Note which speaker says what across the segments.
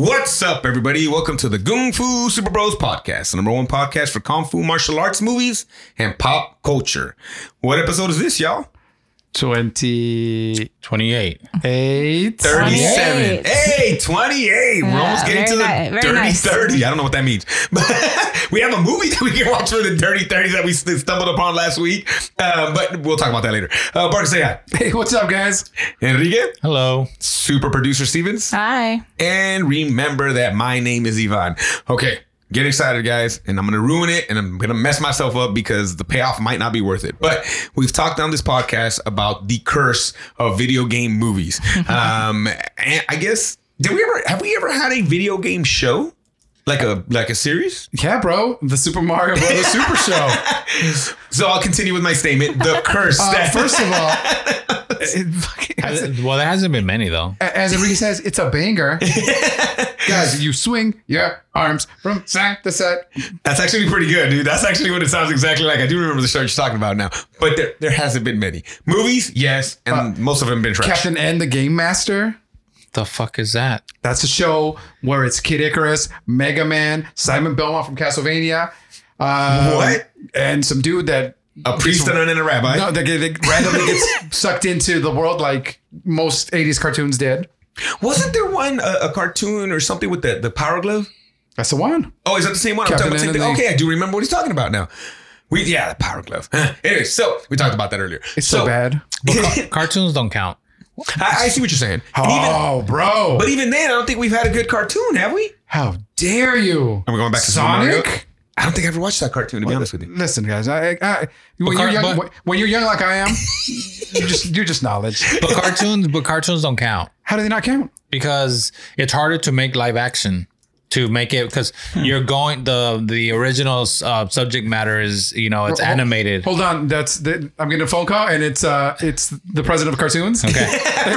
Speaker 1: What's up, everybody? Welcome to the Kung Fu Super Bros podcast, the number one podcast for Kung Fu martial arts movies and pop culture. What episode is this, y'all?
Speaker 2: 28.
Speaker 3: 28.
Speaker 1: 37.
Speaker 4: 28.
Speaker 1: Hey, 28. We're
Speaker 4: Yeah,
Speaker 1: almost getting to the
Speaker 4: very ni- very
Speaker 1: dirty
Speaker 4: nice.
Speaker 1: 30. I don't know what that means. But we have a movie that we can watch for the dirty 30s that we st- stumbled upon last week. Uh, but we'll talk about that later. Uh, Bark, say hi.
Speaker 2: Hey, what's up, guys?
Speaker 1: Enrique,
Speaker 3: Hello.
Speaker 1: super producer Stevens.
Speaker 4: Hi.
Speaker 1: And remember that my name is Ivan. Okay, get excited, guys. And I'm going to ruin it and I'm going to mess myself up because the payoff might not be worth it. But we've talked on this podcast about the curse of video game movies. um, and I guess, did we ever, have we ever had a video game show? Like a like a series,
Speaker 2: Yeah, bro. The Super Mario Brothers Super Show.
Speaker 1: so I'll continue with my statement. The curse.
Speaker 2: Uh,
Speaker 1: that-
Speaker 2: first of all, it fucking-
Speaker 3: Has- Uh, Well, there hasn't been many, though.
Speaker 2: as Enrique says, it's a banger. guys, you swing your arms from side to side.
Speaker 1: That's actually pretty good, dude. That's actually what it sounds exactly like. I do remember the show you're talking about now, but there, there hasn't been many movies. Yes, and most of them have been trash.
Speaker 2: Captain N, the Game Master.
Speaker 3: The fuck is that?
Speaker 2: That's a show where it's Kid Icarus, Mega Man, Simon Belmont from Castlevania. Um,
Speaker 1: What?
Speaker 2: And some dude that
Speaker 1: A priest and a rabbi.
Speaker 2: no, that, that randomly gets sucked into the world like most 80s cartoons did.
Speaker 1: Wasn't there one a, a cartoon or something with the, the power glove?
Speaker 2: That's the one.
Speaker 1: Oh, is that the same one? I'm talking
Speaker 2: Captain
Speaker 1: about the same thing.
Speaker 2: Internet.
Speaker 1: Okay, I do remember what he's talking about now. We yeah, the power glove. anyway, so we talked about that earlier.
Speaker 2: It's so, bad.
Speaker 3: But ca- cartoons don't count.
Speaker 1: I, I see what you're saying. And even-
Speaker 2: Oh, bro.
Speaker 3: e-
Speaker 1: but even then, I don't think we've had a good cartoon, have we?
Speaker 2: How dare you?
Speaker 1: Are we going back to Super Mario?
Speaker 2: Sonic?
Speaker 1: I don't think I ever watched that cartoon. To be honest with you,
Speaker 2: Listen, guys. I, I, I- when,
Speaker 3: Car-
Speaker 2: you're young,
Speaker 3: but-
Speaker 2: when you're young like I am, you're just you're just knowledge.
Speaker 3: But cartoons, but cartoons don't count
Speaker 2: How do they not count?
Speaker 3: because it's harder to make live action to make it because you're going the the original uh, subject matter is you know it's
Speaker 2: Hold-
Speaker 3: animated.
Speaker 2: Hold on, that's the, I'm getting a phone call, and it's uh, it's the president of cartoons.
Speaker 3: Okay.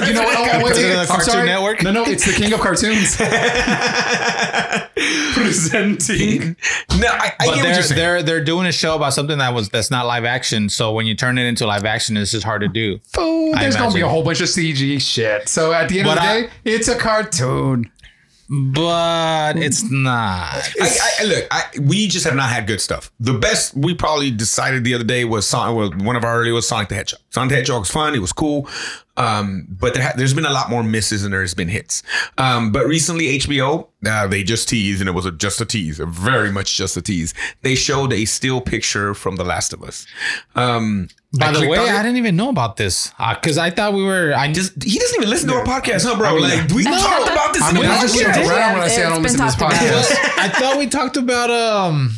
Speaker 2: you know what? Oh, wait,
Speaker 3: President
Speaker 2: I'm
Speaker 3: of Cartoon
Speaker 2: sorry.
Speaker 3: Network?
Speaker 2: No, no, it's the king of cartoons.
Speaker 1: presenting. No, I, I get
Speaker 3: But
Speaker 1: what
Speaker 3: they're
Speaker 1: you're saying.
Speaker 3: they're they're doing a show about something that was that's not live action. So when you turn it into live action, it's just hard to do.
Speaker 2: Fool,
Speaker 3: I
Speaker 2: there's gonna be
Speaker 3: imagine.
Speaker 2: a whole bunch of CG shit. So at the end
Speaker 3: But
Speaker 2: of the
Speaker 3: I-
Speaker 2: day, it's a cartoon.
Speaker 3: But it's not.
Speaker 1: I, I, look, I, we just have not had good stuff. The best we probably decided the other day was Sonic. Well, one of our early was Sonic the Hedgehog. Sonic the Hedgehog was fun. It was cool. Um, but there ha- there's been a lot more misses than there's been hits. Um, but recently, HBO, uh, they just teased, and it was a, just a tease, a very much just a tease. They showed a still picture from The Last of Us. Um,
Speaker 3: By the
Speaker 1: clicked
Speaker 3: way,
Speaker 1: on it.
Speaker 3: I didn't even know about this because I thought we were. I just
Speaker 1: Just, he doesn't even listen to our podcast, huh, bro?
Speaker 2: mean,
Speaker 1: like, we talked about this
Speaker 2: I
Speaker 1: in the
Speaker 2: mean, I just
Speaker 1: podcast.
Speaker 2: looked around when I
Speaker 4: It's
Speaker 2: say I don't
Speaker 4: been
Speaker 2: listen to this
Speaker 4: talked about.
Speaker 2: podcast.
Speaker 3: I thought we talked about um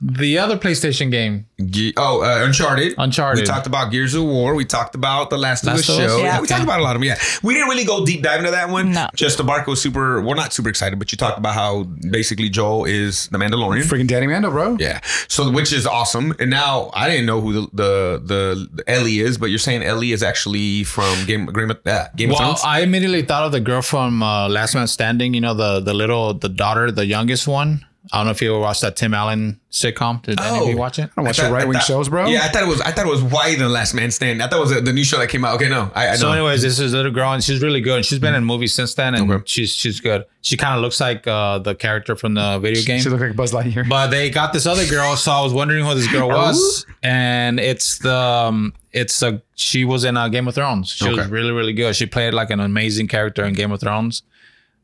Speaker 3: the other PlayStation game.
Speaker 1: Ge- oh, uh, Uncharted.
Speaker 3: Uncharted.
Speaker 1: We talked about Gears of War. We talked about The Last,
Speaker 3: Last
Speaker 1: of
Speaker 3: of
Speaker 1: Us
Speaker 3: Us?
Speaker 1: show. Yeah,
Speaker 3: Yeah,
Speaker 1: we
Speaker 3: okay.
Speaker 1: talked about a lot of them. Yeah, we didn't really go deep dive into that one.
Speaker 4: No.
Speaker 1: Just the bark was super. Well, not super excited, but you talked about how basically Joel is the Mandalorian.
Speaker 2: Freaking Danny Mando, bro.
Speaker 1: yeah, so which is awesome. And now I didn't know who the the, the, Ellie is, but you're saying Ellie is actually from Game Game, of- uh, Game of
Speaker 3: Well,
Speaker 1: Thrones.
Speaker 3: I immediately thought of the girl from uh, Last Man Standing. You know the the little the daughter, the youngest one. I don't know if you ever watched that Tim Allen sitcom. Did any of
Speaker 1: Oh.
Speaker 3: you watch
Speaker 2: I
Speaker 3: it?
Speaker 2: don't watch your
Speaker 1: thought- I
Speaker 2: right wing
Speaker 1: thought-
Speaker 2: shows, bro.
Speaker 1: Yeah, I thought it was I thought it was Why the Last Man Standing. I thought it was the, the new show that came out. Okay, no, I, I
Speaker 3: So,
Speaker 1: know.
Speaker 3: anyways, this is a little girl, and she's really good. She's been in movies since then, and she's she's good. She kind of looks like uh, the character from the video game.
Speaker 2: She looked like Buzz Lightyear.
Speaker 3: but they got this other girl so i was wondering who this girl was and it's the um, it's a she was in uh, game of thrones she was
Speaker 1: Okay.
Speaker 3: really really good she played like an amazing character in game of thrones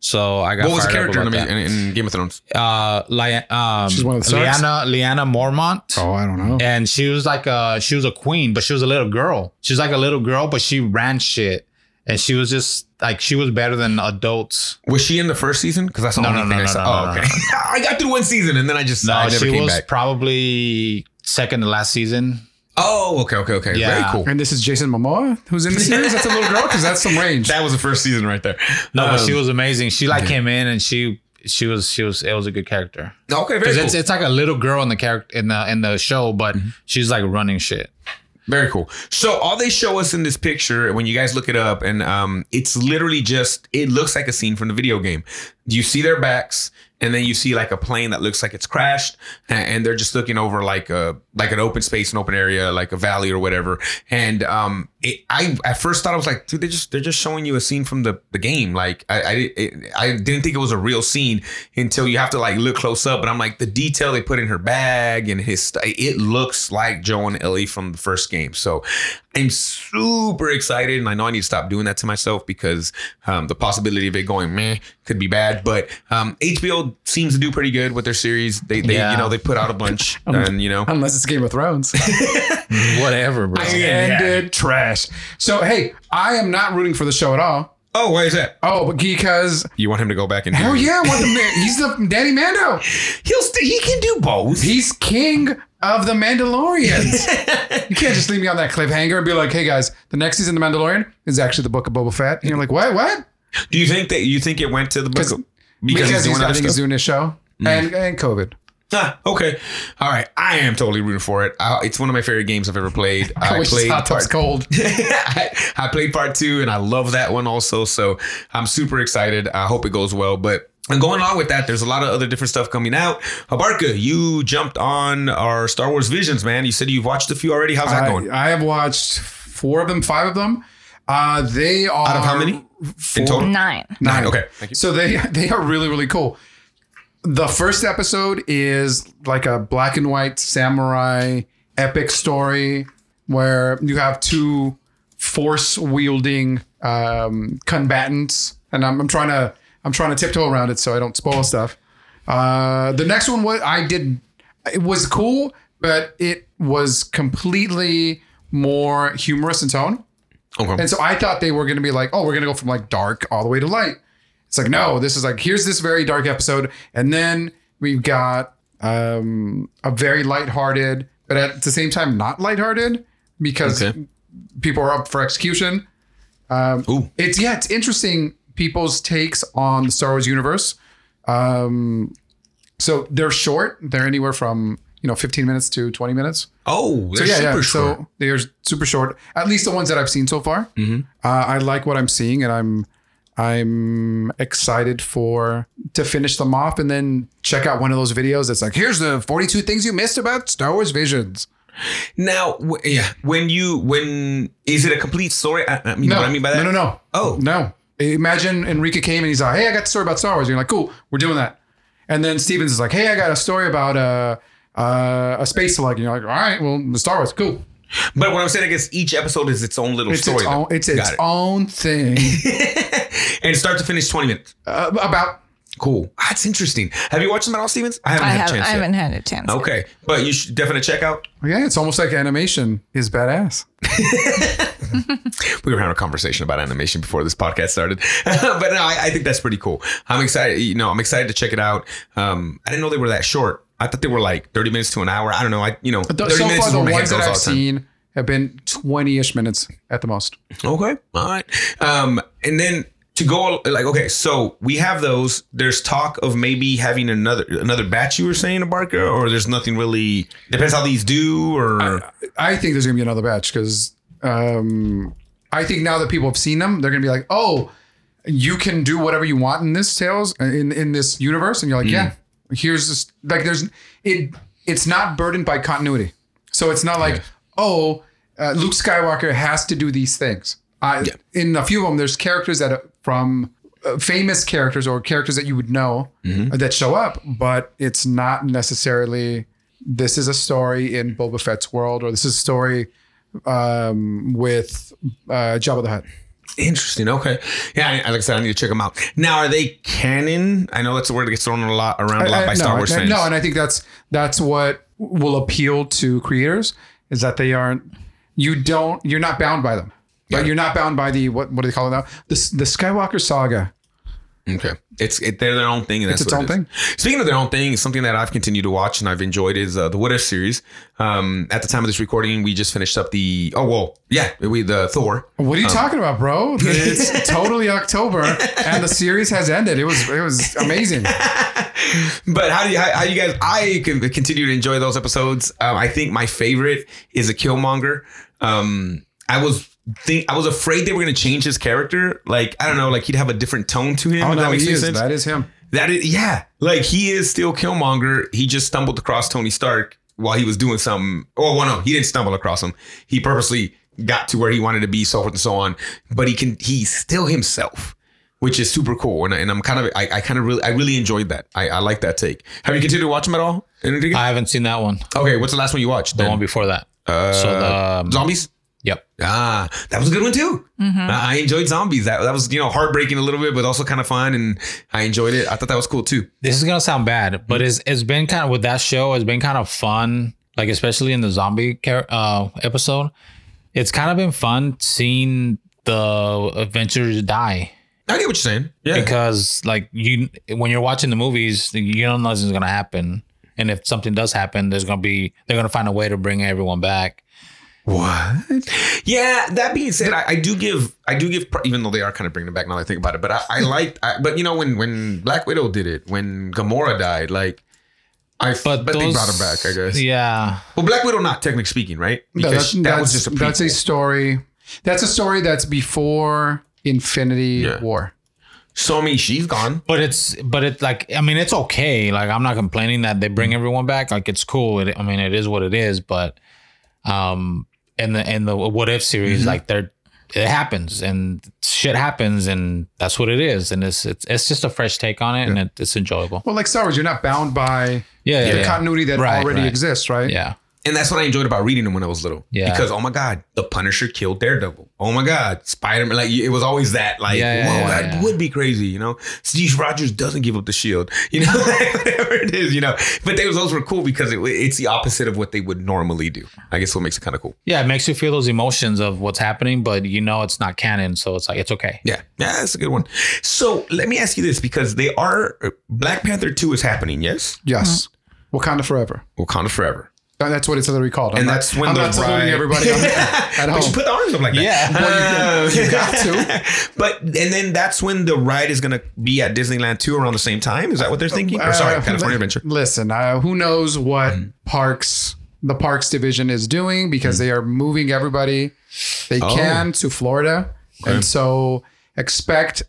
Speaker 3: so i got
Speaker 1: what was the
Speaker 3: fired up
Speaker 1: character in,
Speaker 3: about
Speaker 1: in, in Game of Thrones?
Speaker 3: that. uh Li- um,
Speaker 2: She's one of the Starks?
Speaker 3: Lyanna Lyanna Mormont
Speaker 2: Oh, I don't know.
Speaker 3: and she was like a she was a queen but she was a little girl she was like a little girl but she ran shit and she was just like she was better than adults
Speaker 1: Was she in the first season? Because that's the
Speaker 3: No,
Speaker 1: only
Speaker 3: no,
Speaker 1: thing
Speaker 3: no,
Speaker 1: I
Speaker 3: no,
Speaker 1: saw.
Speaker 3: no,
Speaker 1: oh,
Speaker 3: no,
Speaker 1: okay. I got through one season and then I just I
Speaker 3: no
Speaker 1: never
Speaker 3: Uh, she
Speaker 1: came
Speaker 3: was
Speaker 1: back.
Speaker 3: probably second to last season
Speaker 1: Oh, okay, okay, okay.
Speaker 3: Yeah.
Speaker 1: Very cool.
Speaker 2: And this is Jason Momoa, who's in the series. That's a little girl because that's some range.
Speaker 1: That was the first season right there.
Speaker 3: No, but
Speaker 1: Um,
Speaker 3: she was amazing. She like came in and she she was she was it was a good character.
Speaker 1: okay. Very
Speaker 3: Because
Speaker 1: cool.
Speaker 3: it's it's like a little girl in the character in the in the show, but
Speaker 1: Mm-hmm.
Speaker 3: she's like running shit.
Speaker 1: very cool. So all they show us in this picture, when you guys look it up, and um, it's literally just it looks like a scene from the video game. You see their backs, and then you see like a plane that looks like it's crashed, and, and they're just looking over like a like an open space, an open area, like a valley or whatever. And um, it, I at first thought I was like, dude, they just they're just showing you a scene from the, the game. Like I I, it, I didn't think it was a real scene until you have to like look close up. But I'm like, the detail they put in her bag and his st- it looks like Joe and Ellie from the first game. So I'm super excited, and I know I need to stop doing that to myself because um, the possibility of it going meh could be bad. But um, HBO seems to do pretty good with their series. They, they
Speaker 3: Yeah.
Speaker 1: you know, they put out a bunch,
Speaker 2: Um,
Speaker 1: and you know,
Speaker 2: Unless it's Game of Thrones.
Speaker 3: Whatever, bro.
Speaker 2: ended trash. So hey, I am not rooting for the show at all.
Speaker 1: oh, why is that?
Speaker 2: Oh, but because
Speaker 1: You want him to go back and? do
Speaker 2: oh
Speaker 1: it.
Speaker 2: yeah, I want the man. He's the Danny Mando.
Speaker 1: he'll st- he can do both.
Speaker 2: He's king of the Mandalorians. you can't just leave me on that cliffhanger and be like, "Hey guys, the next season of The Mandalorian is actually the book of Boba Fett," and you're like, "What? What?"
Speaker 1: do you think that you think it went to the book?
Speaker 2: Because-
Speaker 1: Because, he's doing
Speaker 2: I
Speaker 1: other
Speaker 2: think he's
Speaker 1: stuff. Mm.
Speaker 2: doing his show and and COVID.
Speaker 1: Ah, okay, all right. I am totally rooting for it. I, it's one of my favorite games I've ever played.
Speaker 2: I, wish his
Speaker 1: played
Speaker 2: hot tub's
Speaker 1: part-
Speaker 2: cold.
Speaker 1: I, I played part two and I love that one also. So I'm super excited. I hope it goes well. But and going along with that, there's a lot of other different stuff coming out. Habarka, you jumped on our Star Wars Visions, man. You said you've watched a few already. How's that going?
Speaker 2: I, I have watched four of them, five of them. Uh, they are
Speaker 1: Out of how many? In total?
Speaker 4: Nine.
Speaker 1: Nine. Okay. Thank you.
Speaker 2: So they they are really really cool. The first episode is like a black and white samurai epic story where you have two force wielding um, combatants, and I'm, I'm trying to I'm trying to tiptoe around it so I don't spoil stuff. Uh, the next one was I did it was cool, but it was completely more humorous in tone.
Speaker 1: Okay.
Speaker 2: And so I thought they were going to be like, oh, we're going to go from like dark all the way to light. It's like, no, this is like, here's this very dark episode. And then we've got um, a very lighthearted, but at the same time, not lighthearted because
Speaker 1: Okay.
Speaker 2: people are up for execution.
Speaker 1: Ooh.
Speaker 2: It's, yeah, it's interesting people's takes on the Star Wars universe. Um, so they're short, they're anywhere from, you know, 15 minutes to 20 minutes.
Speaker 1: Oh,
Speaker 2: So
Speaker 1: they're
Speaker 2: yeah,
Speaker 1: super
Speaker 2: yeah.
Speaker 1: short. Mm-hmm.
Speaker 2: So they're super short. At least the ones that I've seen so far. Uh, I like what I'm seeing, and I'm I'm excited for to finish them off, and then check out one of those videos that's like, here's the 42 things you missed about Star Wars Visions.
Speaker 1: Now, w- yeah, when you when is it a complete story? I, I mean,
Speaker 2: No,
Speaker 1: what I mean by that?
Speaker 2: no, no, no.
Speaker 1: Oh.
Speaker 2: no. Imagine Enrique came and he's like, hey, I got the story about Star Wars. And you're like, cool, we're doing that. And then Stevens is like, hey, I got a story about uh, uh, a space slug. And you're like, all right, well, Star Wars, cool.
Speaker 1: But what I'm saying, I guess each episode is its own little
Speaker 2: It's
Speaker 1: story.
Speaker 2: its own,
Speaker 1: though.
Speaker 2: it's its
Speaker 1: Got it.
Speaker 2: own thing.
Speaker 1: and start to finish, 20 minutes.
Speaker 2: uh, about
Speaker 1: Cool. That's interesting. Have you watched them at all, Stevens? I haven't
Speaker 4: I
Speaker 1: had a
Speaker 4: haven't.
Speaker 1: chance
Speaker 4: I
Speaker 1: yet.
Speaker 4: haven't had a chance. yet.
Speaker 1: Okay, but you should definitely check out.
Speaker 2: Yeah, it's almost like animation is badass.
Speaker 1: We were having a conversation about animation before this podcast started, but no, I, I think that's pretty cool. I'm excited. You know, I'm excited to check it out. Um, I didn't know they were that short. I thought they were like 30 minutes to an hour. I don't know. I you know, 30
Speaker 2: so
Speaker 1: minutes
Speaker 2: far,
Speaker 1: is
Speaker 2: the
Speaker 1: where my head
Speaker 2: ones that
Speaker 1: goes all
Speaker 2: I've
Speaker 1: the time.
Speaker 2: seen have been 20 ish minutes at the most.
Speaker 1: Okay. All right. Um, and then to go like, okay, so we have those. There's talk of maybe having another another batch. You were saying, Barker, or there's nothing really. Depends how these do, or
Speaker 2: I think there's going to be another batch because um, I think now that people have seen them, they're going to be like, oh, you can do whatever you want in this Tales, in, in this universe. And you're like, yeah, here's this. Like, there's, it, it's not burdened by continuity. So it's not like, oh, uh, Luke Skywalker has to do these things. I, In a few of them, there's characters that are from uh, famous characters or characters that you would know that show up, but it's not necessarily this is a story in Boba Fett's world or this is a story um, with uh, Jabba the Hutt.
Speaker 1: Interesting. Okay. Yeah. I- Like I said, I need to check them out. Now, are they canon? I know that's a word that gets thrown a lot around a lot by
Speaker 2: I-
Speaker 1: Star
Speaker 2: Uh, no,
Speaker 1: Wars
Speaker 2: I-
Speaker 1: fans.
Speaker 2: No, and I think that's that's what will appeal to creators is that they aren't you don't you're not bound by them. But
Speaker 1: Yeah.
Speaker 2: you're not bound by the what what do they call it now? The S- the Skywalker saga.
Speaker 1: Okay. It's it, they're their own thing. And that's
Speaker 2: It's its
Speaker 1: what
Speaker 2: own
Speaker 1: it is. Speaking of their own thing, something that I've continued to watch and I've enjoyed is uh, the What If series. Um, at the time of this recording, we just finished up the oh well yeah we the Thor.
Speaker 2: What are you talking about, bro? It's totally October and the series has ended. It was it was amazing.
Speaker 1: But how do you how, how you guys? I can continue to enjoy those episodes. Um, I think my favorite is a Killmonger. Um, I was think I was afraid they were going to change his character. Like I don't know, like he'd have a different tone to him.
Speaker 2: Oh
Speaker 1: if that
Speaker 2: no,
Speaker 1: makes
Speaker 2: he
Speaker 1: any
Speaker 2: is.
Speaker 1: sense.
Speaker 2: That is him.
Speaker 1: That is, yeah, like he is still Killmonger. He just stumbled across Tony Stark while he was doing something. Oh, well, no, he didn't stumble across him. He purposely got to where he wanted to be, so forth and so on. But he can, he's still himself, which is super cool. And, I- and I'm kind of, I, I kind of really, I really enjoyed that. I, I like that take. Have you continued to watch him at all? Anything?
Speaker 3: I haven't seen that one.
Speaker 1: Okay, what's the last one you watched?
Speaker 3: The
Speaker 1: then? Uh,
Speaker 3: one before that. so the, um,
Speaker 1: Zombies.
Speaker 3: Yep.
Speaker 1: Ah, that was a good one too. I I enjoyed zombies. That that was you know heartbreaking a little bit, but also kind of fun, and I enjoyed it. I thought that was cool too.
Speaker 3: This is gonna sound bad,
Speaker 1: Mm-hmm.
Speaker 3: but it's it's been kind of with that show. It's been kind of fun, like especially in the zombie char- uh, episode. It's kind of been fun seeing the adventures die
Speaker 1: I get what you're saying. Yeah,
Speaker 3: because, like you, when you're watching the movies, you don't know nothing's gonna happen, and if something does happen, there's gonna be they're gonna find a way to bring everyone back.
Speaker 1: What? Yeah. That being said, I, I do give I do give pr- even though they are kind of bringing it back now that I think about it, but I, I liked. I, but you know when when Black Widow did it, when Gamora died, like I f-
Speaker 3: But
Speaker 1: but they
Speaker 3: those-
Speaker 1: brought her back. I guess.
Speaker 3: Yeah,
Speaker 1: Well, Black Widow, not technically speaking, right?
Speaker 2: No,
Speaker 1: Because that was just a
Speaker 2: that's a
Speaker 1: prequel.
Speaker 2: story. That's a story that's before Infinity
Speaker 1: Yeah.
Speaker 2: War.
Speaker 1: so I mean she's gone.
Speaker 3: but it's but it's like I mean it's okay. Like I'm not complaining that they bring everyone back. Like it's cool. It, I mean it is what it is. But um, and the and the what if series
Speaker 1: Mm-hmm.
Speaker 3: like they're it happens and shit happens and that's what it is. And it's it's, it's just a fresh take on it and it, it's enjoyable.
Speaker 2: Well, like Star Wars, you're not bound by
Speaker 3: Yeah, yeah,
Speaker 2: the
Speaker 3: yeah.
Speaker 2: continuity that
Speaker 3: Right,
Speaker 2: already
Speaker 3: right.
Speaker 2: exists, right?
Speaker 3: yeah.
Speaker 1: And that's what I enjoyed about reading them when I was little.
Speaker 3: Yeah.
Speaker 1: Because oh my god, the Punisher killed Daredevil. Oh my god, Spider Man. Like it was always that. Like
Speaker 3: Yeah, yeah,
Speaker 1: whoa,
Speaker 3: yeah,
Speaker 1: that
Speaker 3: yeah.
Speaker 1: would be crazy. You know, Steve Rogers doesn't give up the shield. You know, whatever it is. You know, but they, those were cool because it, it's the opposite of what they would normally do. I guess what makes it kind of cool.
Speaker 3: Yeah, it makes you feel those emotions of what's happening, but you know it's not canon, so it's like it's okay.
Speaker 1: Yeah, yeah, that's a good one. So let me ask you this because they are Black Panther two is happening. Yes,
Speaker 2: Yes. Wakanda forever.
Speaker 1: Wakanda forever.
Speaker 2: Uh, That's what it's literally called. I'm
Speaker 1: And
Speaker 2: not-
Speaker 1: that's when
Speaker 2: I'm
Speaker 1: the
Speaker 2: not saluting
Speaker 1: ride-
Speaker 2: everybody. I'm at
Speaker 1: But you
Speaker 2: home.
Speaker 1: put the arms up like that.
Speaker 3: Oh. Yeah.
Speaker 2: Well, you-
Speaker 1: Um,
Speaker 2: you got to.
Speaker 1: But and then that's when the ride is going to be at Disneyland too, around the same time. Is that what they're thinking? Or sorry,
Speaker 2: Uh,
Speaker 1: California
Speaker 2: li-
Speaker 1: Adventure. Mm.
Speaker 2: Listen, uh, who knows what parks the parks division is doing because they are moving everybody they
Speaker 1: Oh.
Speaker 2: can to Florida,
Speaker 1: Okay.
Speaker 2: and so expect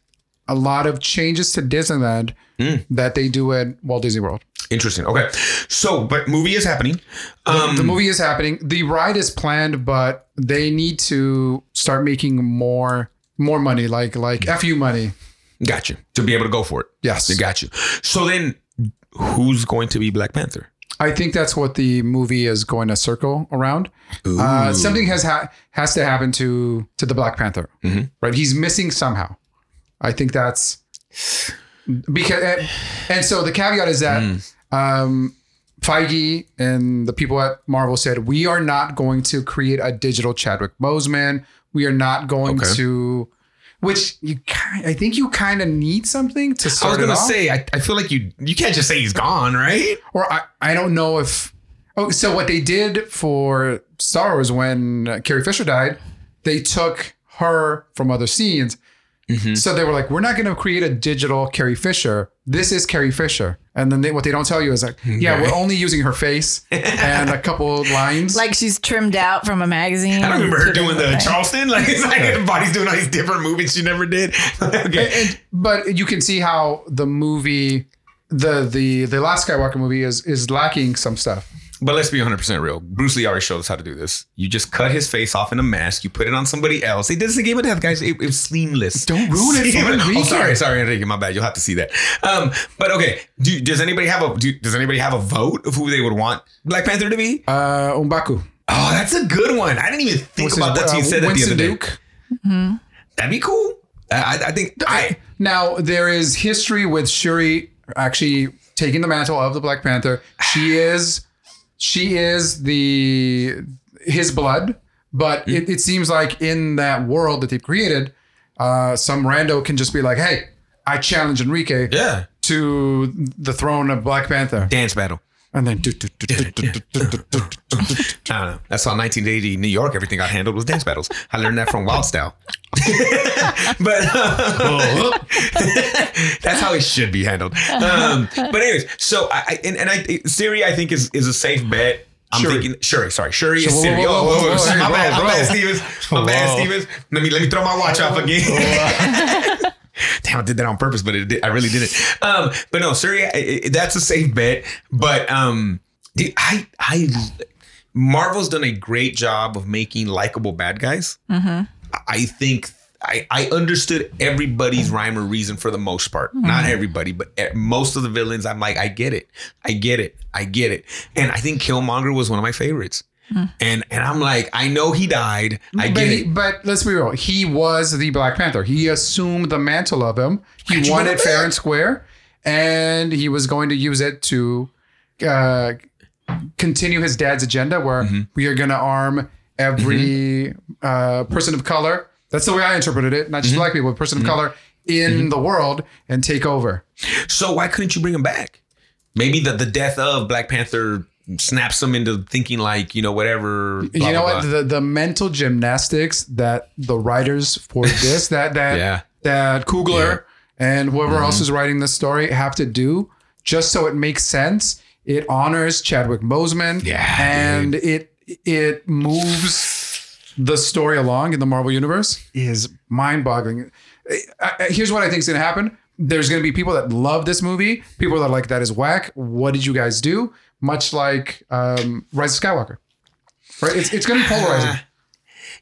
Speaker 2: a lot of changes to Disneyland
Speaker 1: Mm.
Speaker 2: that they do at Walt Disney World.
Speaker 1: Interesting. Okay, so but movie is happening. Um,
Speaker 2: the movie is happening. The ride is planned, but they need to start making more more money, like like fu money.
Speaker 1: got you to be able to go for it.
Speaker 2: Yes,
Speaker 1: They got you. So then, who's going to be Black Panther?
Speaker 2: I think that's what the movie is going to circle around. Uh, something has ha- has to happen to to the Black Panther,
Speaker 1: Mhm.
Speaker 2: right? He's missing somehow. I think that's because, and, and so the caveat is that
Speaker 1: Mm.
Speaker 2: um, Feige and the people at Marvel said we are not going to create a digital Chadwick Boseman. We are not going
Speaker 1: Okay.
Speaker 2: to, which you, ki- I think you kind of need something
Speaker 1: I
Speaker 2: to
Speaker 1: was
Speaker 2: start it
Speaker 1: going to
Speaker 2: off
Speaker 1: say, I, I feel like you you can't just say he's gone, right?
Speaker 2: or I, I don't know if oh so what they did for Star Wars when uh, Carrie Fisher died, they took her from other scenes.
Speaker 1: Mm-hmm.
Speaker 2: So they were like, we're not going to create a digital Carrie Fisher. This is Carrie Fisher. And then they, what they don't tell you is like, yeah, we're only using her face and a couple of lines.
Speaker 4: Like she's trimmed out from a magazine.
Speaker 1: I don't remember her
Speaker 4: and put
Speaker 1: doing
Speaker 4: in
Speaker 1: the
Speaker 4: thing.
Speaker 1: Charleston. Like it's like her body's doing all these different movements she never did. okay.
Speaker 2: and but you can see how the movie, the the the last Skywalker movie is is lacking some stuff.
Speaker 1: But let's be 100% real. Bruce Lee already showed us how to do this. You just cut his face off in a mask, you put it on somebody else. He does the game of death, guys. It, it was seamless.
Speaker 2: Don't ruin it for
Speaker 1: Seamless.
Speaker 2: Enrique.
Speaker 1: Oh, sorry, sorry, Enrique. My bad. You'll have to see that. Um, but okay, do, does anybody have a do, does anybody have a vote of who they would want Black Panther to be?
Speaker 2: Uh, Umbaku.
Speaker 1: Oh, that's a good one. I didn't even think
Speaker 2: What's his-
Speaker 1: about that till you
Speaker 2: uh,
Speaker 1: said that the other day.
Speaker 2: Winston Duke.
Speaker 1: That'd be cool. I, I- I think I
Speaker 2: Now there is history with Shuri actually taking the mantle of the Black Panther. She is, she is the his blood, but it, it seems like in that world that they've created, uh, some rando can just be like, "Hey, I challenge Enrique
Speaker 1: yeah
Speaker 2: to the throne of Black Panther,"
Speaker 1: dance battle.
Speaker 2: and then do, do, do, do, do, do, do, do, do, do, do.
Speaker 1: I don't know. That's how 1980 New York everything got handled was dance battles. I learned that from Wild Style. but that's how it should be handled. Um, but anyways, so I, I and, and I Siri I think is is a safe bet. I'm
Speaker 2: Shuri.
Speaker 1: thinking Shuri, sorry, Shuri is
Speaker 2: Whoa,
Speaker 1: Siri.
Speaker 2: whoa,
Speaker 1: Oh,
Speaker 2: whoa,
Speaker 1: whoa, whoa,
Speaker 2: whoa, hey,
Speaker 1: my
Speaker 2: whoa,
Speaker 1: bad, my
Speaker 2: bro.
Speaker 1: bad, Stevens, my bad,
Speaker 3: Whoa.
Speaker 1: Stevens. Let me let me throw my watch off again. Damn, I did that on purpose, but it did, I really did it. Um, but no, Syria, i i that's a safe bet. But um, dude, I, I, Marvel's done a great job of making likable bad guys. I- I think. I, I understood everybody's rhyme or reason for the most part.
Speaker 2: Mm-hmm.
Speaker 1: Not everybody, but e- most of the villains, I'm like, I get it. I get it. I get it. And I think Killmonger was one of my favorites. And and I'm like, I know he died. I
Speaker 2: Mm. but,
Speaker 1: get
Speaker 2: he,
Speaker 1: it.
Speaker 2: but let's be real. He was the Black Panther. He assumed the mantle of him. He
Speaker 1: How'd you
Speaker 2: won
Speaker 1: know
Speaker 2: it fair
Speaker 1: that?
Speaker 2: and square, and he was going to use it to uh, continue his dad's agenda, where
Speaker 1: Mm-hmm.
Speaker 2: we are going to arm every uh, person of color. That's the way I interpreted it. Not just
Speaker 1: Mm-hmm.
Speaker 2: black people, but person of color in the world and take over.
Speaker 1: So why couldn't you bring him back? Maybe the, the death of Black Panther snaps him into thinking like, you know, whatever. blah,
Speaker 2: you know
Speaker 1: blah,
Speaker 2: what
Speaker 1: blah.
Speaker 2: the the mental gymnastics that the writers for this that that
Speaker 1: Yeah. Mm-hmm.
Speaker 2: that Kugler and whoever else is writing this story have to do just so it makes sense. It honors Chadwick Boseman,
Speaker 1: Yeah,
Speaker 2: and it it moves the story along in the Marvel universe is mind boggling. Here's what I think is going to happen. There's going to be people that love this movie, people that are like that is whack. What did you guys do? Much like um, Rise of Skywalker, right? It's, it's going to be polarizing.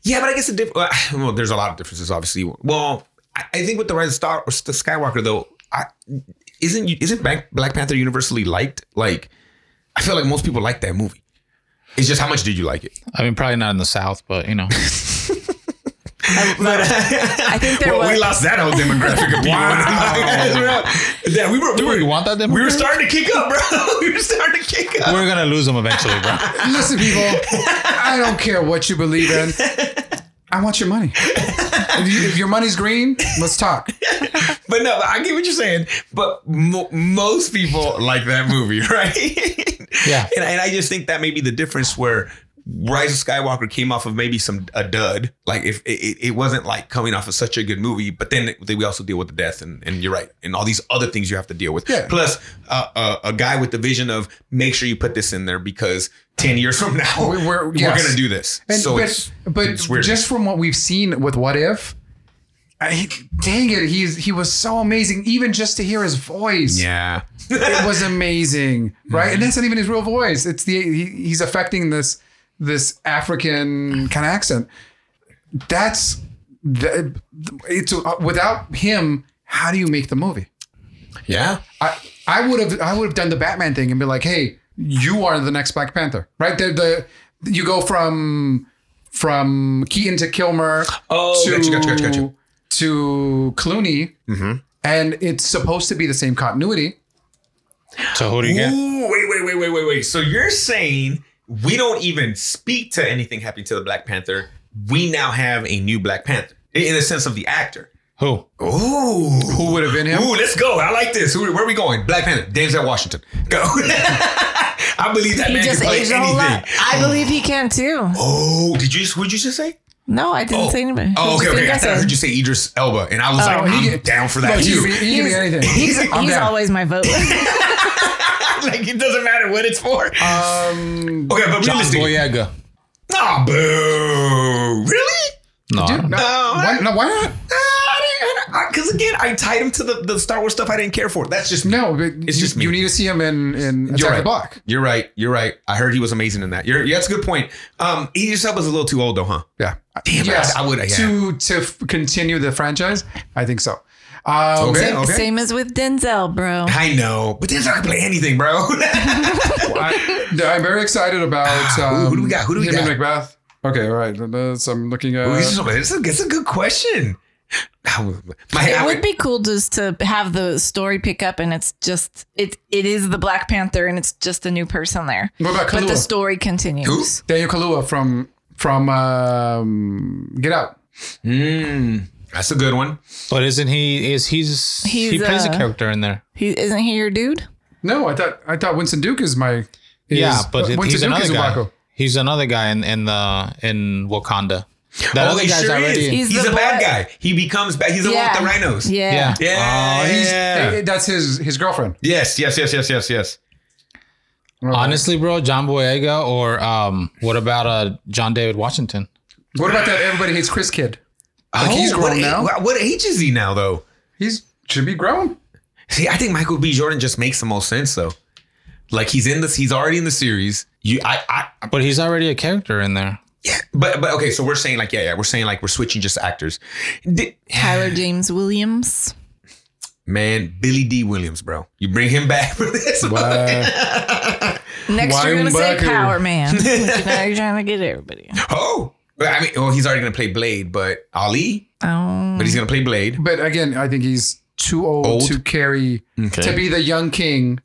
Speaker 1: Yeah, but I guess the diff- well, well, there's a lot of differences, obviously. Well, I, I think with the Rise of Star, the Skywalker though, I, isn't isn't Black, Black Panther universally liked? Like, I feel like most people like that movie. It's just how much did you like it?
Speaker 3: I mean, probably not in the South, but you know,
Speaker 1: But
Speaker 4: I think there
Speaker 1: well, we
Speaker 4: was-
Speaker 1: lost that whole demographic of people. yeah, we were, we were,
Speaker 3: you want that?
Speaker 1: we were
Speaker 3: demographic?
Speaker 1: starting to kick up, bro. We were starting to kick up.
Speaker 3: We're gonna lose them eventually, bro.
Speaker 2: Listen, people, I don't care what you believe in. I want your money. If, you, if your money's green, let's talk.
Speaker 1: But no, I get what you're saying. But mo- most people like that movie, right?
Speaker 3: Yeah.
Speaker 1: And, and I just think that may be the difference where Rise of Skywalker came off of maybe some a dud. Like if it, it- it wasn't like coming off of such a good movie, but then they- we also deal with the death and, and you're right, and all these other things you have to deal with.
Speaker 2: Yeah.
Speaker 1: Plus, uh, uh, a guy with the vision of make sure you put this in there because ten years from now
Speaker 2: We-
Speaker 1: we,
Speaker 2: we're-
Speaker 1: are
Speaker 2: yes.
Speaker 1: gonna do this.
Speaker 2: And,
Speaker 1: so
Speaker 2: but
Speaker 1: it's
Speaker 2: but
Speaker 1: it's weird.
Speaker 2: just from what we've seen with What If, I, dang it, he's he was so amazing. Even just to hear his voice,
Speaker 1: yeah.
Speaker 2: it was amazing, right? And that's not even his real voice. It's the he, he's affecting this this African kind of accent. That's the, it's uh, without him. How do you make the movie?
Speaker 1: Yeah.
Speaker 2: I I would have I would have done the Batman thing and be like, hey, you are the next Black Panther, right? The, the you go from from Keaton to Kilmer
Speaker 1: Oh,
Speaker 2: to
Speaker 1: gotcha, gotcha, gotcha, gotcha.
Speaker 2: to Clooney,
Speaker 1: Mm-hmm.
Speaker 2: and it's supposed to be the same continuity.
Speaker 3: So who do you get?
Speaker 1: Ooh, wait, wait, wait, wait, wait, wait. So you're saying we don't even speak to anything happening to the Black Panther. We now have a new Black Panther i- in the sense of the actor.
Speaker 3: Who?
Speaker 1: Ooh, who
Speaker 2: would have been him?
Speaker 1: Ooh, let's go. I like this. Who, where are we going? Black Panther, Denzel Washington. Go. I believe that
Speaker 4: He
Speaker 1: man can
Speaker 4: just
Speaker 1: play
Speaker 4: aged a whole lot.
Speaker 1: anything.
Speaker 4: I believe he can too.
Speaker 1: Oh, did you? just- What'd you just say?
Speaker 4: No, I didn't
Speaker 1: Oh,
Speaker 4: say anybody.
Speaker 1: oh okay,
Speaker 4: Who do
Speaker 1: okay. I,
Speaker 4: you think
Speaker 1: thought I
Speaker 4: said? Oh,
Speaker 1: heard you say Idris Elba, and I was like,
Speaker 2: he
Speaker 1: Oh, I'm
Speaker 2: get-
Speaker 1: down for
Speaker 2: No,
Speaker 1: that
Speaker 2: he,
Speaker 1: too.
Speaker 2: he, he can be
Speaker 4: He's-
Speaker 2: anything.
Speaker 4: He's,
Speaker 2: I'm
Speaker 4: he's
Speaker 2: down.
Speaker 4: always my vote.
Speaker 1: like it doesn't matter what it's for.
Speaker 2: Um,
Speaker 1: okay, but
Speaker 3: John
Speaker 1: realistically,
Speaker 3: Boyega.
Speaker 1: nah, boo. Ah, Really?
Speaker 3: No, I
Speaker 2: dude,
Speaker 3: don't
Speaker 2: no,
Speaker 3: know.
Speaker 2: why, no, why not?
Speaker 1: Because again, I tied him to the, the Star Wars stuff I didn't care for. That's just
Speaker 2: No, but
Speaker 1: It's
Speaker 2: you,
Speaker 1: just me.
Speaker 2: you need to see him in in Attack
Speaker 1: right.
Speaker 2: the Block.
Speaker 1: You're right. You're right. I heard he was amazing in that. You're, yeah, that's a good point. Um, Idris Elba's a little too old though, huh?
Speaker 2: Yeah.
Speaker 1: Damn,
Speaker 2: yes,
Speaker 1: I, I would. Yeah.
Speaker 2: to to f- continue the franchise. I think so. Um,
Speaker 1: Okay.
Speaker 4: Same- Same as with Denzel, bro.
Speaker 1: I know, but Denzel can play anything, bro.
Speaker 2: I, am very excited about um,
Speaker 1: Ah, ooh, who do we got? Who do we
Speaker 2: him and
Speaker 1: got?
Speaker 2: Macbeth. Okay, all right. Uh, So I'm looking at.
Speaker 1: it's, a, it's a good question. My,
Speaker 4: It
Speaker 1: I
Speaker 4: would be cool just to have the story pick up and it's just it it is the Black Panther and it's just a new person there.
Speaker 2: What about
Speaker 4: But the
Speaker 2: Kalua?
Speaker 4: story continues.
Speaker 1: Who?
Speaker 2: Daniel Kalua from from um, Get Out.
Speaker 1: Mm, that's a good one.
Speaker 3: But isn't he? Is he's, he
Speaker 4: He's,
Speaker 3: plays a
Speaker 4: uh,
Speaker 3: character in there?
Speaker 4: He isn't he your dude?
Speaker 2: No, I thought I thought Winston Duke is my. is-
Speaker 3: yeah, but
Speaker 2: uh,
Speaker 3: it- he's another guy.
Speaker 2: Uwako.
Speaker 3: He's another guy in in the in Wakanda. That
Speaker 1: oh,
Speaker 3: other
Speaker 1: he
Speaker 3: guy's
Speaker 1: sure
Speaker 3: already.
Speaker 1: is.
Speaker 4: He's
Speaker 1: He's,
Speaker 4: the
Speaker 1: a bad
Speaker 4: boy.
Speaker 1: guy. He becomes bad. He's the one with the rhinos.
Speaker 4: Yeah.
Speaker 3: Yeah.
Speaker 1: Yeah.
Speaker 2: Oh, he's-
Speaker 1: yeah.
Speaker 2: eh, that's his his girlfriend.
Speaker 1: Yes. Yes. Yes. Yes. Yes. Yes.
Speaker 3: Honestly, bro, John Boyega or um, what about uh John David Washington?
Speaker 2: What about that? Everybody hates Chris kid. Like he's
Speaker 1: Oh, what,
Speaker 2: grown
Speaker 1: a-
Speaker 2: now.
Speaker 1: What age is he now, though?
Speaker 2: He's should be grown.
Speaker 1: See, I think Michael B. Jordan just makes the most sense though. Like he's in this, he's already in the series. You, I, I,
Speaker 3: But he's already a character in there.
Speaker 1: yeah, but but okay. So we're saying like, yeah, yeah, we're saying like we're switching just actors. Di-
Speaker 4: Tyler James Williams.
Speaker 1: Man, Billy D. Williams, bro, you bring him back for this.
Speaker 2: Wow.
Speaker 4: Next,
Speaker 2: Why
Speaker 4: you're gonna say
Speaker 2: M'Baku?
Speaker 4: Power Man. now you're trying to get everybody.
Speaker 1: Oh, Well, I mean, well, he's already gonna play Blade, but Ali,
Speaker 4: Oh,
Speaker 1: but he's gonna play Blade.
Speaker 2: but again, I think he's too old,
Speaker 1: Old?
Speaker 2: to carry to be the young king.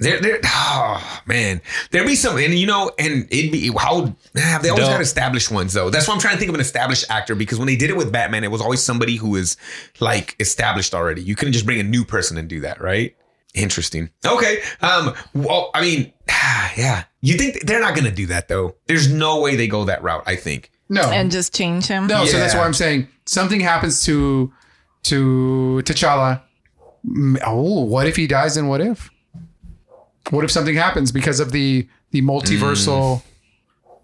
Speaker 1: There, there, oh man, there be some, and you know, and it'd be how have they always
Speaker 3: Duh.
Speaker 1: had established ones though? That's why I'm trying to think of an established actor because when they did it with Batman, it was always somebody who is like established already. You couldn't just bring a new person and do that, right? Interesting. Okay. Um. Well, I mean, yeah. You think they're not gonna do that though? There's no way they go that route. I think.
Speaker 2: No,
Speaker 4: and just change him.
Speaker 2: no. So that's
Speaker 1: Yeah.
Speaker 2: why I'm saying something happens to to T'Challa. Mm, Oh, what if he dies? And what if? What if something happens because of the the
Speaker 1: Mm.
Speaker 2: multiversal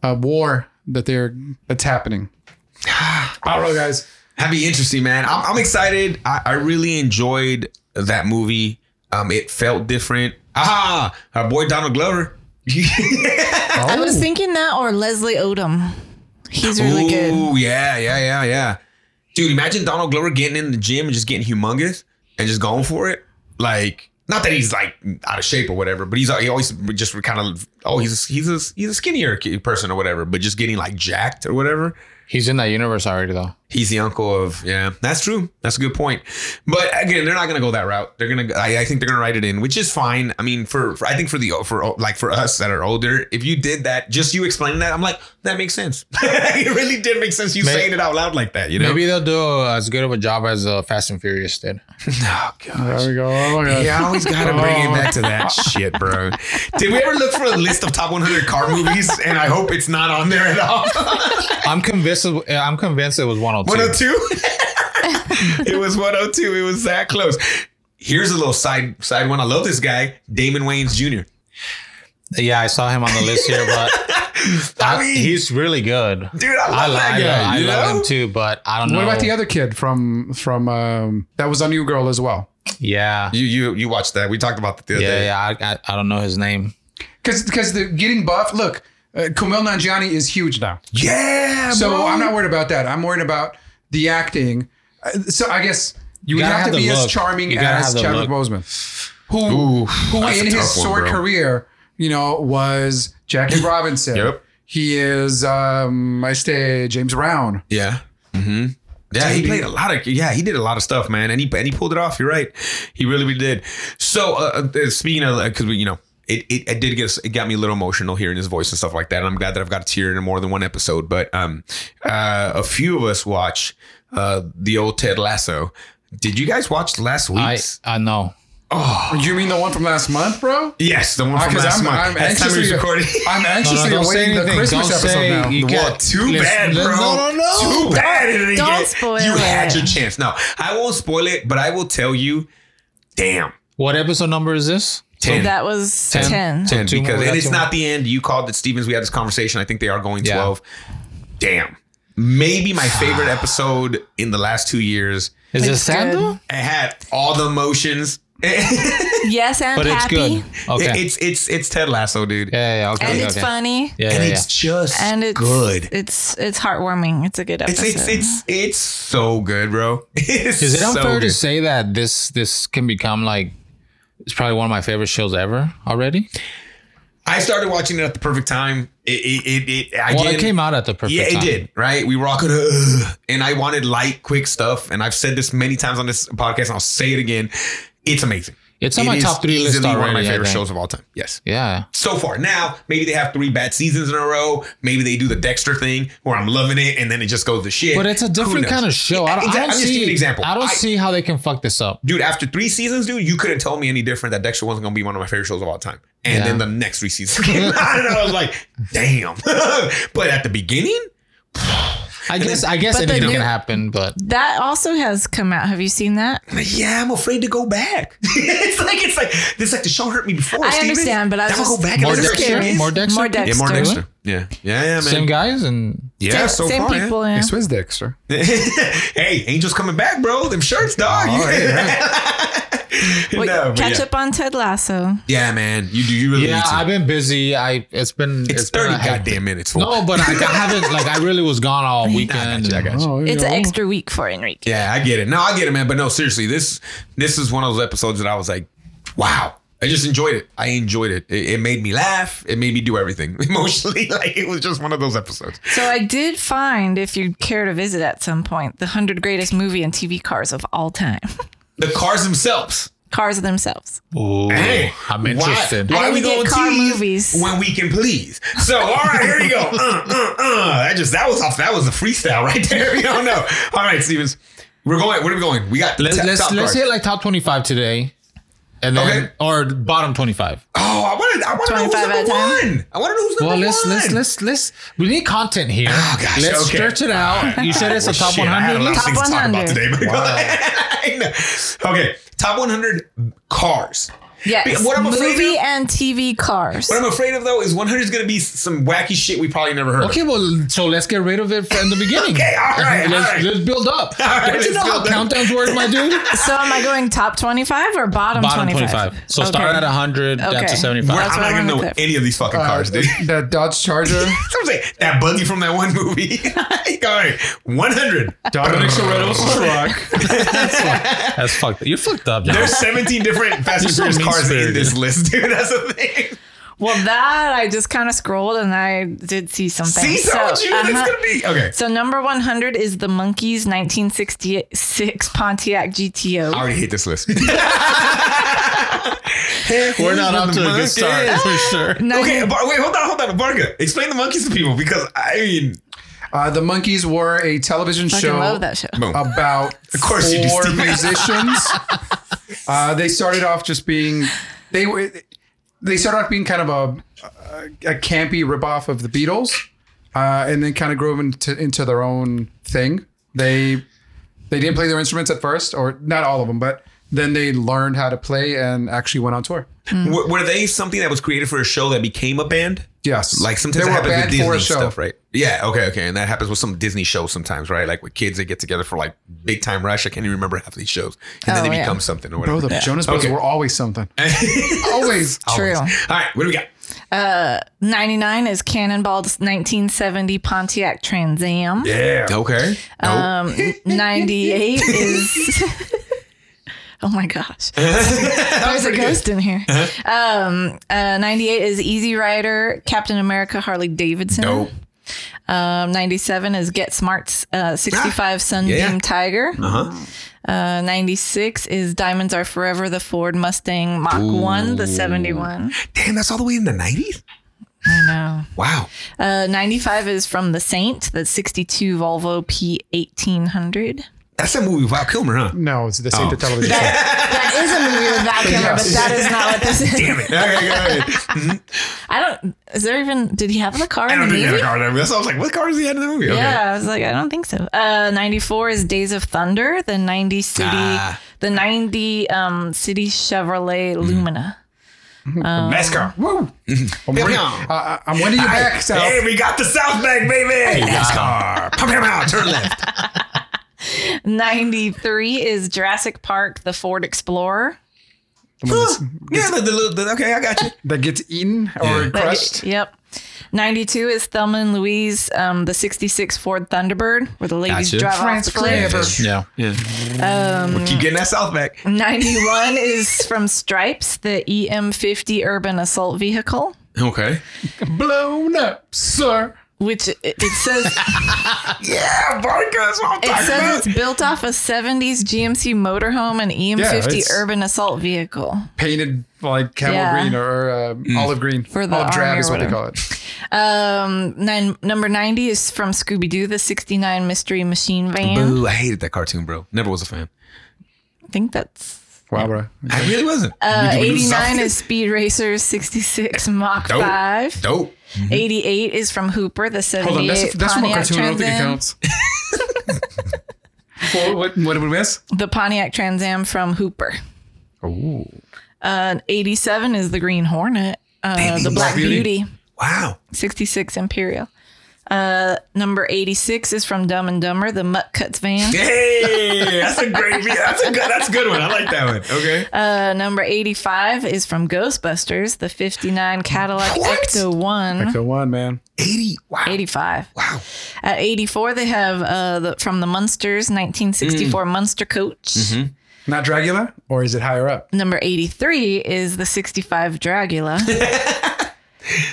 Speaker 2: uh, war that they're that's happening? I don't know, guys.
Speaker 1: That'd be interesting, man. I'm, I'm excited. I, I really enjoyed that movie. Um, it felt different. Ah, our boy Donald Glover.
Speaker 4: I was thinking that or Leslie Odom. He's really good.
Speaker 1: Ooh, yeah, yeah, yeah, yeah. Dude, imagine Donald Glover getting in the gym and just getting humongous and just going for it. Like, not that he's like out of shape or whatever, but he's he always just kind of oh he's a, he's a he's a skinnier ki- person or whatever, but just getting like jacked or whatever.
Speaker 3: He's in that universe already, though.
Speaker 1: He's the uncle of yeah, that's true. That's a good point. But again, they're not gonna go that route. They're gonna I, I think they're gonna write it in, which is fine. I mean, for, for I think for the for like for us that are older, if you did that, just you explaining that, I'm like that makes sense. it really did make sense. You
Speaker 3: May-
Speaker 1: saying it out loud like that, you know?
Speaker 3: Maybe they'll do as good of a job as uh, Fast and Furious did.
Speaker 1: Oh god.
Speaker 2: There we go. Oh my God.
Speaker 1: Yeah, I always gotta bring
Speaker 3: Oh.
Speaker 1: it back to that shit, bro. Did we ever look for a list of top 100 car movies? And I hope it's not on there at all.
Speaker 3: I'm convinced. I'm convinced it was 102.
Speaker 1: 102. it was 102. It was that close. Here's a little side side one. I love this guy, Damon Wayans Jr.
Speaker 3: Yeah, I saw him on the list here, but
Speaker 1: I
Speaker 3: I-
Speaker 1: mean,
Speaker 3: he's really good.
Speaker 1: dude, I love
Speaker 3: I, li-
Speaker 1: that
Speaker 3: I, lo-
Speaker 1: guy.
Speaker 3: I
Speaker 1: you
Speaker 3: love
Speaker 1: know?
Speaker 3: him too, but I don't know.
Speaker 2: What about the other kid from from um, that was on New Girl as well?
Speaker 3: Yeah,
Speaker 1: You you you watched that? We talked about that the
Speaker 3: yeah,
Speaker 1: other day.
Speaker 3: yeah. I, I, I don't know his name.
Speaker 2: Because because the getting buff. Look, uh, Kumail Nanjiani is huge now,
Speaker 1: Yeah,
Speaker 2: so
Speaker 1: bro.
Speaker 2: I'm not worried about that. I'm worried about the acting. Uh, so I guess you, would
Speaker 3: gotta
Speaker 2: have,
Speaker 3: have
Speaker 2: to
Speaker 3: the
Speaker 2: be as
Speaker 3: look.
Speaker 2: charming
Speaker 3: You gotta
Speaker 2: as
Speaker 3: have the
Speaker 2: Chadwick Boseman, who
Speaker 1: Ooh,
Speaker 2: who
Speaker 1: that's a
Speaker 2: in his
Speaker 1: tough one,
Speaker 2: short
Speaker 1: bro.
Speaker 2: career, you know, was Jackie Robinson.
Speaker 1: Yep.
Speaker 2: He is um, I stay James Brown.
Speaker 1: Yeah. hmm Yeah, he played a lot of yeah, he did a lot of stuff, man, and he and he pulled it off. You're right, he really, really did. So uh, uh, speaking of, because we, you know, it, it it did get us- it got me a little emotional hearing his voice and stuff like that, and I'm glad that I've got a tear in more than one episode. But um, uh, a few of us watch uh the old Ted Lasso. Did you guys watch last
Speaker 3: I
Speaker 1: week's?
Speaker 3: I know.
Speaker 2: You mean the one from last month, bro?
Speaker 1: yes, the one from
Speaker 2: Because
Speaker 1: last
Speaker 2: I'm,
Speaker 1: month.
Speaker 2: I'm
Speaker 1: That's time he
Speaker 2: anxiously,
Speaker 1: was recording.
Speaker 2: I'm anxiously
Speaker 3: don't say
Speaker 2: awaiting the
Speaker 3: anything.
Speaker 2: Christmas
Speaker 3: Don't
Speaker 2: episode
Speaker 3: say
Speaker 2: now.
Speaker 3: you
Speaker 1: Well,
Speaker 3: can't-
Speaker 1: too
Speaker 3: Listen,
Speaker 1: bad, bro.
Speaker 3: listen, No, no, no.
Speaker 1: Too bad. It didn't
Speaker 4: Don't
Speaker 1: get-
Speaker 4: spoil
Speaker 1: You had
Speaker 4: it.
Speaker 1: your chance. No, I won't spoil it, but I will tell you. Damn.
Speaker 3: What episode number is this?
Speaker 1: Ten.
Speaker 4: That was 10.
Speaker 1: 10
Speaker 3: two
Speaker 1: because
Speaker 3: more,
Speaker 1: and
Speaker 3: that's
Speaker 1: it's
Speaker 3: all
Speaker 1: not the end. You called it Stevens. We had this conversation. I think they are going
Speaker 3: Yeah.
Speaker 1: 12. Damn. Maybe my favorite episode in the last two years.
Speaker 3: Is it
Speaker 4: It's
Speaker 3: sad
Speaker 4: good.
Speaker 3: though?
Speaker 1: It had all the emotions.
Speaker 4: Yes, and
Speaker 3: But it's
Speaker 4: happy.
Speaker 3: good. Okay.
Speaker 1: It's it's it's Ted Lasso, dude.
Speaker 3: yeah, yeah, okay.
Speaker 4: And
Speaker 3: okay,
Speaker 4: it's
Speaker 3: okay.
Speaker 4: funny.
Speaker 3: Yeah,
Speaker 1: And
Speaker 3: yeah,
Speaker 1: it's just
Speaker 4: And it's
Speaker 1: good.
Speaker 4: It's it's heartwarming. It's a good
Speaker 1: It's
Speaker 4: episode.
Speaker 1: it's it's it's so good, bro. It's
Speaker 3: yeah. Is it
Speaker 1: so
Speaker 3: unfair to
Speaker 1: good.
Speaker 3: say that this this can become like it's probably one of my favorite shows ever already?
Speaker 1: I started watching it at the perfect time. It it it, it
Speaker 3: Well,
Speaker 1: again-
Speaker 3: it came out at the perfect
Speaker 1: Yeah,
Speaker 3: time.
Speaker 1: it did. Right? We were all gonna, "Ugh," and I wanted light, quick stuff. And I've said this many times on this podcast, and I'll say it again. It's amazing.
Speaker 3: It's on
Speaker 1: It
Speaker 3: my
Speaker 1: is
Speaker 3: top three list
Speaker 1: easily
Speaker 3: already.
Speaker 1: One of my
Speaker 3: I
Speaker 1: favorite
Speaker 3: think.
Speaker 1: shows of all time. Yes,
Speaker 3: Yeah.
Speaker 1: so far. Now maybe they have three bad seasons in a row. Maybe they do the Dexter thing where I'm loving it, and then it just goes to shit.
Speaker 3: But it's a
Speaker 1: Who
Speaker 3: different
Speaker 1: knows?
Speaker 3: kind of show. I don't,
Speaker 1: Exactly.
Speaker 3: I
Speaker 1: I'm
Speaker 3: don't
Speaker 1: just
Speaker 3: see
Speaker 1: giving an example.
Speaker 3: I don't
Speaker 1: I-
Speaker 3: see how they can fuck this up.
Speaker 1: Dude, after three seasons, dude, you couldn't tell me any different that Dexter wasn't gonna be one of my favorite shows of all time. And
Speaker 3: Yeah.
Speaker 1: then the next three seasons came out, and I was like, damn. but at the beginning,
Speaker 3: I guess I guess
Speaker 4: But the
Speaker 3: anything
Speaker 4: new-
Speaker 3: can happen, but
Speaker 4: that also has come out. Have you seen that?
Speaker 1: Like, yeah, I'm afraid to go back. it's like it's like this like the show hurt me before.
Speaker 4: I
Speaker 1: Steven.
Speaker 4: understand, but I was
Speaker 1: Now I'll
Speaker 4: just-
Speaker 1: go back
Speaker 4: I
Speaker 1: and
Speaker 3: more
Speaker 4: was
Speaker 1: let it hurt
Speaker 4: just
Speaker 1: me
Speaker 3: Dexter,
Speaker 4: curious.
Speaker 1: again.
Speaker 3: more Dexter,
Speaker 4: More Dexter.
Speaker 1: Yeah, more Dexter. Yeah, yeah, yeah, man.
Speaker 3: same guys and
Speaker 1: Yeah,
Speaker 4: same,
Speaker 1: so
Speaker 4: same
Speaker 1: far. yeah.
Speaker 4: people. Yeah.
Speaker 2: It's Swizz Dexter.
Speaker 1: hey, Angel's coming back, bro. Them shirts, dog.
Speaker 2: Oh,
Speaker 4: Wait,
Speaker 1: No, but
Speaker 4: catch
Speaker 1: yeah.
Speaker 4: up on Ted Lasso.
Speaker 1: Yeah, man. You do. You really
Speaker 3: Yeah,
Speaker 1: need to.
Speaker 3: I've been busy. I it's been
Speaker 1: it's,
Speaker 3: been a
Speaker 1: 30
Speaker 3: hectic-
Speaker 1: goddamn minutes. fool.
Speaker 3: No, but I, I haven't. Like I really was gone all weekend.
Speaker 1: gotcha, I
Speaker 3: and-
Speaker 1: gotcha.
Speaker 2: Oh,
Speaker 4: It's
Speaker 2: yeah.
Speaker 4: an extra week for Enrique.
Speaker 1: Yeah, I get it. No, I get it, man. But no, seriously, this this is one of those episodes that I was like, wow. I just enjoyed it. I enjoyed it. It, it made me laugh. It made me do everything emotionally. Like it was just one of those episodes.
Speaker 4: So I did find, if you care to visit at some point, the 100 greatest movie and TV cars of all time.
Speaker 1: The cars themselves.
Speaker 4: cars themselves.
Speaker 3: Ooh,
Speaker 1: Hey,
Speaker 3: I'm
Speaker 1: why-
Speaker 3: interested.
Speaker 1: Why,
Speaker 4: I
Speaker 1: are we
Speaker 4: didn't
Speaker 1: going
Speaker 4: get car
Speaker 1: tease
Speaker 4: movies.
Speaker 1: when we can please? So all right, here you go. Uh, uh, uh. That just that was off. That was a freestyle right there. You don't know. All right, Stevens, we're going. Where are we going? We got
Speaker 3: Let's
Speaker 1: top-
Speaker 3: let's,
Speaker 1: top
Speaker 3: let's
Speaker 1: cars.
Speaker 3: hit like top 25 today, and then
Speaker 1: Okay.
Speaker 3: or bottom 25.
Speaker 1: Oh, I want to. I want to know who's
Speaker 4: 25 at
Speaker 1: number
Speaker 4: a time?
Speaker 1: one. I want to know who's number
Speaker 3: Well, let's
Speaker 1: one.
Speaker 3: let's let's let's we need content here.
Speaker 1: Oh, gosh,
Speaker 3: let's
Speaker 1: okay. Oh,
Speaker 3: stretch it out. You said it's a top
Speaker 1: Shit, I had a
Speaker 3: 100.
Speaker 1: lot of
Speaker 4: Top
Speaker 1: things to talk about
Speaker 4: 100.
Speaker 1: today, but I know. okay, top 100 cars.
Speaker 4: Yes.
Speaker 1: What I'm afraid
Speaker 4: movie
Speaker 1: of-
Speaker 4: and TV cars.
Speaker 1: What I'm afraid of though is 100 is going to be s- some wacky shit we probably never heard.
Speaker 3: Okay, well, so let's get rid of it from the beginning.
Speaker 1: Okay, all right,
Speaker 3: Let's,
Speaker 1: all right.
Speaker 3: let's build up.
Speaker 1: right,
Speaker 3: Don't you
Speaker 1: let's
Speaker 3: know how
Speaker 1: build up.
Speaker 3: countdowns work, my dude?
Speaker 4: so am I going top 25 or bottom,
Speaker 3: Bottom
Speaker 4: 25?
Speaker 3: 25. So start
Speaker 4: Okay.
Speaker 3: at 100 down
Speaker 4: Okay.
Speaker 3: to
Speaker 1: of. We're-
Speaker 3: 75.
Speaker 4: That's
Speaker 1: I'm
Speaker 4: what
Speaker 1: not
Speaker 4: I
Speaker 1: going to know
Speaker 4: wanna clip.
Speaker 1: any of these fucking
Speaker 2: Uh,
Speaker 1: cars, dude.
Speaker 2: the, the Dodge Charger.
Speaker 1: That's what I'm saying. That buggy from that one movie. Like, all right, 100.
Speaker 2: Dominic Toretto's truck.
Speaker 3: That's fucked. You fucked up. John.
Speaker 1: There's 17 different Fast and
Speaker 3: You're
Speaker 1: Furious
Speaker 3: so
Speaker 1: cars in
Speaker 3: mean-spirited.
Speaker 1: this list, dude. That's the thing.
Speaker 4: Well, that I just kind of scrolled and I did see something.
Speaker 1: See, so, what you,
Speaker 4: uh-huh.
Speaker 1: that's going to be. Okay.
Speaker 4: So number 100 is the Monkeys 1966 Pontiac GTO.
Speaker 1: I already hate this list.
Speaker 3: We're not up to a good start for sure.
Speaker 4: Now
Speaker 1: Okay,
Speaker 4: you-
Speaker 1: but wait, hold on, hold on, Barga. Explain the monkeys to people because I mean,
Speaker 2: Uh, the Monkeys were a television
Speaker 4: fucking
Speaker 2: show
Speaker 4: love that show.
Speaker 1: boom.
Speaker 2: about
Speaker 1: Of course you do,
Speaker 2: four
Speaker 1: Steve.
Speaker 2: musicians. uh, they started off just being they were they started off being kind of a a, a campy ripoff of the Beatles, uh, and then kind of grew into into their own thing. They they didn't play their instruments at first, or not all of them, but then they learned how to play and actually went on tour.
Speaker 1: were, were they something that was created for a show that became a band?
Speaker 2: Yes,
Speaker 1: Like sometimes
Speaker 2: They
Speaker 1: that
Speaker 2: were a
Speaker 1: happens with
Speaker 2: band for a
Speaker 1: Disney
Speaker 2: show.
Speaker 1: stuff, right? Yeah, okay, okay, and that happens with some Disney shows sometimes, right? Like with kids that get together for like big time rush. I can't even remember half these shows, and then
Speaker 4: Oh,
Speaker 1: they
Speaker 4: yeah.
Speaker 1: become something or
Speaker 2: Bro,
Speaker 1: whatever.
Speaker 2: the Jonas Brothers
Speaker 1: Okay.
Speaker 2: were always something. always.
Speaker 4: True.
Speaker 1: All right, what do we got?
Speaker 4: 99 is Cannonball's 1970 Pontiac Trans Am.
Speaker 1: Yeah. Okay. Nope.
Speaker 4: Um, 98 is. oh my gosh. There's a ghost in here.
Speaker 1: Uh-huh.
Speaker 4: Um, uh, 98 is Easy Rider, Captain America, Harley Davidson.
Speaker 1: nope.
Speaker 4: Um, 97 is Get Smart's uh, 65 Sunbeam
Speaker 1: Ah, yeah.
Speaker 4: Tiger.
Speaker 1: Uh-huh.
Speaker 4: Uh, 96 is Diamonds Are Forever, the Ford Mustang Mach 1, the 71.
Speaker 1: Damn, that's all the way in the nineties.
Speaker 4: I know.
Speaker 1: Wow.
Speaker 4: Uh, 95 is from The Saint, the 62 Volvo P1800.
Speaker 1: That's a movie with Val Kilmer, huh?
Speaker 2: No, it's the same the television show.
Speaker 4: That is a movie with Val Kilmer,
Speaker 2: Yes.
Speaker 4: but that is not what this is.
Speaker 1: Damn it. Okay, go ahead.
Speaker 4: I don't, is there even, did he have the car
Speaker 1: I
Speaker 4: in the
Speaker 1: don't think he had
Speaker 4: movie?
Speaker 1: a car in that movie. That's why I was like, what car does he have in the movie? Okay.
Speaker 4: Yeah, I was like, I don't think so. Uh, 94 is Days of Thunder, the 90 city,
Speaker 1: Ah. Hmm.
Speaker 4: the 90 um, city Chevrolet Lumina.
Speaker 1: Best car.
Speaker 2: Woo! I'm,
Speaker 1: Pew,
Speaker 2: ready-
Speaker 1: pew.
Speaker 2: I- I- I'm winning you back, Sal.
Speaker 1: Hey, we got the South Bank, baby. NASCAR. Pump him out. Turn left.
Speaker 4: 93 is Jurassic Park, the Ford Explorer.
Speaker 2: The one that's-
Speaker 1: yeah, the, the, the, okay, I got you.
Speaker 2: that gets eaten or
Speaker 1: Yeah.
Speaker 4: That-
Speaker 2: crushed.
Speaker 4: Yep. 92 is Thelma and Louise, um, the 66 Ford Thunderbird, where the ladies
Speaker 1: Gotcha.
Speaker 4: drive
Speaker 2: France
Speaker 4: off the cliff.
Speaker 2: forever.
Speaker 3: Yeah.
Speaker 1: We'll keep getting that South Bank.
Speaker 4: 91 is from Stripes, the EM50 Urban Assault Vehicle,
Speaker 1: Okay.
Speaker 2: Blown up, sir.
Speaker 4: which it, it says
Speaker 1: Yeah, Barca. That's what I'm
Speaker 4: it
Speaker 1: talking
Speaker 4: says
Speaker 1: about.
Speaker 4: it's built off a 70s GMC motorhome and EM50
Speaker 2: it's-
Speaker 4: Urban Assault Vehicle.
Speaker 2: Painted like camel
Speaker 4: Yeah.
Speaker 2: green or uh, olive green.
Speaker 4: For the
Speaker 2: olive drab
Speaker 4: army
Speaker 2: is
Speaker 4: or
Speaker 2: what they
Speaker 4: whatever.
Speaker 2: call it.
Speaker 4: Um, nine, number 90 is from Scooby Doo, the 69 Mystery Machine Van.
Speaker 1: Boo, I hated that cartoon, bro. Never was a fan.
Speaker 4: I think that's
Speaker 2: Wow, bro.
Speaker 1: I really wasn't.
Speaker 4: Uh,
Speaker 1: We do lose
Speaker 4: 89
Speaker 1: South-
Speaker 4: is Speed Racer 66 Mach
Speaker 1: Dope.
Speaker 4: 5.
Speaker 1: Dope.
Speaker 4: 88 is from Hooper, the 78
Speaker 2: Hold on, that's, that's one
Speaker 4: Pontiac
Speaker 2: cartoon. I don't
Speaker 4: Trans
Speaker 2: think it
Speaker 4: Am.
Speaker 2: counts. what, what, what did we miss?
Speaker 4: The Pontiac Trans Am from Hooper.
Speaker 2: Oh,
Speaker 4: Uh, 87 is the Green Hornet. Uh, the Black
Speaker 2: Black Beauty.
Speaker 4: Beauty.
Speaker 1: Wow.
Speaker 4: 66 Imperial. Uh, number 86 is from Dumb and Dumber, the Mutt Cuts Van.
Speaker 1: Hey, that's a great. That's a good. That's a good one. I like that one. Okay.
Speaker 4: Uh, number 85 is from Ghostbusters, the 59 Cadillac
Speaker 1: What?
Speaker 4: Ecto 1.
Speaker 2: Ecto one, man.
Speaker 1: Eighty. Wow.
Speaker 4: 85.
Speaker 1: Wow.
Speaker 4: At 84, they have uh, the, from the Munsters,
Speaker 1: Mm.
Speaker 4: 1964 Munster Coach.
Speaker 1: Mm-hmm.
Speaker 2: Not Dragula, or is it higher up?
Speaker 4: Number 83 is the 65 Dragula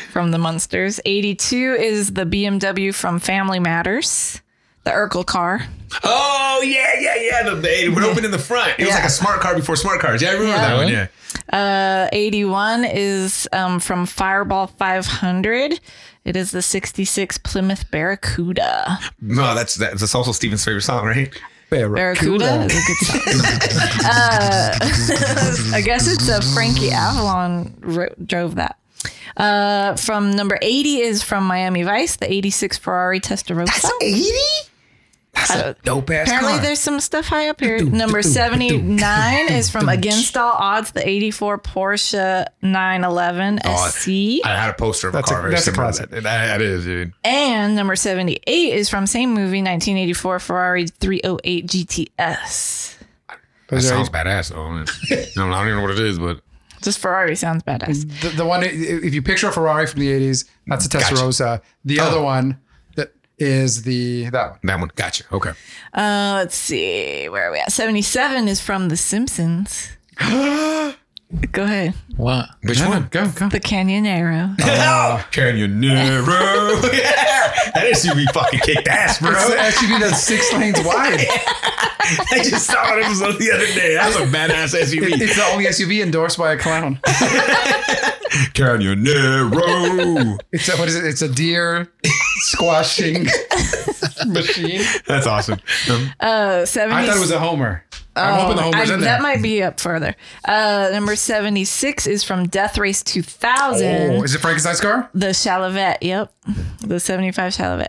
Speaker 4: from the Munsters. 82 is the BMW from Family Matters, the Urkel car.
Speaker 1: Oh yeah, yeah, yeah. The, the it would open in the front. It was
Speaker 4: Yeah.
Speaker 1: like a smart car before smart cars. Yeah, I remember
Speaker 4: Yeah.
Speaker 1: that one. Yeah.
Speaker 4: Uh, 81 is um, from Fireball 500. It is the 66 Plymouth Barracuda.
Speaker 1: No, that's that's, that's also Steven's favorite song, right?
Speaker 4: Barracuda is a good song. uh, I guess it's a Frankie Avalon ro- drove that. Uh, from number 80 is from Miami Vice, the 86 Ferrari Testarossa.
Speaker 1: Eighty. That's
Speaker 4: I
Speaker 1: a
Speaker 4: don't-
Speaker 1: dope ass
Speaker 4: Apparently,
Speaker 1: car.
Speaker 4: there's some stuff high up here. Number 79 is from Against All Odds, the 84 Porsche 911
Speaker 1: Oh,
Speaker 4: SC.
Speaker 1: I had a poster of
Speaker 2: That's
Speaker 1: a
Speaker 2: a-
Speaker 1: car. very
Speaker 2: that's a
Speaker 1: similar to
Speaker 2: classic.
Speaker 1: That. That- that is, dude.
Speaker 4: And number 78 is from same movie, 1984 Ferrari 308 GTS.
Speaker 1: That
Speaker 2: Those are-
Speaker 1: sounds badass, though. man. I don't- I don't even know what it is, but
Speaker 4: Just Ferrari sounds badass.
Speaker 2: the, the one i- if you picture a Ferrari from the '80s, that's a Testarossa. The other one that is the that one.
Speaker 1: that one. Gotcha. Okay.
Speaker 2: Mm-hmm.
Speaker 4: Uh, let's see, where are we at? 77 is from The Simpsons. Go ahead.
Speaker 3: What?
Speaker 1: Which one? Uh,
Speaker 2: Go go.
Speaker 4: The Canyonero.
Speaker 1: Can you narrow? yeah. That SUV fucking kicked ass, bro.
Speaker 2: It's the SUV that's six lanes wide.
Speaker 1: I just saw an episode the other day. That's a badass
Speaker 2: It-
Speaker 1: SUV.
Speaker 2: it's the only SUV endorsed by a clown.
Speaker 1: Can you narrow?
Speaker 2: It's a, what is it? It's a deer squashing machine.
Speaker 1: That's awesome. Um,
Speaker 4: Uh, 70
Speaker 2: I thought it was a Homer. I'm hoping the Homer's
Speaker 4: I-
Speaker 2: in there.
Speaker 4: that might be up further. Uh, number 76 is from Death Race 2000.
Speaker 2: oh, is it Frankenstein's car?
Speaker 4: The Chalavet, yep. The 75 Chalavet.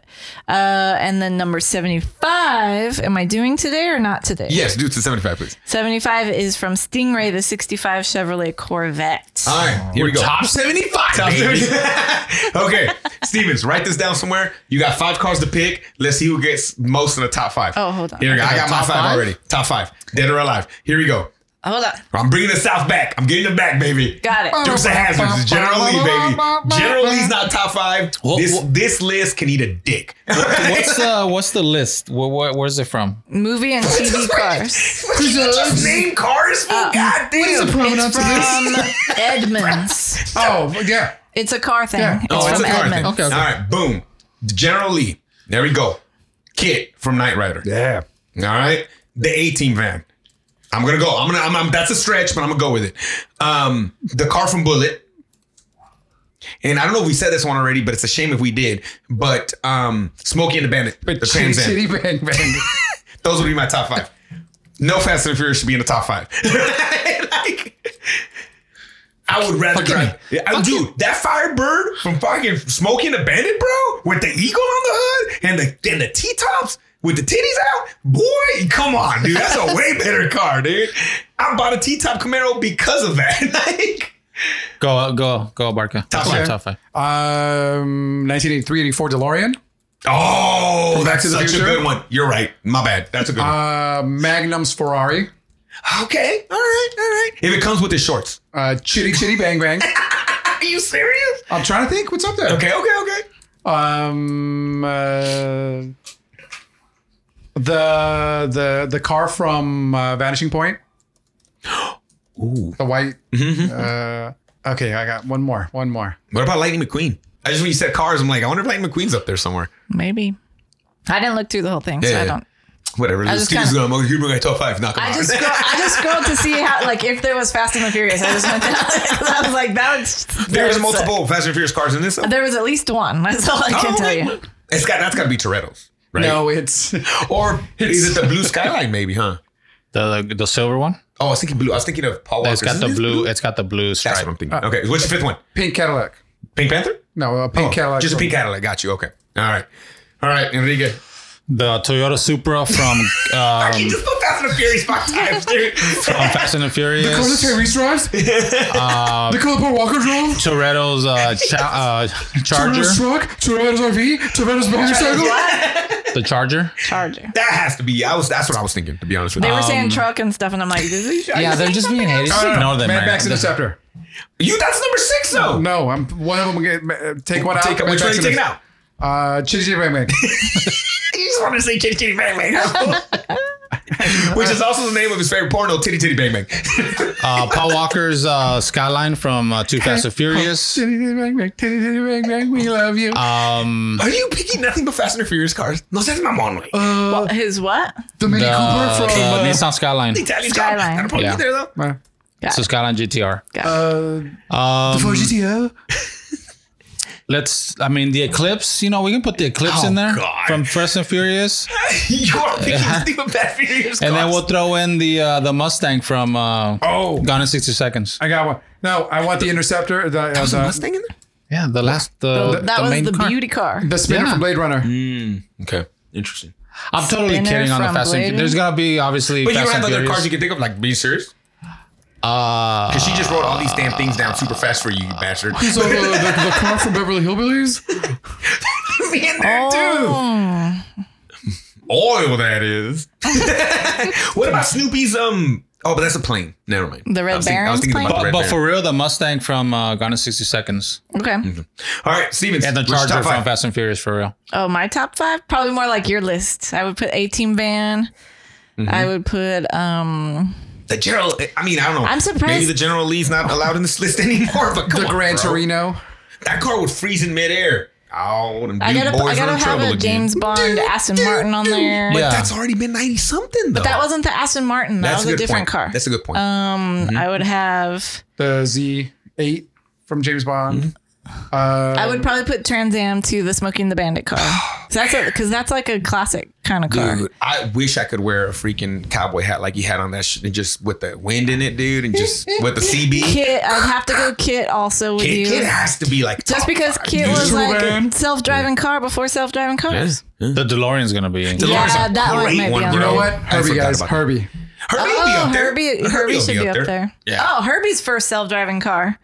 Speaker 4: Uh, and then number 75, am I doing today or not today?
Speaker 1: yes, do it to 75, please.
Speaker 4: 75 is from Stingray, the 65 Chevrolet Corvette.
Speaker 1: All right, here we go.
Speaker 3: Top 75.
Speaker 1: Top
Speaker 3: baby.
Speaker 1: 75. okay, Stevens, write this down somewhere. You got five cars to pick. Let's see who gets most in the top five.
Speaker 4: Oh, hold on.
Speaker 1: Here we go. I got my
Speaker 2: Top
Speaker 1: five,
Speaker 2: five?
Speaker 1: already. Top five, dead or alive. Here we go.
Speaker 4: Hold on.
Speaker 1: I'm bringing the South back. I'm getting it back, baby.
Speaker 4: Got it.
Speaker 1: Dukes of Hazzards, General Lee, baby. General Lee's not top five.
Speaker 3: Wha-
Speaker 1: This
Speaker 3: wha-
Speaker 1: this list can eat a dick.
Speaker 3: What's uh what's the list? Where, where, where's it from?
Speaker 4: Movie and TV cars.
Speaker 1: Just name cars. for
Speaker 4: Uh,
Speaker 1: God damn.
Speaker 2: What is the provenance of this?
Speaker 4: From Edmonds.
Speaker 2: Oh yeah,
Speaker 4: It's a car thing.
Speaker 2: Yeah.
Speaker 4: It's
Speaker 1: Oh, it's
Speaker 4: from
Speaker 1: a car thing.
Speaker 4: Edmonds.
Speaker 3: Okay, okay.
Speaker 1: All right, boom. General Lee. There we go. Kit from Knight Rider.
Speaker 2: yeah.
Speaker 1: All right, the A team van. I'm gonna go. I'm gonna. I'm, I'm- That's a stretch, but I'm gonna go with it. Um, the car from Bullet. And I don't know if we said this one already, but it's a shame if we did. But um, Smokey and the Bandit, the Trans Am.
Speaker 2: Chitty bang bang.
Speaker 1: Those would be my top five. No Fast and the Furious should be in the top five. like, I would rather drive. Yeah, I- dude, that Firebird from fucking Smoking the Bandit, bro, with the eagle on the hood and the and the T tops with the titties out, boy, come on, dude, that's a way better car, dude. I bought a T top Camaro because of that. like,
Speaker 3: Go uh, go go Barca. Top
Speaker 1: five.
Speaker 3: Top five.
Speaker 2: Um, 1983, 84 DeLorean.
Speaker 1: oh,
Speaker 2: Back
Speaker 1: that's
Speaker 2: to the
Speaker 1: such
Speaker 2: Future?
Speaker 1: a good one. You're right. My bad. That's a good one.
Speaker 2: Uh, Magnum's Ferrari.
Speaker 1: Okay, all right, all right. If it comes with his shorts,
Speaker 2: Uh, chitty chitty bang bang.
Speaker 1: are you serious?
Speaker 2: I'm trying to think. What's up there?
Speaker 1: Okay, okay, okay.
Speaker 2: Um, uh, the the the car from uh, Vanishing Point. Ooh. The white.
Speaker 1: Mm-hmm.
Speaker 2: uh, okay, I got one more. One more.
Speaker 1: What about Lightning McQueen? I just when you said cars, I'm like, I wonder if Lightning McQueen's up there somewhere.
Speaker 4: Maybe. I didn't look through the whole thing, so
Speaker 1: Yeah,
Speaker 4: I
Speaker 1: yeah.
Speaker 4: don't.
Speaker 1: Whatever.
Speaker 4: I
Speaker 1: Let's
Speaker 4: just
Speaker 1: keep this
Speaker 4: kinda-
Speaker 1: going. I'm gonna my top five. Knock 'em
Speaker 4: I
Speaker 1: out.
Speaker 4: just scroll, I just scrolled to see how like if there was Fast and the Furious. I just went down 'cause I was like that. Was, that
Speaker 1: There's
Speaker 4: was-
Speaker 1: multiple Oh Fast and Furious cars in this. I
Speaker 4: There was at least one. That's all I can tell you.
Speaker 1: It's got that's got to be Toretto's, right?
Speaker 2: No, it's
Speaker 1: Or is it the blue skyline? Maybe, huh?
Speaker 3: The, the the silver one.
Speaker 1: Oh, I was thinking blue. I was thinking of Paul Walker.
Speaker 3: It's got the blue. It's got the blue
Speaker 1: That's
Speaker 3: stripe.
Speaker 1: what I'm thinking. Okay, what's the fifth one?
Speaker 2: pink Cadillac.
Speaker 1: Pink Panther.
Speaker 2: No, a pink
Speaker 1: Oh,
Speaker 2: Cadillac.
Speaker 1: Just a
Speaker 2: from-
Speaker 1: pink Cadillac. Got you. Okay. All right. All right, Enrique.
Speaker 3: The Toyota Supra from um,
Speaker 1: just put Fast Fast and Furious five times, dude.
Speaker 3: on Fast and the Furious.
Speaker 2: The Colonel Tyrese drives. Uh, the Colonel Paul Walker drove.
Speaker 3: Toretto's uh, cha- uh, Charger.
Speaker 2: Toretto's truck. Toretto's RV. Toretto's motorcycle.
Speaker 3: The Charger.
Speaker 4: Charger.
Speaker 1: That has to be. I was. That's what I was thinking. To be honest with
Speaker 4: They
Speaker 1: you,
Speaker 4: were saying truck and stuff, and I'm like, this is
Speaker 3: Yeah, they're just being haters.
Speaker 2: No, no, no.
Speaker 3: Ignore them,
Speaker 2: Mad
Speaker 3: man.
Speaker 2: Max
Speaker 3: The-
Speaker 2: and Interceptor.
Speaker 1: you. That's number six, though.
Speaker 2: No, I'm one of them. Get, uh, take one out.
Speaker 1: Take, which one are you taking out?
Speaker 2: Uh, Chitty Chitty Bang Bang.
Speaker 1: You just want to say Titty Titty Bang Bang. Which is also the name of his favorite porno, Titty Titty Bang Bang.
Speaker 3: uh, Paul Walker's uh, Skyline from uh, Too Fast and Furious.
Speaker 2: Chitty Chitty Bang Bang. Chitty Chitty Bang Bang. We love you.
Speaker 1: Uh,
Speaker 3: Um,
Speaker 1: Are you picking nothing but Fast and Furious cars? No, that's my mono.
Speaker 2: Uh,
Speaker 4: his what?
Speaker 2: the Mini
Speaker 3: the,
Speaker 2: Cooper from.
Speaker 3: the
Speaker 2: uh,
Speaker 3: Nissan Skyline.
Speaker 1: Italian
Speaker 4: Skyline.
Speaker 1: Got a problem
Speaker 3: Yeah.
Speaker 1: either, though.
Speaker 2: uh,
Speaker 3: It's a Skyline GTR.
Speaker 2: uh,
Speaker 3: Um,
Speaker 2: Ford GTO.
Speaker 3: let's. I mean, the Eclipse. You know, we can put the Eclipse
Speaker 1: Oh,
Speaker 3: in there
Speaker 1: God.
Speaker 3: from Fast and Furious,
Speaker 1: you are picking nothing but Fast and Furious cars.
Speaker 3: and then we'll throw in the uh, the Mustang from uh,
Speaker 2: Oh,
Speaker 3: Gone in sixty seconds.
Speaker 2: I got one. No, I want the Interceptor. The, uh,
Speaker 1: There's a
Speaker 2: the,
Speaker 1: Mustang in there.
Speaker 3: Yeah, the last the,
Speaker 4: that
Speaker 3: the
Speaker 4: was
Speaker 3: main
Speaker 4: the
Speaker 3: car.
Speaker 4: beauty car.
Speaker 2: the spinner
Speaker 3: Yeah.
Speaker 2: from Blade Runner.
Speaker 1: Mm. Okay, interesting.
Speaker 3: I'm totally
Speaker 4: Spinner
Speaker 3: kidding on the
Speaker 4: from
Speaker 3: Fast and
Speaker 4: Blade
Speaker 3: Furious. There's gonna be obviously.
Speaker 1: But you
Speaker 3: Fast
Speaker 1: don't have
Speaker 3: and
Speaker 1: other
Speaker 3: Furious.
Speaker 1: cars you can think of, like being serious.
Speaker 3: Uh,
Speaker 1: Because she just wrote all these damn things down super fast for you, you bastard.
Speaker 2: So the, the, the car from Beverly Hillbillies.
Speaker 1: Me in
Speaker 3: Oh.
Speaker 1: there
Speaker 4: Oh.
Speaker 1: too. Oil that is. what about Snoopy's? Um. Oh, but that's a plane. Never mind.
Speaker 4: The Red
Speaker 1: I was thinking- I was
Speaker 4: Baron's
Speaker 1: thinking about
Speaker 3: but,
Speaker 1: the
Speaker 3: but
Speaker 1: Red
Speaker 3: for real, the Mustang from uh, Gone in sixty seconds
Speaker 4: Okay.
Speaker 1: Baron. all right, Stevens.
Speaker 3: and the
Speaker 1: what's your
Speaker 3: Charger
Speaker 1: top
Speaker 3: from
Speaker 1: five?
Speaker 3: Fast and Furious for real.
Speaker 4: Oh, my top five? Probably more like your list. I would put 18 van.
Speaker 1: Mm-hmm.
Speaker 4: I would put um
Speaker 1: The general. I mean, I don't know.
Speaker 4: I'm surprised-
Speaker 1: Maybe the General Lee's not allowed in this list anymore. But come
Speaker 2: the
Speaker 1: on,
Speaker 2: Gran
Speaker 1: bro.
Speaker 2: Torino.
Speaker 1: That car would freeze in midair. Oh, them
Speaker 4: I
Speaker 1: dude
Speaker 4: gotta I
Speaker 1: boys are
Speaker 4: gotta
Speaker 1: in
Speaker 4: have
Speaker 1: trouble
Speaker 4: a
Speaker 1: again.
Speaker 4: James Bond Aston Martin on there.
Speaker 1: But
Speaker 3: Yeah.
Speaker 1: that's already been ninety something.
Speaker 4: But that wasn't the Aston Martin. That was a,
Speaker 1: good
Speaker 4: different
Speaker 1: point.
Speaker 4: car.
Speaker 1: That's a Mm-hmm. good point.
Speaker 4: um I would have
Speaker 2: The Z8 from James
Speaker 1: Mm-hmm.
Speaker 2: Bond. Uh,
Speaker 1: Um,
Speaker 4: I would probably put Trans Am to the Smoking the Bandit car. So that's a because that's like a classic kind of car.
Speaker 1: Dude, I wish I could wear a freaking cowboy hat like you had on that shit and just with the wind in it, dude, and just with the CB.
Speaker 4: Kit, I'd have to go Kit also with
Speaker 1: Kid,
Speaker 4: you.
Speaker 1: kid has to be like oh,
Speaker 4: Just
Speaker 1: top
Speaker 4: because
Speaker 1: five,
Speaker 4: Kit
Speaker 1: dude.
Speaker 4: was
Speaker 2: Van.
Speaker 4: like self driving car before self driving cars.
Speaker 3: The DeLorean's gonna be.
Speaker 1: DeLorean's
Speaker 4: Yeah,
Speaker 1: a
Speaker 4: that one
Speaker 1: great
Speaker 4: might be on
Speaker 1: bro.
Speaker 2: you know what?
Speaker 4: there.
Speaker 1: I
Speaker 2: Herbie,
Speaker 1: forgot
Speaker 2: guys.
Speaker 1: about
Speaker 2: Herbie.
Speaker 1: that. Herbie will be
Speaker 4: Oh,
Speaker 1: up there.
Speaker 4: Herbie, Herbie,
Speaker 1: will
Speaker 4: should be up there.
Speaker 1: Yeah.
Speaker 4: Oh, Herbie's first self-driving car.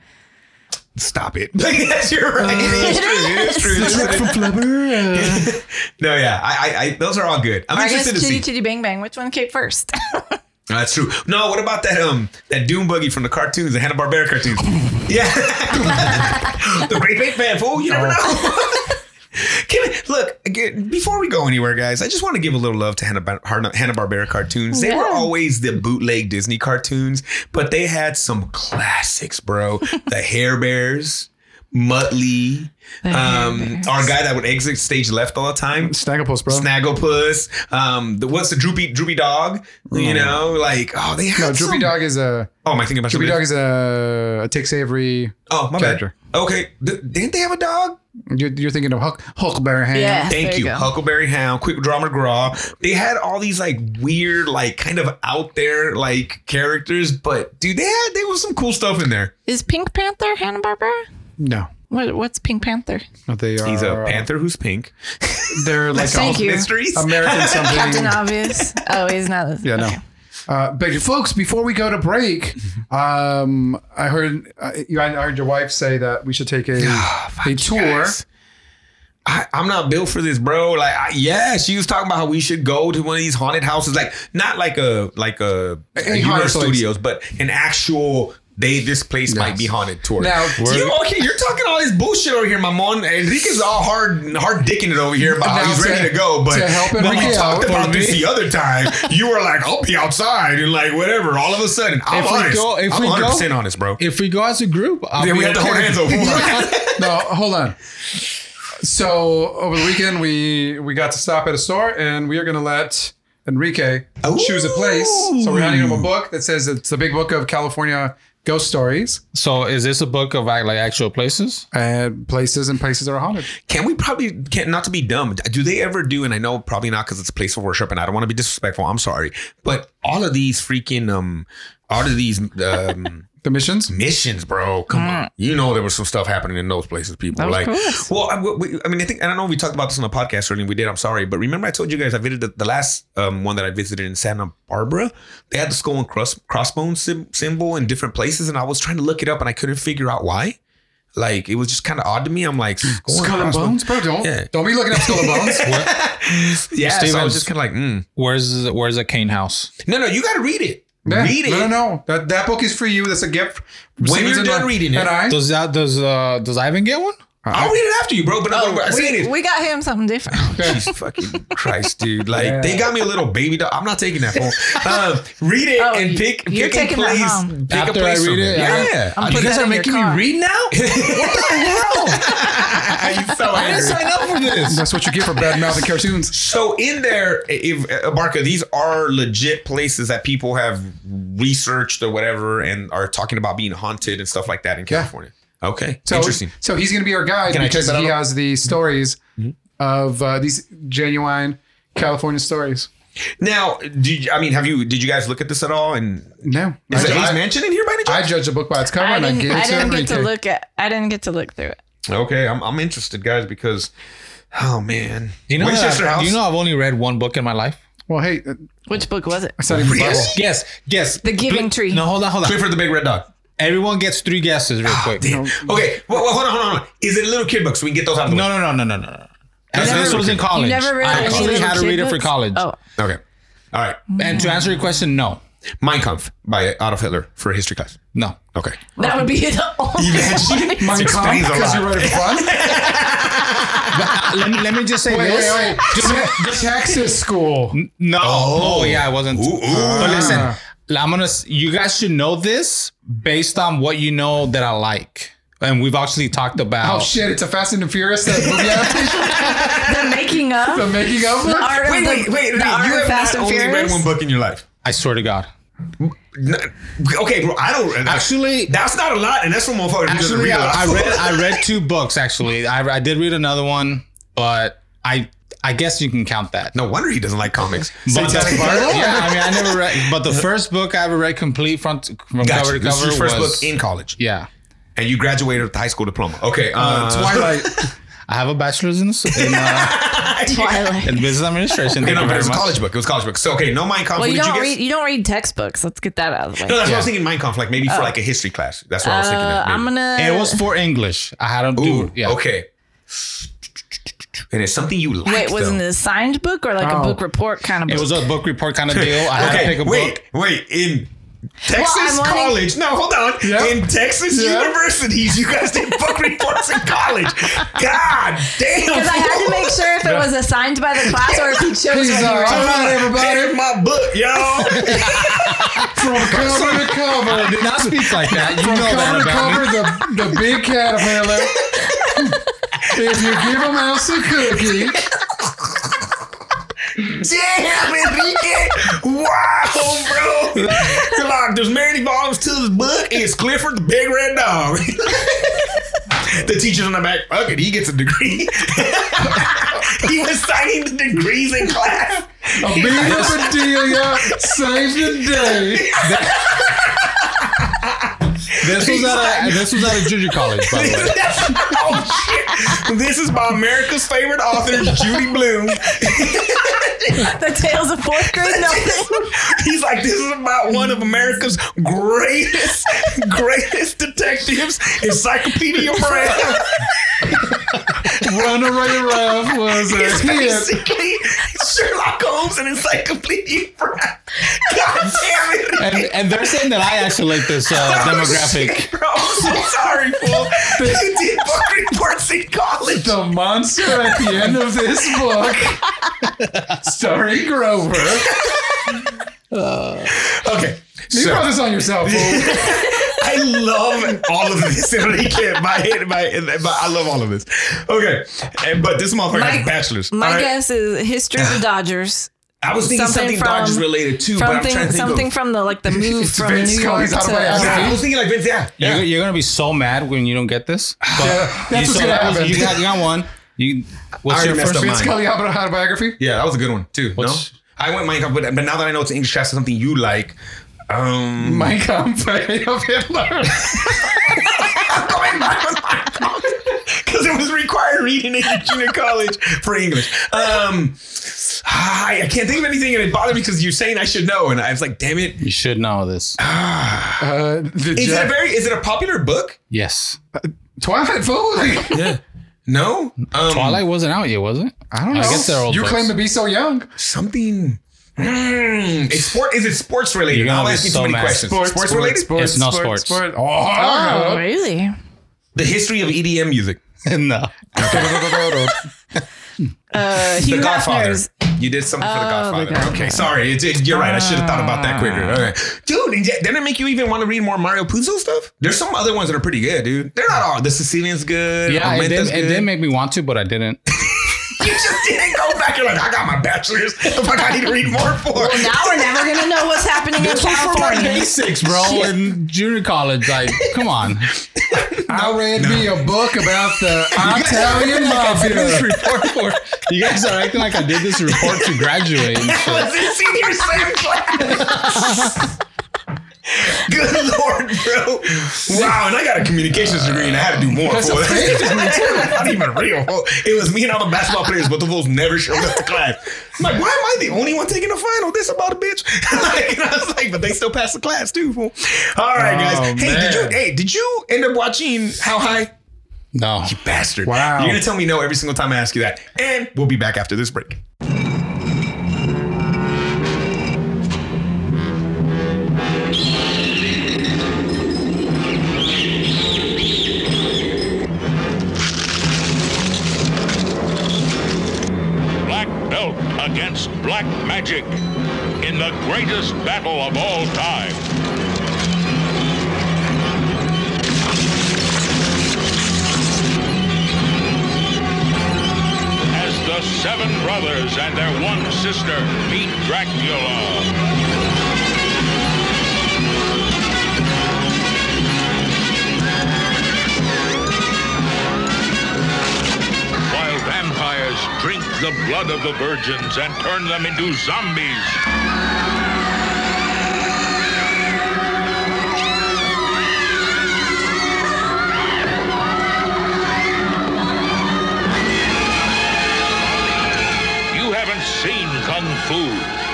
Speaker 1: Stop it. yes, you're right. it's true. It's true. It's true.
Speaker 2: Flubber.
Speaker 1: no, yeah. I, I, I, those are all good. I'm
Speaker 4: I guess
Speaker 1: interested to see.
Speaker 4: Chitty Chitty Bang Bang. Which one came first?
Speaker 1: Um, That's true. No, what about that um that Doom buggy from the cartoons, the Hanna Barbera cartoons? yeah, the Great Big Fan fool. You never know. Can I, look again, before we go anywhere, guys. I just want to give a little love to Hanna Barbera cartoons. They were
Speaker 4: Yeah.
Speaker 1: always the bootleg Disney cartoons, but they had some classics, bro. the Hair Bears, Muttley,
Speaker 4: The Hair
Speaker 1: um,
Speaker 4: Bears.
Speaker 1: our guy that would exit stage left all the time.
Speaker 2: Snagglepuss, bro.
Speaker 1: Snagglepuss. Um, the, what's the droopy droopy dog?
Speaker 4: Mm.
Speaker 1: You know, like oh they had
Speaker 2: no, Droopy
Speaker 1: some-
Speaker 2: Dog is a
Speaker 1: Oh, am I thinking about
Speaker 2: Droopy
Speaker 1: droopy
Speaker 2: Dog is a, a Tex Avery.
Speaker 1: Oh, my
Speaker 2: character.
Speaker 1: bad. Okay, Th- didn't they have a dog?
Speaker 2: You're, you're thinking of Hulk, Huckleberry Hound.
Speaker 4: Yeah.
Speaker 1: Thank
Speaker 4: there
Speaker 1: you,
Speaker 4: you go.
Speaker 1: Huckleberry Hound, Quick Draw McGraw. They had all these like weird, like kind of out there like characters, but dude, they had there was some cool stuff in there.
Speaker 4: Is Pink Panther Hanna Barbera?
Speaker 2: No,
Speaker 4: What, what's Pink Panther?
Speaker 2: no, they are.
Speaker 1: He's a panther who's pink.
Speaker 2: They're like
Speaker 4: Thank
Speaker 2: all
Speaker 4: you.
Speaker 1: Mysteries.
Speaker 2: American something.
Speaker 4: Captain Obvious. Oh, he's not.
Speaker 2: Yeah, no. Uh, but folks, before we go to break, um, I heard uh, you. I heard your wife say that we should take a a tour.
Speaker 1: guys. I, I'm not built for this, bro. Like, I, yeah, she was talking about how we should go to one of these haunted houses, like not like a like a, a
Speaker 2: haunted
Speaker 1: Universal
Speaker 2: place.
Speaker 1: Studios, but an actual. They this place might be haunted tour.
Speaker 2: Now,
Speaker 1: you okay? You're talking all this bullshit over here, my man. Enrique's all hard hard dicking it over here about how
Speaker 2: Now
Speaker 1: he's
Speaker 2: to-
Speaker 1: ready to go, but
Speaker 2: to help
Speaker 1: when we
Speaker 2: Enrique
Speaker 1: talked
Speaker 2: out for
Speaker 1: about this
Speaker 2: me.
Speaker 1: the other time, you were like, "I'll be outside" and like whatever. All of a sudden, I'm
Speaker 3: If we
Speaker 1: honest.
Speaker 3: go- if
Speaker 1: I'm
Speaker 3: we go-
Speaker 1: 100 percent honest, bro.
Speaker 3: If we go as a group, I'll
Speaker 1: then
Speaker 3: be
Speaker 1: we have to
Speaker 3: okay.
Speaker 1: hold hands over.
Speaker 2: no, hold on. So over the weekend, we we got to stop at a store, and we are going to let Enrique choose a place. So we're handing him a book that says it's the Big Book of California Ghost Stories
Speaker 3: So, is this a book of like like, actual places?
Speaker 2: and places and places that are haunted.
Speaker 1: Can we probably can not to be dumb? Do they ever do? And I know probably not because it's a place of worship, and I don't want to be disrespectful. I'm sorry, but all of these freaking um, all of these um,
Speaker 2: The missions?
Speaker 1: missions, bro. Come on, you know there was some stuff happening in those places, people.
Speaker 4: Of
Speaker 1: like,
Speaker 4: course.
Speaker 1: well, I, we- I mean, I think I don't know. if We talked about this on the podcast earlier. and We did. I'm sorry, but remember I told you guys I visited the, the last um, one that I visited in Santa Barbara. They had the skull and cross, crossbones sym- symbol in different places, and I was trying to look it up, and I couldn't figure out why. Like it was just kind of odd to me. I'm like skull, and
Speaker 2: Skull and
Speaker 1: crossbones?
Speaker 2: bones, bro. Don't
Speaker 1: Yeah.
Speaker 2: don't be looking up skull and bones.
Speaker 1: Yeah, so I
Speaker 3: Stevens.
Speaker 1: was just kind of like, mm.
Speaker 3: Where's where's the Kane house?
Speaker 1: no, no, you got to read it.
Speaker 2: Yeah.
Speaker 1: Read it.
Speaker 2: No, no, no. That, that book is for you. That's a gift.
Speaker 1: When
Speaker 2: Stevens
Speaker 1: you're
Speaker 2: and
Speaker 1: done
Speaker 2: I-
Speaker 1: reading it,
Speaker 2: and I,
Speaker 3: Does that does uh does Ivan get one?
Speaker 1: I'll read it after you, bro. But
Speaker 4: Oh,
Speaker 3: Oh,
Speaker 1: I'm but I'm saying
Speaker 4: We,
Speaker 1: it.
Speaker 4: we got him something different.
Speaker 1: Jeez, fucking Christ, dude! Like they got me a little baby doll. I'm not taking that phone. Um, read it
Speaker 4: Oh,
Speaker 1: and pick.
Speaker 4: you're
Speaker 1: pick
Speaker 4: taking
Speaker 1: a
Speaker 4: that
Speaker 1: place,
Speaker 4: home.
Speaker 1: Pick
Speaker 3: After
Speaker 1: a place
Speaker 3: I read
Speaker 1: from
Speaker 3: it,
Speaker 1: Yeah,
Speaker 3: I'm-
Speaker 1: yeah.
Speaker 4: I'm putting that in your car.
Speaker 1: now. you so angry.
Speaker 3: up for this.
Speaker 2: that's what you get for bad mouthing cartoons.
Speaker 1: So in there, if uh, Barca, these are legit places that people have researched or whatever, and are talking about being haunted and stuff like that in
Speaker 2: Yeah.
Speaker 1: California. Okay,
Speaker 2: So,
Speaker 1: interesting.
Speaker 2: So he's going to be our guide
Speaker 1: Can I check
Speaker 2: because
Speaker 1: that
Speaker 2: he
Speaker 1: out? Mm-hmm.
Speaker 2: has the stories of uh, these genuine California stories.
Speaker 1: Now, did you, I mean, have you? Did you guys look at this at all? And
Speaker 2: No,
Speaker 1: is
Speaker 2: I,
Speaker 1: it Hayes
Speaker 2: I,
Speaker 1: Mansion in here by any chance?
Speaker 2: I judge a book by its cover,
Speaker 4: I
Speaker 2: and I
Speaker 4: didn't,
Speaker 2: gave it
Speaker 4: I
Speaker 2: to
Speaker 4: didn't
Speaker 2: him.
Speaker 4: get to
Speaker 2: Enrique.
Speaker 4: look at. I didn't get to look through it.
Speaker 1: Okay, I'm, I'm interested, guys, because oh man,
Speaker 3: Do you know
Speaker 1: Winchester
Speaker 3: that,
Speaker 1: House.
Speaker 3: do you know I've only read one book in my life?
Speaker 2: Well, hey, uh,
Speaker 4: Which book was it?
Speaker 2: I studied the Bible.
Speaker 3: Guess, guess.
Speaker 4: The Giving Tree.
Speaker 3: No, hold on, hold on.
Speaker 1: Clifford the Big Red Dog.
Speaker 3: Everyone gets three guesses real quick.
Speaker 1: Ah, Damn. Okay, well, well, hold on, hold on, hold on. Is it a little kid book so we can get those out of the
Speaker 3: No, no, no, no, no, no, no.
Speaker 1: That's
Speaker 3: And This
Speaker 1: never-
Speaker 3: was in college.
Speaker 4: You never read
Speaker 3: I
Speaker 4: any
Speaker 3: actually
Speaker 4: little
Speaker 3: had to
Speaker 4: kid
Speaker 3: read it for
Speaker 4: books?
Speaker 3: college.
Speaker 4: Oh,
Speaker 1: way? Okay, all right.
Speaker 3: And to answer your question, no,
Speaker 1: Mein Kampf by Adolf Hitler for history class.
Speaker 3: no.
Speaker 1: Okay.
Speaker 4: that would be the only
Speaker 2: Mein
Speaker 4: one.
Speaker 1: explains
Speaker 2: Kampf,
Speaker 1: a
Speaker 2: because
Speaker 1: lot.
Speaker 2: you read it fun.
Speaker 3: Uh, let, me, let me just say
Speaker 2: Wait,
Speaker 3: this.
Speaker 2: wait, wait. Te- Texas school.
Speaker 3: No.
Speaker 1: Oh.
Speaker 3: Oh, yeah, I wasn't.
Speaker 1: Ooh, ooh.
Speaker 3: But listen,
Speaker 2: Ah.
Speaker 3: I'm gonna. s- You guys should know this based on what you know that I like, and we've actually talked about.
Speaker 2: Oh shit! It's a Fast and the Furious that movie adaptation.
Speaker 4: the making of.
Speaker 2: the making of
Speaker 4: The
Speaker 2: it.
Speaker 4: art of the- the art of Fast and Furious.
Speaker 1: book in your life.
Speaker 3: I swear to God.
Speaker 1: N- Okay, bro. I don't
Speaker 3: Actually-
Speaker 1: That's not a lot, and that's from motherfucker. who doesn't
Speaker 3: Actually,
Speaker 1: read a lot.
Speaker 3: I, I read. I read two books. Actually, I, I did read another one, but I. I guess you can count that.
Speaker 1: no wonder he doesn't like comics.
Speaker 3: But the,
Speaker 2: Satanic Bible?
Speaker 3: yeah, I mean, I never read. But the first book I ever read, complete front from
Speaker 1: Gotcha.
Speaker 3: cover to
Speaker 1: This is
Speaker 3: cover,
Speaker 1: your first
Speaker 3: was
Speaker 1: book in college,
Speaker 3: yeah.
Speaker 1: and you graduated with a high school diploma. Okay, uh,
Speaker 2: Twilight.
Speaker 3: I have a bachelor's in, in, uh,
Speaker 4: Twilight.
Speaker 3: in business administration. Thank
Speaker 1: No, but it
Speaker 3: you very
Speaker 1: was a
Speaker 3: much.
Speaker 1: college book. It was a college book. So okay, no Mein Kampf.
Speaker 4: Well,
Speaker 1: What
Speaker 4: you
Speaker 1: did
Speaker 4: don't
Speaker 1: guess?
Speaker 4: read. You don't read textbooks. Let's get that out of the way.
Speaker 1: No, that's what I was
Speaker 3: Yeah.
Speaker 1: thinking. Mein Kampf, like maybe for like a history class. That's what I was thinking.
Speaker 4: Oh. Uh,
Speaker 1: Of, maybe.
Speaker 4: I'm gonna.
Speaker 3: And it was for English. I had to
Speaker 1: Ooh,
Speaker 3: do. Yeah.
Speaker 1: Okay. And it's something you like.
Speaker 4: Wait, was
Speaker 1: though.
Speaker 4: not it a signed book or like
Speaker 2: Oh.
Speaker 4: a book report kind of book?
Speaker 3: It was a book report kind of deal. I had to pick a
Speaker 1: wait,
Speaker 3: book.
Speaker 1: wait. In Texas
Speaker 4: I'm wanting-
Speaker 1: college, no, hold on.
Speaker 2: Yeah.
Speaker 1: In Texas
Speaker 2: Yeah.
Speaker 1: universities, you guys did book reports in college. God damn!
Speaker 4: Because I had to make sure if it was assigned by the class or if he chose.
Speaker 2: He's
Speaker 4: what he
Speaker 2: all
Speaker 4: read.
Speaker 2: right, everybody.
Speaker 1: Here's my book, y'all.
Speaker 2: From cover to
Speaker 3: I
Speaker 2: cover.
Speaker 3: did not speak like that. You
Speaker 2: From
Speaker 3: know that
Speaker 2: cover to
Speaker 3: about
Speaker 2: cover,
Speaker 3: me.
Speaker 2: the, the big caterpillar. if you give a mouse a cookie,
Speaker 1: Damn, Enrique! Wow, bro! You're like, there's many volumes to this book. It's Clifford the Big Red Dog. the teacher's on the back. Fuck it, he gets a degree. he was signing the degrees in class.
Speaker 2: a bee Bedelia saved the day.
Speaker 3: This was at a this was at a junior college, by the way.
Speaker 1: oh shit! This is by America's favorite author, Judy Bloom.
Speaker 4: The tales of fourth grade. No.
Speaker 1: He's like, this is about one of America's greatest, greatest detectives, Encyclopedia Brown.
Speaker 2: Runaway Ralph was
Speaker 1: It's
Speaker 2: a hit.
Speaker 1: basically Sherlock Holmes and Encyclopedia Brown. God damn
Speaker 3: And,
Speaker 1: it.
Speaker 3: and they're saying that I isolate this uh, demographic.
Speaker 1: Oh, Shit, bro, I'm so sorry, fool. You did book reports in college.
Speaker 2: The monster at the end of this book, starring Grover.
Speaker 1: Okay.
Speaker 2: You
Speaker 1: So-
Speaker 2: brought this on yourself, fool.
Speaker 1: I love all of this. Enrique, my, my, my, I love all of this. Okay. And- but this motherfucker
Speaker 4: My-
Speaker 1: has bachelor's.
Speaker 4: My
Speaker 1: all right?
Speaker 4: guess is history of the Dodgers.
Speaker 1: I was thinking
Speaker 4: something
Speaker 1: something,
Speaker 4: from-
Speaker 1: Dodgers related too, but I'm
Speaker 4: Something,
Speaker 1: trying to think
Speaker 4: something
Speaker 1: of.
Speaker 4: from the like the move from
Speaker 2: Vince
Speaker 4: New York
Speaker 2: Scully's
Speaker 4: to.
Speaker 2: autobiography.
Speaker 1: Yeah, I was thinking like Vince, yeah.
Speaker 3: You're, you're gonna be so mad when you don't get this. But
Speaker 2: Yeah, that's what's
Speaker 3: so
Speaker 2: gonna
Speaker 3: that was-
Speaker 2: happen.
Speaker 3: You got, you got one. You what's
Speaker 1: I
Speaker 3: your
Speaker 1: already messed up
Speaker 3: first one?
Speaker 2: Vince
Speaker 1: mine.
Speaker 2: Scully autobiography.
Speaker 1: Yeah, that was a good one too.
Speaker 3: What's-
Speaker 1: no, I went Minecraft, but but now that I know it's an English class, it's something you like. Um,
Speaker 2: My company of Hitler.
Speaker 1: going back on my because it was required reading in junior college for English. Um, I, I can't think of anything, and it bothered me because you're saying I should know, and I was like, damn it.
Speaker 3: You should know this.
Speaker 2: Uh, the
Speaker 1: Is it a
Speaker 2: Jap-
Speaker 1: very is it a popular book?
Speaker 3: Yes.
Speaker 2: Twilight fool?
Speaker 1: Yeah. No. Um,
Speaker 3: Twilight wasn't out yet, was it?
Speaker 2: I don't know.
Speaker 3: I guess they're old
Speaker 2: you
Speaker 3: books.
Speaker 2: claim to be so young.
Speaker 1: Something. Mm, it's sport. Is it sports related?
Speaker 3: You're gonna
Speaker 1: I'll
Speaker 3: be
Speaker 1: ask you
Speaker 3: so
Speaker 1: too many
Speaker 3: mad.
Speaker 1: questions. Sports, related.
Speaker 3: It's not sports. Ah.
Speaker 2: Oh,
Speaker 4: Oh, really?
Speaker 1: The history of EDM music.
Speaker 3: no.
Speaker 4: Uh,
Speaker 1: The
Speaker 4: Hugh
Speaker 1: Godfather.
Speaker 4: Hefner's.
Speaker 1: You did something
Speaker 3: Oh,
Speaker 1: for The Godfather.
Speaker 4: Godfather.
Speaker 1: Okay, sorry. It, it- you're right. I should have thought about that
Speaker 3: Ah.
Speaker 1: quicker. All right. Dude, and yet- didn't it make you even want to read more Mario Puzo stuff? There's some other ones that are pretty good, dude. They're not all. The Sicilian's good.
Speaker 3: Yeah, it
Speaker 1: Aumenta's
Speaker 3: did, it
Speaker 1: good.
Speaker 3: did make me want to, but I didn't.
Speaker 1: you just didn't go back. You're like, I got my bachelor's. The fuck I need to read more for?
Speaker 4: Well, now we're never gonna know what's happening in California.
Speaker 3: Basics, bro. In junior college, like, come on.
Speaker 2: I read me a book about the Italian mafia.
Speaker 3: report for. You guys are acting like I did this report to graduate. And
Speaker 1: I was
Speaker 3: shit.
Speaker 1: in senior slam class. Good lord, bro. Wow, and I got a communications degree and I had to do more for it. Not even real. It was me and all the basketball players, but the fools never showed up to class. I'm like, why am I the only one taking a final? This about a bitch. like, and I was like, but they still passed the class too, fool. All right, guys.
Speaker 3: Oh,
Speaker 1: hey, did you
Speaker 3: man.
Speaker 1: hey, did you end up watching How High?
Speaker 3: No.
Speaker 1: Bastard.
Speaker 2: Wow.
Speaker 1: You're gonna tell me no every single time I ask you that. And we'll be back after this break.
Speaker 5: black belt against black magic in the greatest battle of all time. As the seven brothers and their one sister meet Dracula. while vampires drink the blood of the virgins and turn them into zombies. You haven't seen Kung Fu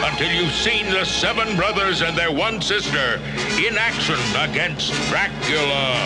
Speaker 5: until you've seen the seven brothers and their one sister in action against Dracula.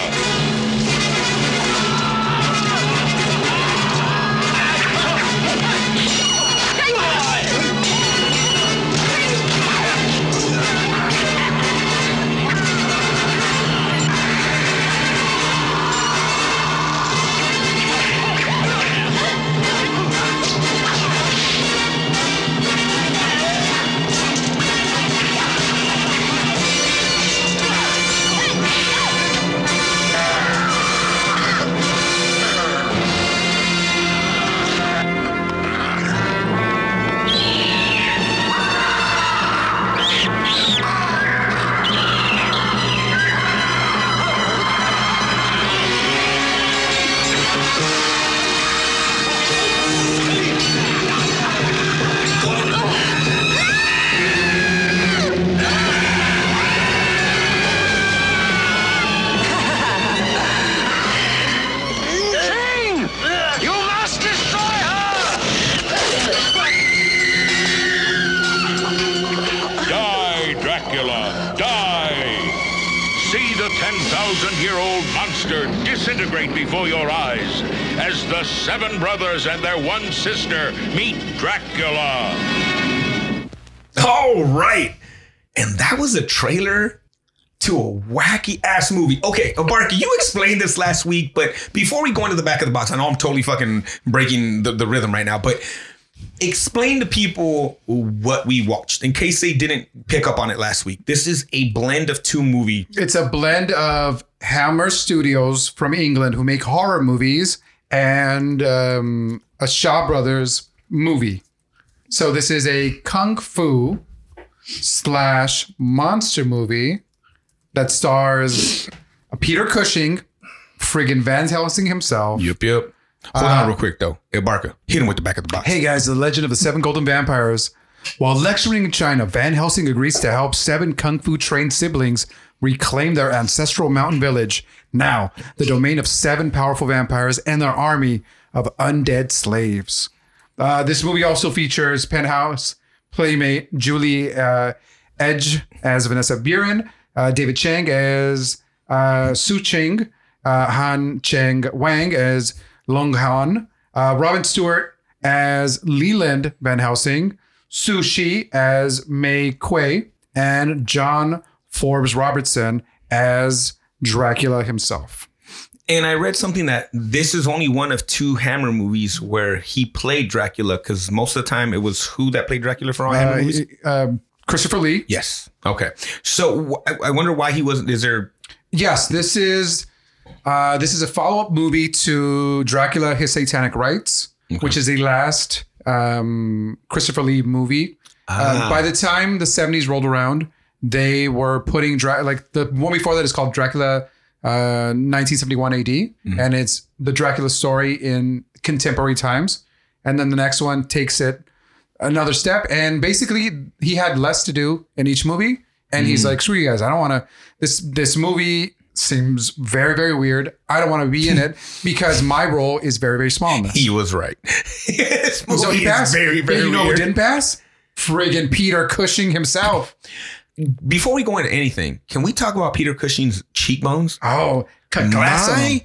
Speaker 6: You must destroy her!
Speaker 5: Die, Dracula! Die! See the 10,000 year old monster disintegrate before your eyes as the seven brothers and their one sister meet Dracula.
Speaker 1: All right. And that was a trailer to a wacky ass movie. Okay, Barky, you explained this last week, but before we go into the back of the box, I know I'm totally fucking breaking the, the rhythm right now, but explain to people what we watched in case they didn't pick up on it last week. This is a blend of two movie.
Speaker 2: It's a blend of Hammer Studios from England who make horror movies and um, a Shaw Brothers movie. So this is a kung fu slash monster movie that stars Peter Cushing, friggin' Van Helsing himself.
Speaker 1: Yep, yep. Hold on real quick though. Uh, Hey, Barker, hit him with the back of the box.
Speaker 2: Hey guys, the legend of the seven golden vampires While lecturing in China, Van Helsing agrees to help seven kung fu trained siblings reclaim their ancestral mountain village, now the domain of seven powerful vampires and their army of undead slaves. Uh, this movie also features Penthouse playmate Julie uh, Edge as Vanessa Buren, uh, David Chang as uh, Su Ching, uh, Han Cheng Wang as Long Han, uh, Robin Stewart as Leland Van Helsing, Su Shi as Mei Kuei, and John Forbes Robertson as Dracula himself.
Speaker 1: And I read something that this is only one of two Hammer movies where he played Dracula because most of the time it was who that played Dracula for all
Speaker 2: Uh,
Speaker 1: Hammer movies.
Speaker 2: um, Christopher Lee.
Speaker 1: Yes. Okay. So wh- I- I wonder why he wasn't. Is there?
Speaker 2: Yes, this is uh, this is a follow up movie to Dracula: His Satanic Rites, which is the last um, Christopher Lee movie. Uh, by the time the seventies rolled around, they were putting Dra- like the one before that is called Dracula. Uh, 1971 AD, and it's the Dracula story in contemporary times. And then the next one takes it another step. And basically, he had less to do in each movie, and he's like, "Screw you guys! I don't want to. This this movie seems very very weird. I don't want to be in it because my role is very very small in this."
Speaker 1: He was right. This
Speaker 2: so
Speaker 1: movie
Speaker 2: he
Speaker 1: Oh, is
Speaker 2: passed.
Speaker 1: Very, very
Speaker 2: and you know who
Speaker 1: weird.
Speaker 2: didn't pass? Friggin' Peter Cushing himself.
Speaker 1: Before we go into anything, can we talk about Peter Cushing's cheekbones?
Speaker 2: Oh, cut glass on him.
Speaker 1: My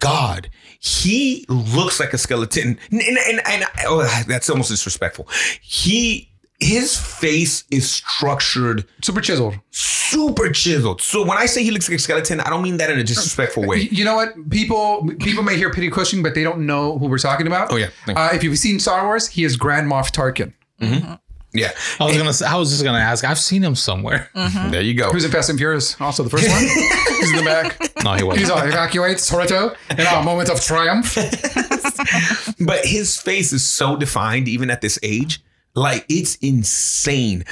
Speaker 1: God, he looks like a skeleton. And, and, and, and- oh, that's almost disrespectful. He his face is structured
Speaker 2: Super chiseled.
Speaker 1: super chiseled. So when I say he looks like a skeleton, I don't mean that in a disrespectful way.
Speaker 2: You know what? People people may hear Peter Cushing, but they don't know who we're talking about.
Speaker 1: Oh, yeah.
Speaker 2: Uh, if you've seen Star Wars, he is Grand Moff Tarkin,
Speaker 1: Yeah,
Speaker 3: I was gonna. say- I was just gonna ask. I've seen him somewhere.
Speaker 1: there you go.
Speaker 2: who's in Fast and Furious, also the first one. He's in the back.
Speaker 3: No, he
Speaker 2: He's
Speaker 3: wasn't.
Speaker 2: all evacuates Toretto in our moment of triumph.
Speaker 1: But his face is so defined, even at this age. Like it's insane.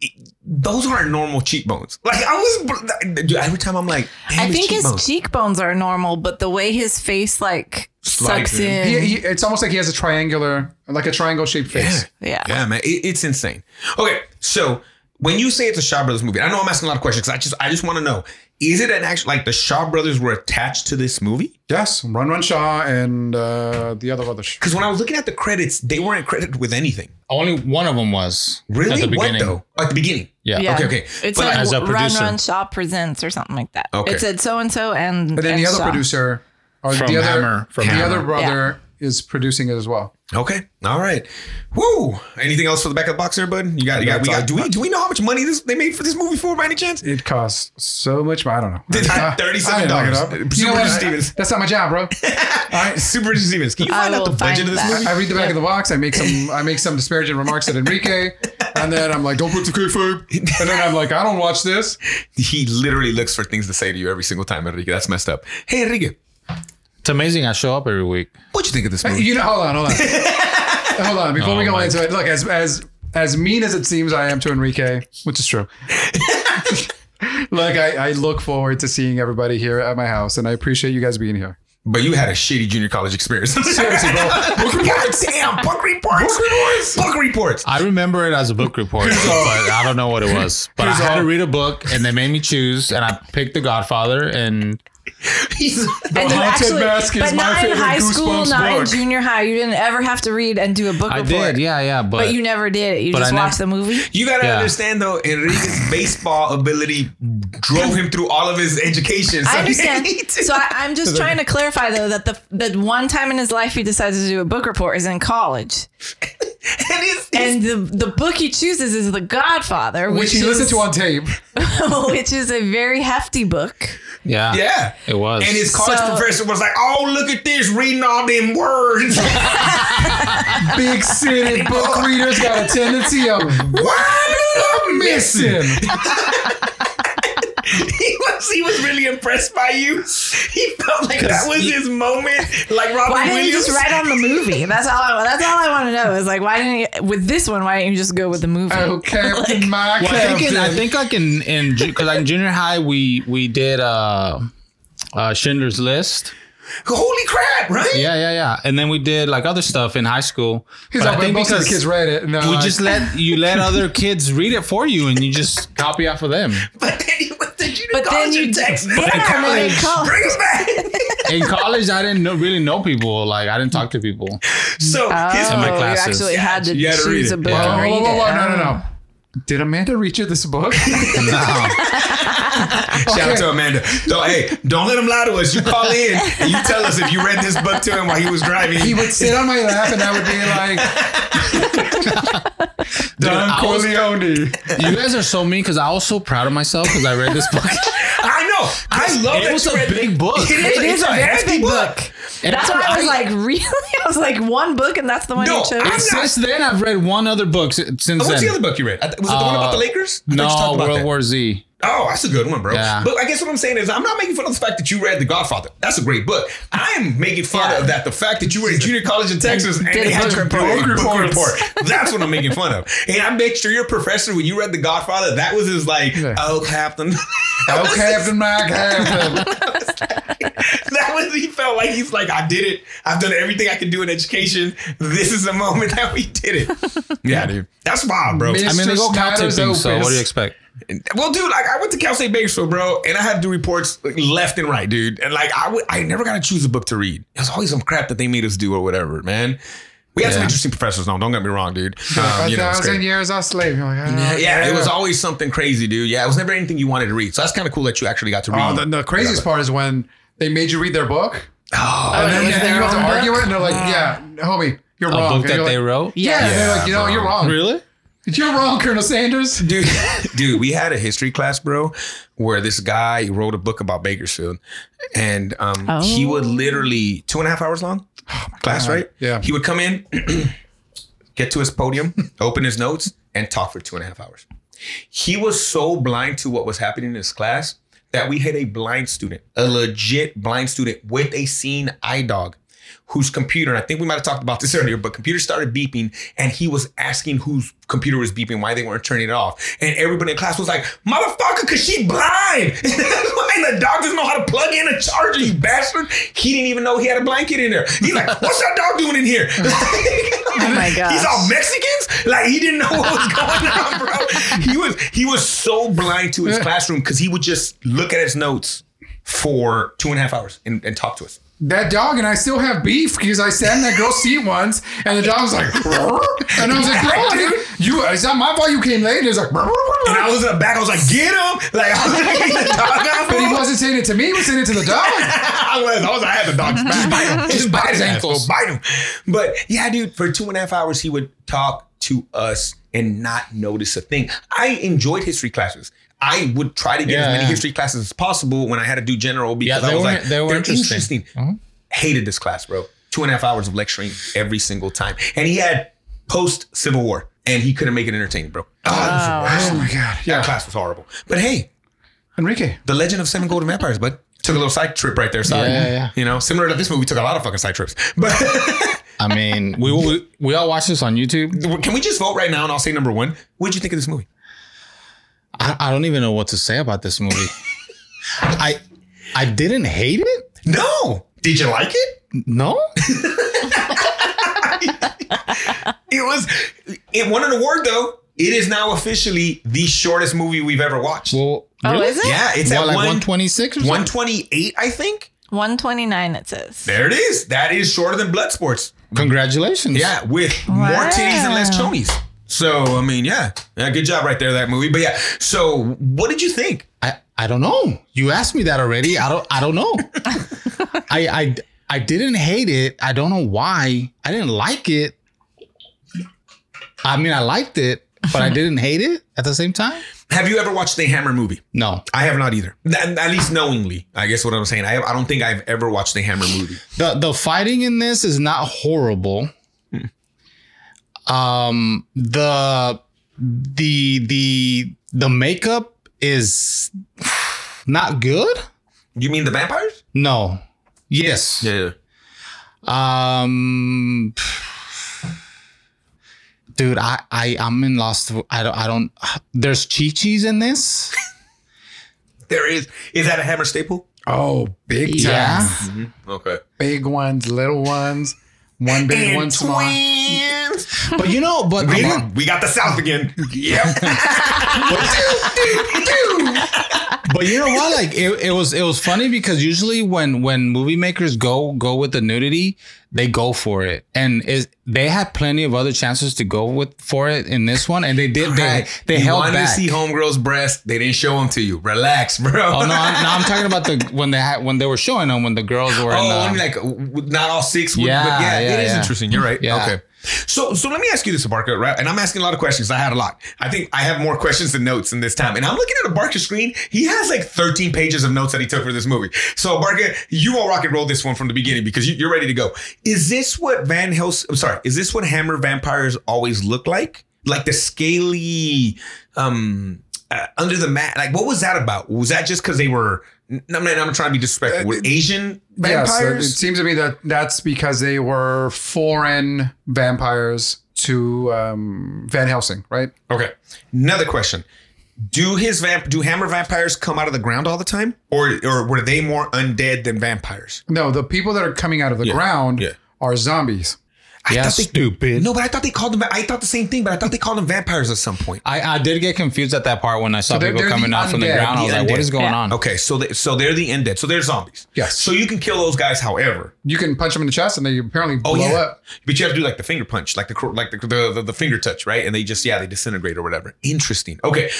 Speaker 1: It- Those aren't normal cheekbones. Like I was dude, every time I'm like, damn,
Speaker 4: I think his
Speaker 1: cheekbones.
Speaker 4: cheekbones are normal, but the way his face like
Speaker 1: Slides
Speaker 4: sucks
Speaker 1: in.
Speaker 4: in,
Speaker 2: He, he, it's almost like he has a triangular, like a triangle shaped face.
Speaker 4: yeah.
Speaker 1: Yeah, man, it, it's insane. Okay, so when you say it's a Shaw Brothers movie, I know I'm asking a lot of questions. 'cause I just, I just want to know: is it an actual like the Shaw Brothers were attached to this movie?
Speaker 2: Yes, Run Run Shaw and uh, the other other. Sh-
Speaker 1: Because when I was looking at the credits, they weren't credited with anything.
Speaker 3: Only one of them was
Speaker 1: Really?
Speaker 3: at the
Speaker 1: what
Speaker 3: beginning.
Speaker 1: though? Oh, At the beginning.
Speaker 3: Yeah.
Speaker 4: Yeah.
Speaker 1: Okay, okay.
Speaker 4: It's
Speaker 1: But
Speaker 4: like
Speaker 3: as a
Speaker 4: Run
Speaker 3: producer.
Speaker 4: Run Shaw presents or something like that.
Speaker 1: Okay.
Speaker 4: It said so and so and
Speaker 2: but then the other
Speaker 4: Shaw.
Speaker 2: producer, or
Speaker 3: From
Speaker 2: the other,
Speaker 3: Hammer, from
Speaker 2: the
Speaker 3: Hammer.
Speaker 2: other brother is producing it as well.
Speaker 1: Okay. All right. Woo. Anything else for the back of the box there, bud? You got, you got, we got, do we, do we know how much money this, they made for this movie for by any chance?
Speaker 2: It costs so much. I don't know.
Speaker 1: Did I-
Speaker 2: Uh,
Speaker 1: $37.
Speaker 2: I didn't look it up. You know
Speaker 1: Super
Speaker 2: what?
Speaker 1: Stevens.
Speaker 2: That's not my job, bro. I,
Speaker 1: Super Stevens, can you
Speaker 4: I
Speaker 1: find out the
Speaker 4: will
Speaker 1: budget
Speaker 4: find
Speaker 1: of this
Speaker 4: that.
Speaker 1: movie?
Speaker 2: I read the back of the box. I make some. I make some disparaging remarks at Enrique, and then I'm like, "Don't put the kayfabe." And then I'm like, "I don't watch this."
Speaker 1: He literally looks for things to say to you every single time, Enrique. That's messed up. Hey, Enrique,
Speaker 3: It's amazing. I show up every week.
Speaker 1: what'd you think of this movie?
Speaker 2: You know, hold on, hold on, hold on. Before we
Speaker 3: Oh
Speaker 2: go
Speaker 3: my
Speaker 2: into it, look as as as mean as it seems I am to Enrique, which is true. look, I, I look forward to seeing everybody here at my house, and I appreciate you guys being here.
Speaker 1: But you had a shitty junior college experience. Seriously, bro. Book reports. Damn, book reports. Book reports. Book reports.
Speaker 3: I remember it as a book report, but I don't know what it was. But I
Speaker 2: Here's
Speaker 3: had
Speaker 2: all-
Speaker 3: to read a book, and they made me choose, and I picked The Godfather, and
Speaker 4: And you
Speaker 2: Haunted Mask is
Speaker 4: but
Speaker 2: my
Speaker 4: not in
Speaker 2: favorite
Speaker 4: high school,
Speaker 2: Goosebumps
Speaker 4: not in
Speaker 2: book.
Speaker 4: junior high. You didn't ever have to read and do a book
Speaker 3: I
Speaker 4: report.
Speaker 3: did. Yeah, yeah. But,
Speaker 4: But you never did it. You
Speaker 3: But
Speaker 4: just
Speaker 3: I never-
Speaker 4: watched the movie.
Speaker 1: You gotta
Speaker 3: Yeah.
Speaker 1: understand though, Enrique's baseball ability drove him through all of his education. So
Speaker 4: I understand.
Speaker 1: he-
Speaker 4: so I, I'm just trying to clarify though that the the one time in his life he decides to do a book report is in college,
Speaker 1: and his,
Speaker 4: and the the book he chooses is The Godfather, which,
Speaker 2: Which he
Speaker 4: is,
Speaker 2: listened to on tape.
Speaker 4: which is a very hefty book.
Speaker 3: yeah,
Speaker 1: yeah.
Speaker 3: it was.
Speaker 1: And his college
Speaker 4: So-
Speaker 1: professor was like, "Oh, look at this, reading all them words.
Speaker 2: Big city book readers got a tendency of
Speaker 1: what am I missing?"
Speaker 2: missing.
Speaker 1: He was he was really impressed by you. He felt like that was his moment. Like Robin
Speaker 4: Why didn't you
Speaker 1: Williams.
Speaker 4: just write on the movie? That's all. I, that's all I want to know is like, why didn't you, with this one? Why didn't you just go with the movie?
Speaker 2: Oh, Captain, my
Speaker 3: Well, I think, in, I
Speaker 2: captain.
Speaker 3: think like in in because like in junior high we we did uh, uh Schindler's List,
Speaker 1: Holy crap! Right?
Speaker 3: Yeah, yeah, yeah. And then we did like other stuff in high school.
Speaker 2: He's like,
Speaker 3: But
Speaker 2: but most of the kids read it. No,
Speaker 3: we just let you let other kids read it for you, and you just copy out for them.
Speaker 1: But then you went to junior
Speaker 4: But then
Speaker 1: college
Speaker 4: you
Speaker 1: in
Speaker 4: did-
Speaker 1: Texas.
Speaker 4: but in college- college.
Speaker 1: Bring us back.
Speaker 3: In college, I didn't know, really know people. Like I didn't talk to people.
Speaker 1: so
Speaker 4: Oh.
Speaker 1: his,
Speaker 3: my
Speaker 4: you
Speaker 3: classes.
Speaker 4: actually had to
Speaker 1: You had to read
Speaker 4: choose
Speaker 1: it.
Speaker 4: a book
Speaker 2: Whoa,
Speaker 4: and read
Speaker 2: whoa, whoa, whoa,
Speaker 4: it.
Speaker 2: no, no, no. Did Amanda read you this book?
Speaker 1: shout out to Amanda. Don't, hey, don't let him lie to us. You call in and you tell us if you read this book to him while he was driving.
Speaker 2: he would sit on my lap and I would be like, Don
Speaker 3: I was-
Speaker 2: Corleone.
Speaker 3: You guys are so mean because I was so proud of myself because I read this book.
Speaker 1: I know. I love
Speaker 3: It
Speaker 1: that
Speaker 3: was
Speaker 1: you
Speaker 3: a
Speaker 1: read-
Speaker 3: big book.
Speaker 4: It is a very
Speaker 1: hefty
Speaker 4: big book. That's why I was like, really? I was like, one book and that's the one
Speaker 1: No,
Speaker 4: you chose?
Speaker 1: I'm not-
Speaker 3: Since then, I've read one other book. s- Since
Speaker 1: What's the
Speaker 3: then,
Speaker 1: other book you read? I th- Was it the one about
Speaker 3: Uh,
Speaker 1: the Lakers? I thought you
Speaker 3: no
Speaker 1: talked about
Speaker 3: World
Speaker 1: that.
Speaker 3: War Z.
Speaker 1: Oh, that's a good one, bro.
Speaker 3: Yeah.
Speaker 1: But I guess what I'm saying is, I'm not making fun of the fact that you read The Godfather. That's a great book. I am making fun
Speaker 4: Yeah.
Speaker 1: of that. The fact that you were in junior college in Texas and
Speaker 4: did
Speaker 1: they had
Speaker 4: book
Speaker 1: your book
Speaker 4: reports.
Speaker 1: report. That's what I'm making fun of. And I make sure your professor, when you read The Godfather, that was his like,
Speaker 2: Yeah.
Speaker 1: oh, Captain.
Speaker 2: Oh, Captain, my Captain.
Speaker 1: that was, he felt like he's like, I did it. I've done everything I could do in education. This is the moment that we did it. yeah, dude. That's wild, bro.
Speaker 2: Miss-
Speaker 3: I mean, they
Speaker 2: Mr.
Speaker 3: go count
Speaker 2: Snyder's
Speaker 3: tipping, so what do
Speaker 2: Opus.
Speaker 3: you expect?
Speaker 1: Well, dude, like I went to Cal State Bakersfield, bro, and I had to do reports like, left and right, dude. And like I, would, I never got to choose a book to read. It was always some crap that they made us do or whatever, man. We had some
Speaker 3: Yeah.
Speaker 1: interesting professors, no, don't get me wrong, dude. Um,
Speaker 2: A
Speaker 1: you know, it's
Speaker 2: thousand
Speaker 1: great.
Speaker 2: years a slave. You're like, oh,
Speaker 1: yeah, it was always something crazy, dude. Yeah, it was never anything you wanted to read. So that's kind of cool that you actually got to read.
Speaker 2: Oh, the, the craziest part is when they made you read their book,
Speaker 1: Oh,
Speaker 2: and then
Speaker 4: it was
Speaker 2: and
Speaker 4: their
Speaker 2: you have to
Speaker 4: own book?
Speaker 2: argue it, and they're like, "Yeah, homie, you're
Speaker 3: A
Speaker 2: wrong."
Speaker 3: book
Speaker 2: And
Speaker 3: that
Speaker 2: you're
Speaker 3: they
Speaker 2: like,
Speaker 3: wrote.
Speaker 2: Yeah, and they're
Speaker 1: Yeah,
Speaker 2: like, "You know,
Speaker 1: bro.
Speaker 2: you're wrong.
Speaker 3: Really?
Speaker 2: You're wrong, Colonel Sanders."
Speaker 1: dude, dude, we had a history class, bro, where this guy wrote a book about Bakersfield, and um,
Speaker 4: Oh.
Speaker 1: he would literally two and a half hours long class, right?
Speaker 2: Yeah.
Speaker 1: he would come in, get to his podium, open his notes, and talk for two and a half hours. He was so blind to what was happening in his class that we had a blind student, a legit blind student with a seeing eye dog whose computer, and I think we might have talked about this earlier, but computer started beeping and he was asking whose computer was beeping, why they weren't turning it off. And everybody in class was like, motherfucker, cause she blind. and the dog doesn't know how to plug in a charger, you bastard. He didn't even know he had a blanket in there. He's like, what's that dog doing in here? oh
Speaker 4: my
Speaker 1: He's
Speaker 4: gosh.
Speaker 1: all Mexicans? Like he didn't know what was going on, bro. He was he was so blind to his classroom because he would just look at his notes for two and a half hours and, and talk to us.
Speaker 2: That dog and I still have beef because I sat in that girl's seat once, and the dog was like, "Rrr." and I was like, "Bro, dude, you, it's not my fault. You came late." And it was like, "Rrr."
Speaker 1: And I was in the back, I was like, get him! Like I was like, get the dog out
Speaker 2: but he
Speaker 1: bro."
Speaker 2: wasn't saying it to me. He was saying it to the dog.
Speaker 1: I was, I was, I had the dog just bite him, just bite his ankles,
Speaker 3: ankles.
Speaker 1: bite him. But yeah, dude, for two and a half hours, he would talk to us and not notice a thing. I enjoyed history classes. I would try to get as
Speaker 3: Yeah,
Speaker 1: many
Speaker 3: yeah.
Speaker 1: history classes as possible when I had to do general because
Speaker 3: they
Speaker 1: I was
Speaker 3: were-
Speaker 1: like,
Speaker 3: they were
Speaker 1: they're
Speaker 3: interesting."
Speaker 1: interesting. Hated this class, bro. Two and a half hours of lecturing every single time, and he had post Civil War, and he couldn't make it entertaining, bro. Oh, it was the worst.
Speaker 2: Oh my god,
Speaker 1: That
Speaker 2: yeah,
Speaker 1: class was horrible. But hey,
Speaker 2: Enrique.
Speaker 1: the Legend of Seven Golden Vampires, but took a little side trip right there. Sorry.
Speaker 3: Yeah, yeah, yeah.
Speaker 1: You know, similar to this movie, we took a lot of fucking side trips. But
Speaker 3: I mean, we, we we all watch this on YouTube.
Speaker 1: can we just vote right now and I'll say number one? What'd you think of this movie?
Speaker 3: I, I don't even know what to say about this movie. I I didn't hate it.
Speaker 1: No. Did you like it?
Speaker 3: No,
Speaker 1: It was, it won an award though. It is now officially the shortest movie we've ever watched.
Speaker 3: well,
Speaker 4: Oh,
Speaker 3: really?
Speaker 4: is it?
Speaker 1: yeah, it's
Speaker 3: What,
Speaker 1: at
Speaker 3: like
Speaker 1: one,
Speaker 3: one twenty six or something?
Speaker 1: 128, I think.
Speaker 4: 129, it says.
Speaker 1: There it is. That is shorter than Blood Sports.
Speaker 3: Congratulations.
Speaker 1: Yeah, with more
Speaker 4: Wow.
Speaker 1: titties and less chonies. So, I mean, yeah. yeah. Good job right there, that movie. But yeah, so what did you think?
Speaker 3: I, I don't know. You asked me that already. I don't I don't know. I I I didn't hate it. I don't know why. I didn't like it. I mean, I liked it, but I didn't hate it at the same time.
Speaker 1: Have you ever watched the Hammer movie?
Speaker 3: No.
Speaker 1: I have not either. At at least knowingly, I guess what I'm saying. I, I don't think I've ever watched the Hammer movie.
Speaker 3: The the fighting in this is not horrible. Um the the the the makeup is not good?
Speaker 1: You mean the vampires?
Speaker 3: No. Yes.
Speaker 1: Yeah.
Speaker 3: Um, dude, I I I'm in lost. I don't I don't. There's Chi Chi's in this.
Speaker 1: There is. Is that a Hammer staple?
Speaker 2: Oh, big time.
Speaker 3: Yeah.
Speaker 1: Okay.
Speaker 2: Big ones, little ones, one big, one small.
Speaker 1: Twins.
Speaker 3: But you know, but
Speaker 1: We, we got the South again. Yep.
Speaker 3: but you know what? Like it, it was it was funny because usually when when movie makers go go with the nudity, they go for it, and is they had plenty of other chances to go with for it in this one, and they did. They
Speaker 1: Right.
Speaker 3: they
Speaker 1: you
Speaker 3: held
Speaker 1: wanted
Speaker 3: back.
Speaker 1: to see homegirl's breast. They didn't show them to you. Relax, bro.
Speaker 3: oh no, I'm, no, I'm talking about the when they had when they were showing them when the girls were
Speaker 1: Oh,
Speaker 3: in uh,
Speaker 1: I'm
Speaker 3: the.
Speaker 1: like w- not all six. Would,
Speaker 3: Yeah,
Speaker 1: yeah, but yeah,
Speaker 3: yeah,
Speaker 1: it is
Speaker 3: yeah.
Speaker 1: interesting. You're right.
Speaker 3: Yeah.
Speaker 1: Okay. So, so let me ask you this, Barker. Right, and I'm asking a lot of questions. I had a lot. I think I have more questions than notes in this time. And I'm looking at a Barker screen. He has like 13 pages of notes that he took for this movie. So, Barker, you all rock and roll this one from the beginning because you, you're ready to go. Is this what Van Helsing? I'm sorry. Is this what Hammer vampires always look like? Like the scaly, um, uh, under the mat. Like, what was that about? Was that just because they were? n- I'm not. I'm not trying to be disrespectful. Were Asian
Speaker 2: Yes,
Speaker 1: vampires?
Speaker 2: it seems to me that that's because they were foreign vampires to um, Van Helsing, right?
Speaker 1: Okay. Another question. Do his vamp do hammer vampires come out of the ground all the time? Or or were they more undead than vampires?
Speaker 2: No, the people that are coming out of the ground
Speaker 1: yeah.
Speaker 2: are zombies.
Speaker 1: I
Speaker 3: Yeah,
Speaker 1: thought they,
Speaker 3: stupid.
Speaker 1: No, but I thought they called them I thought the same thing, but I thought they called them vampires at some point.
Speaker 3: I, I did get confused at that part when I saw
Speaker 2: they're-
Speaker 3: people
Speaker 2: they're the
Speaker 3: coming out from the
Speaker 2: undead,
Speaker 3: ground. I was
Speaker 1: the
Speaker 3: like, "What
Speaker 1: undead.
Speaker 3: is going
Speaker 4: Yeah.
Speaker 3: on?"
Speaker 1: Okay, so they, so they're the undead. So they're zombies.
Speaker 2: Yes.
Speaker 1: So you can kill those guys however.
Speaker 2: You can punch them in the chest and they apparently
Speaker 1: Oh
Speaker 2: blow
Speaker 1: yeah.
Speaker 2: up.
Speaker 1: But you have to do like the finger punch, like the cro- like the, the, the the finger touch, right? And they just yeah, they disintegrate or whatever. Interesting. Okay.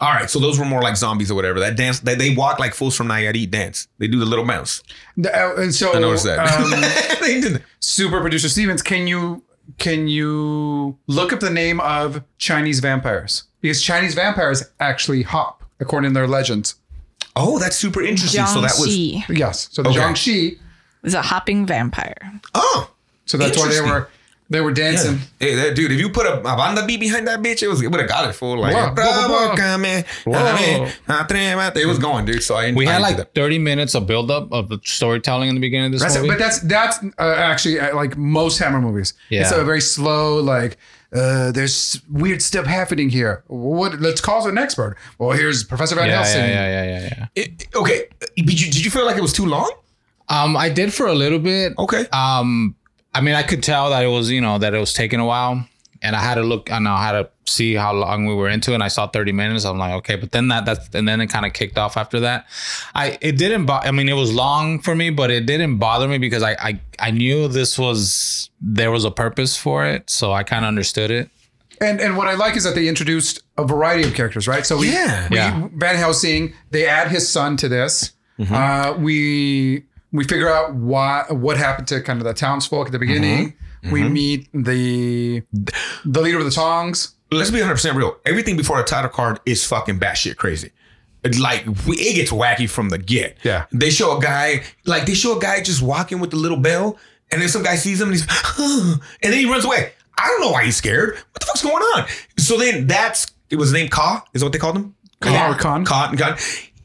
Speaker 1: All right. So those were more like zombies or whatever. That dance they, they walk like fools from Nayarit dance. They do the little mouse.
Speaker 2: The- uh, and so
Speaker 1: I noticed that.
Speaker 2: um,
Speaker 1: they did that.
Speaker 2: super producer Stevens, can you can you look up the name of Chinese vampires? Because Chinese vampires actually hop, according to their legends.
Speaker 1: Oh, that's super interesting. so that was
Speaker 4: Jiangxi
Speaker 2: Yes. So the
Speaker 1: Okay.
Speaker 2: Zhangxi,
Speaker 4: is a hopping vampire.
Speaker 1: oh,
Speaker 2: so that's why they
Speaker 1: Interesting.
Speaker 2: were they were dancing.
Speaker 1: hey, that dude. If you put a, a banda beat behind that bitch, it was it would have got it full. Like,
Speaker 2: Whoa, whoa, whoa, whoa.
Speaker 1: Provocame, dame, atrevate. it was going, dude. So I
Speaker 3: We
Speaker 1: I
Speaker 3: had
Speaker 1: did
Speaker 3: like
Speaker 1: that.
Speaker 3: 30 minutes of buildup of the storytelling in the beginning of this
Speaker 2: That's
Speaker 3: movie.
Speaker 2: but that's that's uh, actually uh, like most Hammer movies.
Speaker 3: Yeah.
Speaker 2: It's a very slow like. Uh, there's weird stuff happening here. What? Let's call an expert. Well, here's Professor Van
Speaker 3: yeah,
Speaker 2: Helsing.
Speaker 3: yeah, yeah, yeah, yeah, yeah.
Speaker 1: It- it- okay. Did you, did you feel like it was too long?
Speaker 3: Um, I did for a little bit.
Speaker 1: Okay.
Speaker 2: Uh,
Speaker 3: Um, I mean, I could tell that it was, you know, that it was taking a while, and I had to look, I know, I had to see how long we were into, it, and I saw thirty minutes. I'm like, okay, but then that, that's, and then it kind of kicked off after that. I, it didn't, bo- I mean, it was long for me, but it didn't bother me because I, I, I knew this was there was a purpose for it, so I kind of understood it.
Speaker 2: And and what I like is that they introduced a variety of characters, right? So we,
Speaker 1: Yeah.
Speaker 2: we
Speaker 3: Yeah.
Speaker 2: Van Helsing, they add his son to this.
Speaker 3: Mm-hmm.
Speaker 2: Uh, we we figure out why what happened to kind of the townsfolk at the beginning.
Speaker 3: Mm-hmm.
Speaker 2: We meet the the leader of the Tongs.
Speaker 1: Let's be 100 percent real. Everything before a title card is fucking batshit crazy. It's Like we- it gets wacky from the get.
Speaker 2: Yeah.
Speaker 1: They show a guy like they show a guy just walking with the little bell, and then some guy sees him and he's and then he runs away. I don't know why he's scared. What the fuck's going on? So then that's it was named Ka is what they called him.
Speaker 2: Ka or Khan?
Speaker 1: Cotton Gun.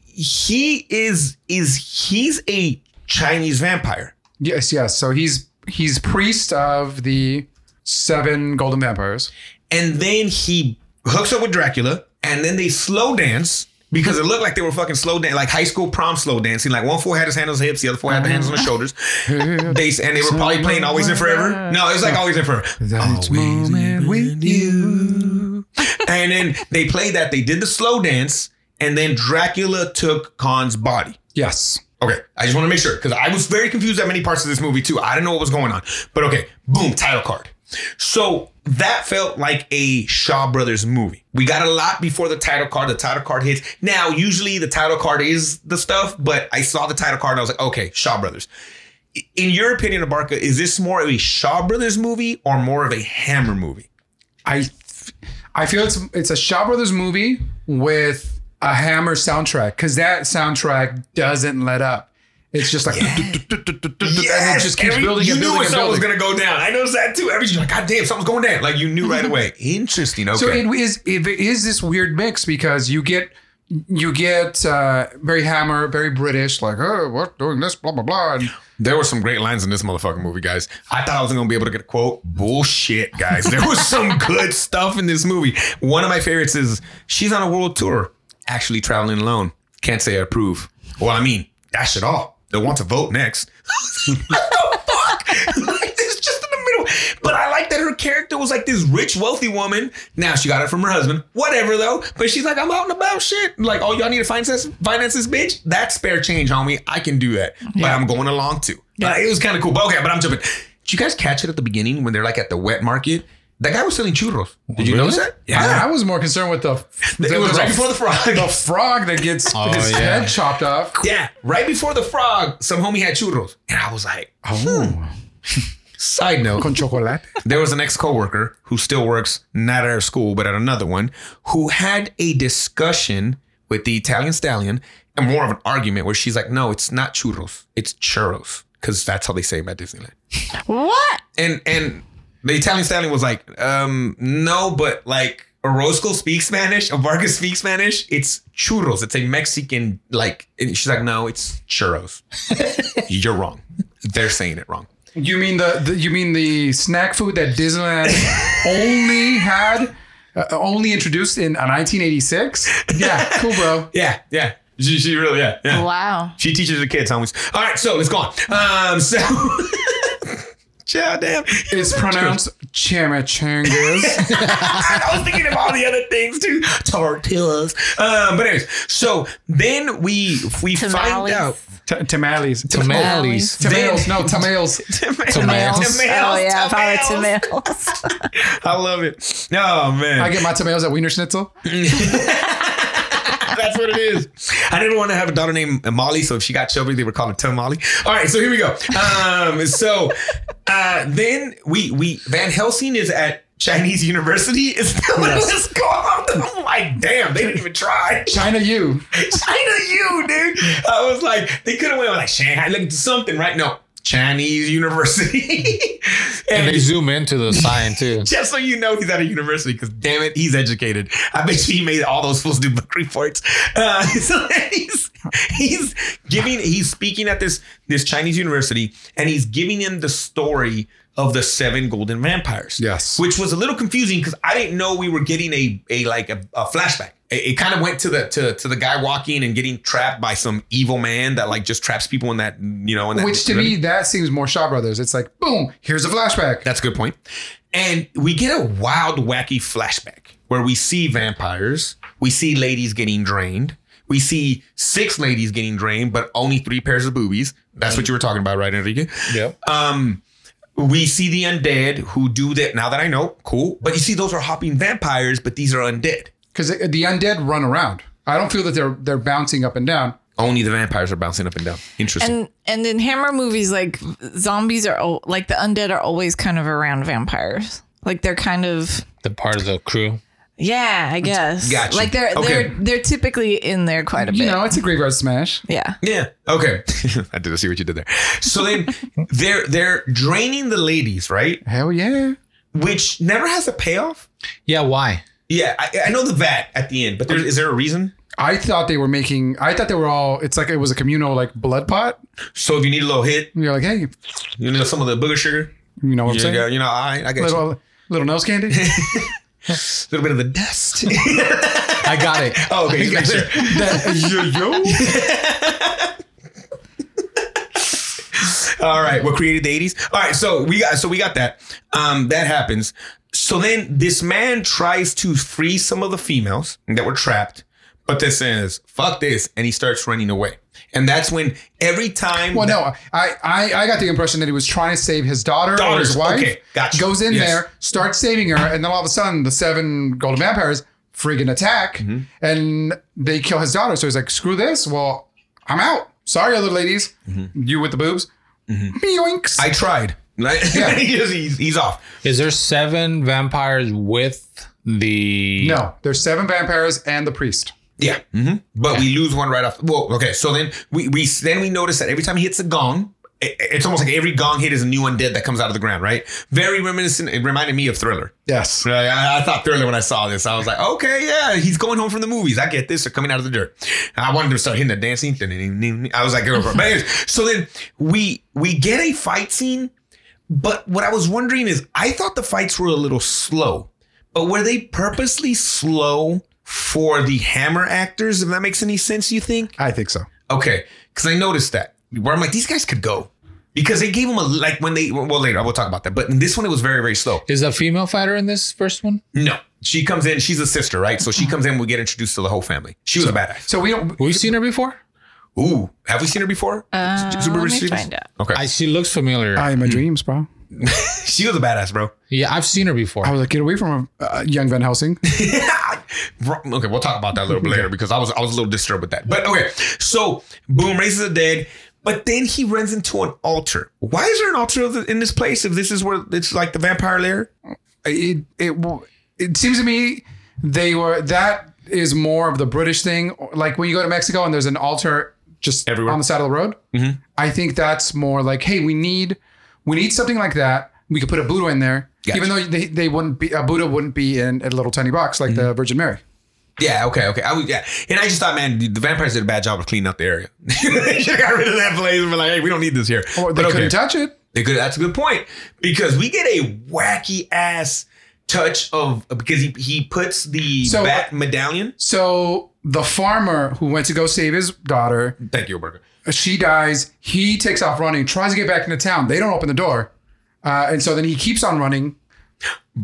Speaker 1: He is is he's a Chinese vampire.
Speaker 2: Yes, yes. So he's he's priest of the seven golden vampires.
Speaker 1: And then he hooks up with Dracula and then they slow dance because it looked like they were fucking slow dance like high school prom slow dancing. Like one four had his hand on his hips, the other four had the hands on his shoulders. They and they were probably playing Always and Forever. No, it was like Always and Forever.
Speaker 2: That's moment with you.
Speaker 1: And then they played that. They did the slow dance and then Dracula took Khan's body.
Speaker 2: Yes.
Speaker 1: Okay, I just want to make sure because I was very confused at many parts of this movie too. I didn't know what was going on, but okay, boom, title card. So that felt like a Shaw Brothers movie. We got a lot before the title card. The title card hits. Now, usually the title card is the stuff, but I saw the title card and I was like, okay, Shaw Brothers. I- In your opinion, Abarka, is this more of a Shaw Brothers movie or more of a Hammer movie?
Speaker 2: I I feel it's it's a Shaw Brothers movie with a Hammer soundtrack because that soundtrack doesn't let up. It's just like and it just keeps
Speaker 1: Every-
Speaker 2: building
Speaker 1: You
Speaker 2: and
Speaker 1: knew
Speaker 2: building
Speaker 1: when
Speaker 2: and
Speaker 1: something was
Speaker 2: building.
Speaker 1: gonna go down. I noticed that too. Every you're like, God damn, something's going down. Like you knew right away. Interesting. Okay.
Speaker 2: So it is it is this weird mix because you get you get uh, very Hammer, very British, like oh we're doing this blah blah blah, and
Speaker 1: There were some great lines in this motherfucking movie, guys. I thought I wasn't gonna be able to get a quote. Bullshit, guys. There was some good stuff in this movie. One of my favorites is she's on a world tour, actually traveling alone. Can't say I approve. Well, I mean, dash it off. They want to vote next. what the fuck? like, it's just in the middle. But I like that her character was like this rich, wealthy woman. Now she got it from her husband. Whatever though. But she's like, I'm out and about shit. Like, oh, y'all need to finance this, finance this bitch? That's spare change, homie. I can do that. But I'm going along too. Like, it was kind of cool. But okay, but I'm jumping. Did you guys catch it at the beginning when they're like at the wet market? That guy was selling churros. Did you
Speaker 3: Really?
Speaker 1: notice that?
Speaker 2: I, I was more concerned with the.
Speaker 1: It was right before the frog.
Speaker 2: the frog that gets
Speaker 3: Oh,
Speaker 2: his
Speaker 3: yeah.
Speaker 2: head chopped off.
Speaker 1: Yeah, right before the frog, some homie had churros, and I was like, hmm.
Speaker 2: Oh,
Speaker 1: side note,
Speaker 2: con chocolate.
Speaker 1: there was an ex coworker who still works not at our school but at another one who had a discussion with the Italian stallion and more of an argument where she's like, no, it's not churros, it's churros because that's how they say it at Disneyland.
Speaker 4: What?
Speaker 1: And and the Italian stallion was like, um, no, but like. Orozco speaks Spanish. Vargas speaks Spanish. It's churros. It's a Mexican like. And she's like, no, it's churros. You're wrong. They're saying it wrong.
Speaker 2: You mean the, the you mean the snack food that Disneyland only had uh, only introduced in 1986? Yeah, cool, bro.
Speaker 1: Yeah, yeah. She, she really, yeah, yeah.
Speaker 4: Wow.
Speaker 1: She teaches the kids, homies. All right, so let's go on. Um, so, child, damn.
Speaker 2: It's pronounced chimichangas.
Speaker 1: I was thinking of all the other things too, tortillas. Um, but anyways, so then we we find
Speaker 4: Tamales.
Speaker 1: out
Speaker 2: T- tamales.
Speaker 3: Tamales.
Speaker 2: Tamales. No,
Speaker 1: tomatoes,
Speaker 2: tamales.
Speaker 3: Tamales.
Speaker 1: tomatoes,
Speaker 4: oh yeah, if I
Speaker 1: tomatoes.
Speaker 4: were tomatoes.
Speaker 1: I love it. Oh man,
Speaker 2: I get my tomatoes at Wiener Schnitzel.
Speaker 1: That's what it is. I didn't want to have a daughter named Molly, so if she got chubby, they were calling Tom Molly. All right, so here we go. Um, so uh, then we we Van Helsing is at Chinese University. Is that what
Speaker 2: Yes.
Speaker 1: it's called? I'm like, damn, they didn't even try.
Speaker 2: China U.
Speaker 1: China U, dude. I was like, they could have went with like Shanghai, like something, right? No, Chinese University.
Speaker 3: And they zoom into the sign too.
Speaker 1: Just so you know, he's at a university because damn it, he's educated. I bet you he made all those fools do book reports. Uh, so he's he's giving he's speaking at this this Chinese university and he's giving him the story of the seven golden vampires.
Speaker 2: Yes.
Speaker 1: which was a little confusing because I didn't know we were getting a a like a, a flashback. It, it kind of went to the to, to the guy walking and getting trapped by some evil man that like just traps people in that you know in that
Speaker 2: Which to me, that seems more Shaw Brothers. It's like, boom, here's a flashback.
Speaker 1: that's a good point. And we get a wild, wacky flashback where we see vampires, we see ladies getting drained, we see six ladies getting drained, but only three pairs of boobies. That's what you were talking about, right, Enrique?
Speaker 3: Yep.
Speaker 1: Um, we see the undead who do that. Now that I know, cool. But you see, those are hopping vampires, but these are undead.
Speaker 2: Because the undead run around. I don't feel that they're they're bouncing up and down.
Speaker 1: Only the vampires are bouncing up and down. Interesting.
Speaker 4: and and in Hammer movies, like zombies are al- like the undead are always kind of around vampires. Like they're kind of
Speaker 3: The part of the crew.
Speaker 4: yeah, I guess.
Speaker 1: Gotcha.
Speaker 4: Like they're
Speaker 1: Okay.
Speaker 4: they're they're typically in there quite a bit.
Speaker 2: You know, it's a graveyard smash.
Speaker 4: yeah.
Speaker 1: Yeah. Okay. I did see what you did there. So then they're they're draining the ladies, right?
Speaker 2: Hell yeah.
Speaker 1: Which never has a payoff.
Speaker 3: Yeah, why?
Speaker 1: Yeah, I, I know the vat at the end, but there, is there a reason?
Speaker 2: I thought they were making. I thought they were all. It's like it was a communal like blood pot.
Speaker 1: So if you need a little hit,
Speaker 2: You're like, hey, you
Speaker 1: you know some of the booger sugar.
Speaker 2: know what I'm
Speaker 1: You,
Speaker 2: saying?
Speaker 1: go, you know, I, I got you. a
Speaker 2: little, little nose candy.
Speaker 1: little bit of the dust.
Speaker 3: I got it.
Speaker 1: oh, okay, just make sure. All right, what created the eighties? All right, so we got so we got that. Um, that happens. So then this man tries to free some of the females that were trapped, but this is fuck this, and he starts running away. And that's when every time
Speaker 2: Well, no, I, I, I got the impression that he was trying to save his daughter or
Speaker 1: Daughters,
Speaker 2: his wife.
Speaker 1: okay, gotcha.
Speaker 2: Goes in
Speaker 1: Yes.
Speaker 2: there, starts saving her, and then all of a sudden, the seven golden vampires friggin' attack, and they kill his daughter. So he's like, "Screw this! Well, I'm out. Sorry, other ladies, you with the boobs." Mm-hmm. Yoinks.
Speaker 1: I tried. Right?
Speaker 2: Yeah.
Speaker 1: he's, he's off.
Speaker 3: Is there seven vampires with the
Speaker 2: no, there's seven vampires and the priest.
Speaker 1: Yeah, hmm but we lose one right off. Well, okay. So then we we then we notice that every time he hits a gong, i- it's almost like every gong hit is a new undead that comes out of the ground. Right? Very reminiscent. It reminded me of Thriller.
Speaker 2: Yes.
Speaker 1: Right? I, I thought Thriller when I saw this. I was like, okay, yeah, he's going home from the movies. I get this. They're coming out of the dirt. I wanted him to start hitting the dancing. I was like, "Girl, bro." But anyways, so then we we get a fight scene. But what I was wondering is, I thought the fights were a little slow, but were they purposely slow for the hammer actors? If that makes any sense, you think?
Speaker 2: I think so.
Speaker 1: Okay, because I noticed that where I'm like, these guys could go because they gave him a like when they well later I will talk about that, but in this one it was very very slow.
Speaker 3: Is a female fighter in this first one?
Speaker 1: No, she comes in, she's a sister, right? So she comes in, we get introduced to the whole family. She was a badass.
Speaker 2: So we don't.
Speaker 3: We've seen her before.
Speaker 1: Ooh, have we seen her before?
Speaker 4: Uh,
Speaker 1: Super
Speaker 4: let me
Speaker 1: Receivers?
Speaker 4: find out.
Speaker 1: Okay,
Speaker 3: I she looks familiar.
Speaker 2: I am my dreams, bro.
Speaker 1: she was a badass, bro.
Speaker 3: yeah, I've seen her before.
Speaker 2: I was like, get away from a uh, young Van Helsing.
Speaker 1: Bro- okay, we'll talk about that a little bit later because I was I was a little disturbed with that. But okay, so boom raises the dead, but then he runs into an altar. Why is there an altar in this place if this is where it's like the vampire lair?
Speaker 2: it it it seems to me they were that is more of the British thing. Like when you go to Mexico and there's an altar just
Speaker 1: Everywhere. Mm-hmm.
Speaker 2: on the side of the road. I think that's more like, hey, we need we need something like that. We could put a Buddha in there,
Speaker 1: Gotcha.
Speaker 2: even though they, they wouldn't be a Buddha wouldn't be in a little tiny box
Speaker 1: Mm-hmm.
Speaker 2: like the Virgin Mary.
Speaker 1: Yeah, okay, okay. I would, yeah, and I just thought, man, the, the vampires did a bad job of cleaning up the area. Should have got rid of that place and be like, hey, we don't need this here.
Speaker 2: Or they
Speaker 1: But okay.
Speaker 2: couldn't touch it.
Speaker 1: They could. That's a good point because we get a wacky ass touch of because he he puts the
Speaker 2: So- uh,
Speaker 1: bat medallion.
Speaker 2: So the farmer who went to go save his daughter,
Speaker 1: Thank you, Burger.
Speaker 2: she dies. He takes off running, tries to get back into town. They don't open the door, uh, and so then he keeps on running.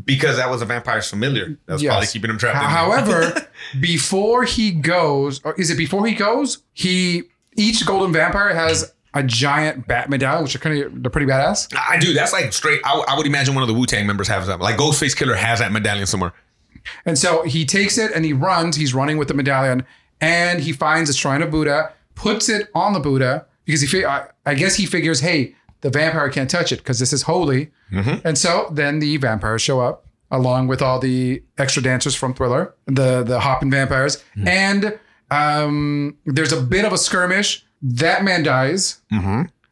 Speaker 1: Because that was a vampire's familiar. That was
Speaker 2: Yes.
Speaker 1: probably keeping him trapped.
Speaker 2: Ho-
Speaker 1: in there.
Speaker 2: However, before he goes, or is it before he goes? He each golden vampire has a giant bat medallion, which are kind of they're pretty badass.
Speaker 1: I do. That's like straight. I, I would imagine one of the Wu Tang members has that. Like Ghostface Killer has that medallion somewhere.
Speaker 2: And so he takes it and he runs. He's running with the medallion, and he finds a shrine of Buddha, puts it on the Buddha because he. Fi- I, I guess he figures, hey, the vampire can't touch it because this is holy. And so then the vampires show up along with all the extra dancers from Thriller, the the hopping vampires, and um, there's a bit of a skirmish. That man dies,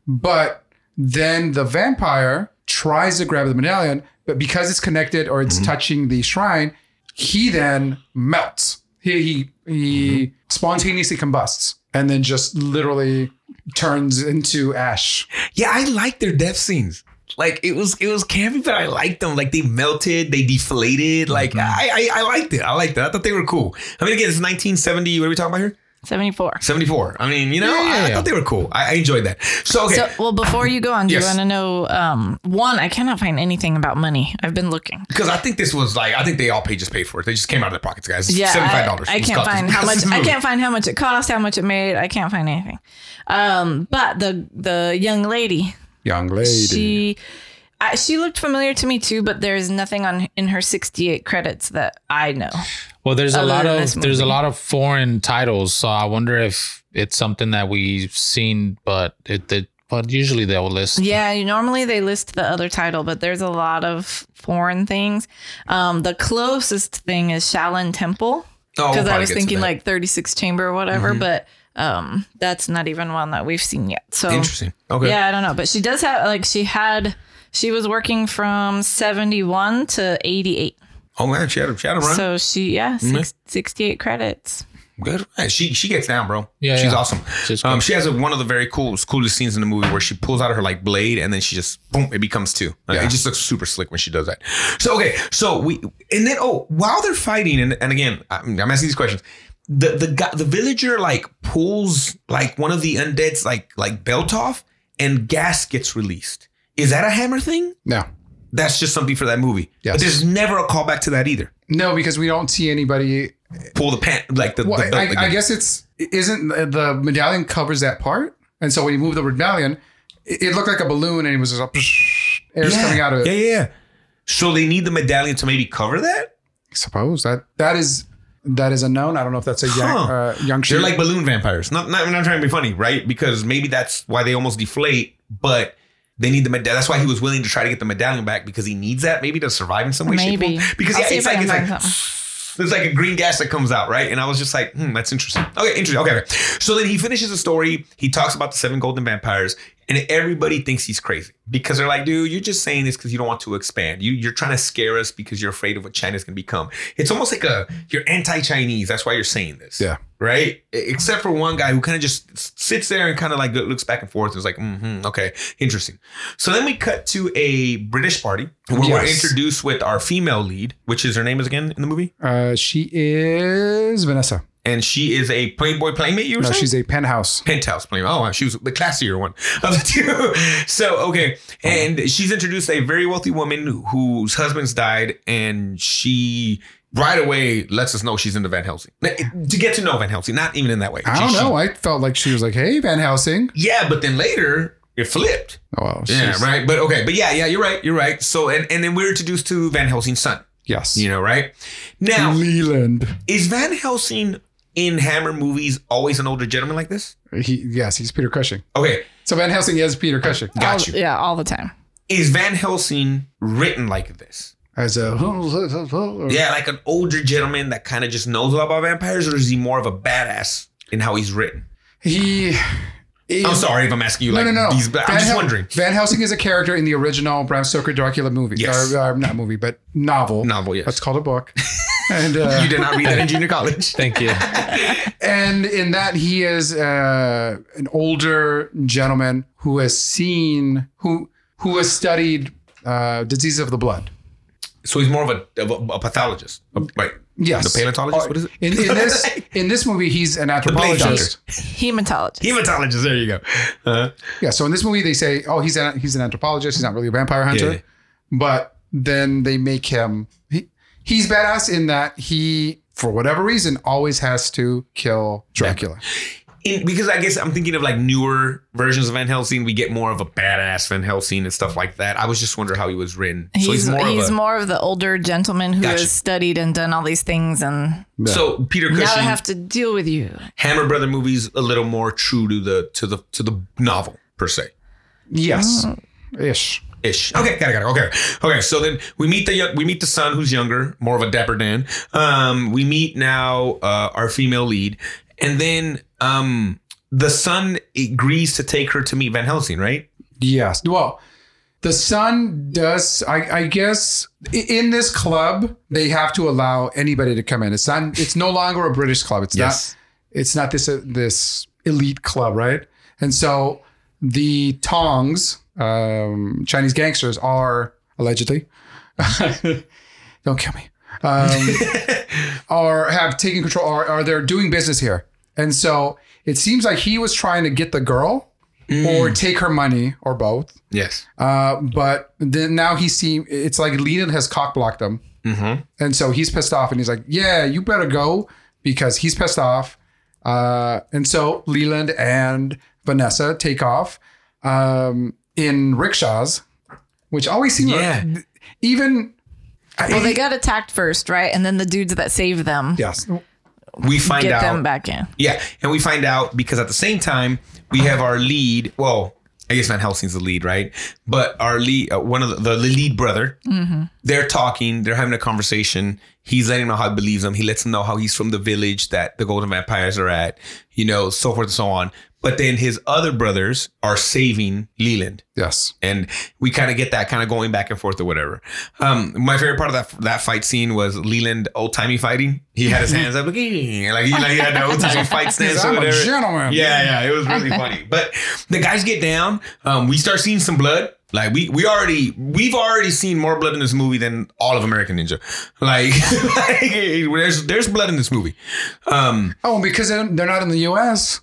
Speaker 2: but then the vampire tries to grab the medallion, but because it's connected or it's touching the shrine, he then melts. He he he
Speaker 1: Mm-hmm.
Speaker 2: spontaneously combusts and then just literally turns into ash.
Speaker 1: Yeah, I like their death scenes. Like it was, it was campy, but I liked them. Like they melted, they deflated.
Speaker 2: Mm-hmm.
Speaker 1: Like I, I, I liked it. I liked that. I thought they were cool. I mean, again, it's 1970. What are we talking about here?
Speaker 4: 74.
Speaker 1: 74. I mean, you know,
Speaker 3: Yeah, yeah,
Speaker 1: I, I
Speaker 3: yeah.
Speaker 1: thought they were cool. I, I enjoyed that. So okay,
Speaker 4: So, well, before you go on, do
Speaker 1: Yes.
Speaker 4: you want to know? Um, one, I cannot find anything about money. I've been looking.
Speaker 1: because I think this was like I think they all paid just paid for it. They just came out of their pockets, guys. It's
Speaker 4: Yeah, I-
Speaker 1: seventy five dollars. Oh,
Speaker 4: I, can't find how much. I can't find how much it cost, how much it made. I can't find anything. Um, but the the young lady,
Speaker 2: Young lady.
Speaker 4: she, I, she looked familiar to me too. But there's nothing on in her 68 credits that I know.
Speaker 3: Well, there's a
Speaker 4: Other
Speaker 3: lot
Speaker 4: than
Speaker 3: of
Speaker 4: this
Speaker 3: there's a
Speaker 4: movie.
Speaker 3: lot of foreign titles, so I wonder if it's something that we've seen, but it, it but usually they'll list.
Speaker 4: Yeah, you- normally they list the other title, but there's a lot of foreign things. Um, the closest thing is Shaolin Temple.
Speaker 1: Oh,
Speaker 4: because I was thinking like 36 chamber or whatever,
Speaker 1: Mm-hmm.
Speaker 4: but um, that's not even one that we've seen yet. So
Speaker 1: interesting. Okay.
Speaker 4: oh. yeah, I don't know, but she does have like she had she was working from 71 to 88,
Speaker 1: Oh man, she had a, she had a run.
Speaker 4: so she yeah
Speaker 1: Mm-hmm.
Speaker 4: 6 68 credits.
Speaker 1: Good. Yeah, She she gets down, bro.
Speaker 3: Yeah,
Speaker 1: she's
Speaker 3: yeah.
Speaker 1: awesome.
Speaker 3: She's
Speaker 1: um,
Speaker 3: cool.
Speaker 1: she has a, one of the very cool coolest scenes in the movie where she pulls out her like blade and then she just boom, it becomes two. Like, It just looks super slick when she does that. So okay, so we and then oh while they're fighting and and again I'm, I'm asking these questions. The the guy, the villager like pulls like one of the undead's like like belt off and gas gets released. Is that a hammer thing?
Speaker 2: No.
Speaker 1: That's just something for that movie.
Speaker 2: Yes.
Speaker 1: But there's never a callback to that either.
Speaker 2: No, because we don't see anybody.
Speaker 1: Pull the pant like the,
Speaker 2: Well,
Speaker 1: the belt.
Speaker 2: I, I
Speaker 1: again.
Speaker 2: guess it's isn't the- the medallion covers that part, and so when you move the medallion, it, it looked like a balloon, and it was just a air's coming out of it.
Speaker 1: Yeah, yeah, yeah. So they need the medallion to maybe cover that?
Speaker 2: I suppose that that is that is unknown. I don't know if that's a young
Speaker 1: Huh.
Speaker 2: uh, young.
Speaker 1: They're
Speaker 2: sheep.
Speaker 1: like balloon vampires. Not, not, I'm not trying to be funny, right? Because maybe that's why they almost deflate, but they need the medallion. That's why he was willing to try to get the medallion back because he needs that maybe to survive in some way, shape,
Speaker 4: Maybe.
Speaker 1: or Because
Speaker 4: I'll
Speaker 1: yeah,
Speaker 4: see
Speaker 1: it's
Speaker 4: if I
Speaker 1: like, it's
Speaker 4: can
Speaker 1: like,
Speaker 4: find
Speaker 1: there's like a green gas that comes out, right? And I was just like, hmm, that's interesting. Okay, interesting. Okay, okay. So then he finishes the story. He talks about the seven golden vampires, and everybody thinks he's crazy because they're like, dude, you're just saying this because you don't want to expand. You, you're trying to scare us because you're afraid of what China's going to become. It's almost like a you're anti-Chinese. That's why you're saying this.
Speaker 2: Yeah.
Speaker 1: Right. E- Except for one guy who kind of just sits there and kind of like looks back and forth. and is like, mm-hmm, okay, interesting. So then we cut to a British party where we're
Speaker 2: Yes.
Speaker 1: introduced with our female lead, which is her name is again in the movie.
Speaker 2: uh, she is Vanessa.
Speaker 1: and she is a Playboy playmate. You were
Speaker 2: No,
Speaker 1: saying?
Speaker 2: she's a penthouse.
Speaker 1: penthouse playmate. Oh, wow, she was the classier one of the two. So okay,
Speaker 2: Oh.
Speaker 1: and she's introduced a very wealthy woman whose husband's died, and she. Right away, lets us know she's into Van Helsing. To get to know Van Helsing, not even in that way.
Speaker 2: I
Speaker 1: She-
Speaker 2: don't
Speaker 1: she-
Speaker 2: know. I felt like she was like, "Hey, Van Helsing."
Speaker 1: yeah, but then later it flipped.
Speaker 2: Oh, well,
Speaker 1: Yeah,
Speaker 2: she's-
Speaker 1: right. But okay, but yeah, yeah, you're right. You're right. So and and then we're introduced to Van Helsing's son.
Speaker 2: Yes.
Speaker 1: You know, right? Now,
Speaker 2: Mm-hmm. Leland.
Speaker 1: is Van Helsing in Hammer movies always an older gentleman like this?
Speaker 2: He yes, he's Peter Cushing.
Speaker 1: Okay,
Speaker 2: So Van Helsing is Peter Cushing
Speaker 1: got
Speaker 4: All-
Speaker 1: you.
Speaker 4: Yeah, all the time.
Speaker 1: Is Van Helsing written like this?
Speaker 2: as a
Speaker 1: Yeah, like an older gentleman that kind of just knows a lot about vampires, or is he more of a badass in how he's written?
Speaker 2: He.
Speaker 1: I'm sorry if I'm asking you
Speaker 2: No,
Speaker 1: like
Speaker 2: no, no.
Speaker 1: these, but I'm
Speaker 2: Van
Speaker 1: just
Speaker 2: Hel-
Speaker 1: wondering.
Speaker 2: Van Helsing is a character in the original Bram Stoker Dracula movie.
Speaker 1: Yes.
Speaker 2: Or, uh, not movie, but novel.
Speaker 1: Novel, yes.
Speaker 2: That's called a book. and uh,
Speaker 1: You did not read that in junior college.
Speaker 3: Thank you.
Speaker 2: and in that he is uh, an older gentleman who has seen who who has studied uh, disease of the blood.
Speaker 1: So he's more of a, of a, a pathologist, a, right?
Speaker 2: Yes,
Speaker 1: The paleontologist? What is it?
Speaker 2: In, in this in this movie, he's an anthropologist.
Speaker 4: Hematologist.
Speaker 1: Hematologist. There you go. Uh,
Speaker 2: Yeah. So in this movie, they say, "Oh, he's an he's an anthropologist. He's not really a vampire hunter."
Speaker 1: Yeah.
Speaker 2: But then they make him he, he's badass in that he, for whatever reason, always has to kill Dracula.
Speaker 1: in, because I guess I'm thinking of like newer versions of Van Helsing. We get more of a badass Van Helsing and stuff like that. I was just wondering how he was written.
Speaker 4: He's,
Speaker 1: so he's more of a.
Speaker 4: the older gentleman who
Speaker 1: Gotcha.
Speaker 4: has studied and done all these things, and
Speaker 1: so Peter Cushing,
Speaker 4: now I have to deal with you.
Speaker 1: Hammer Brother movies, a little more true to the to the to the novel per se.
Speaker 2: Yes, ish.
Speaker 1: Ish. Okay, got it, got it. Okay, okay. So then we meet the young- we meet the son who's younger, more of a dapper Dan. Um, we meet now uh, our female lead, and then um, the son agrees to take her to meet Van Helsing, right?
Speaker 2: Yes. Well, the son does. I, I guess i- in this club they have to allow anybody to come in. It's not. It's no longer a British club. It's
Speaker 1: Yes.
Speaker 2: not. It's not this uh, this elite club, right? And so the Tongs, um, Chinese gangsters, are allegedly. don't kill me. Um, are have taken control. Are are they're doing business here? And so it seems like he was trying to get the girl. Or
Speaker 1: Mm.
Speaker 2: take her money, or both.
Speaker 1: Yes.
Speaker 2: Uh, but then now he seem it's like Leland has cock blocked him,
Speaker 1: Mhm.
Speaker 2: and so he's pissed off, and he's like, "Yeah, you better go," because he's pissed off. Uh, and so Leland and Vanessa take off um, in rickshaws, which always seem
Speaker 1: Yeah.
Speaker 2: even
Speaker 4: Well, they got attacked first, right? And then the dudes that saved them
Speaker 2: yes,
Speaker 1: We find
Speaker 4: get
Speaker 1: out
Speaker 4: them back in.
Speaker 1: Yeah, and we find out because at the same time we have our lead. Well, I guess Van Helsing's the lead, right? But our lead, uh, one of the, the lead brother, they're talking, they're having a conversation. He's letting him know how he believes him. He lets him know how he's from the village that the Golden Vampires are at, you know, so forth and so on. But then his other brothers are saving Leland
Speaker 2: yes,
Speaker 1: and we kind of get that kind of going back and forth or whatever. Um, my favorite part of that that fight scene was Leland old timey fighting. He had his hands up like, "Eh," like he like he had the old timey fight stance or
Speaker 2: I'm a
Speaker 1: whatever.
Speaker 2: gentleman.
Speaker 1: Yeah, yeah, it was really funny. But the guys get down. Um, we start seeing some blood. Like we we already we've already seen more blood in this movie than all of American Ninja. Like, like there's there's blood in this movie. Um,
Speaker 2: Oh, and because they're they're not in the U.S.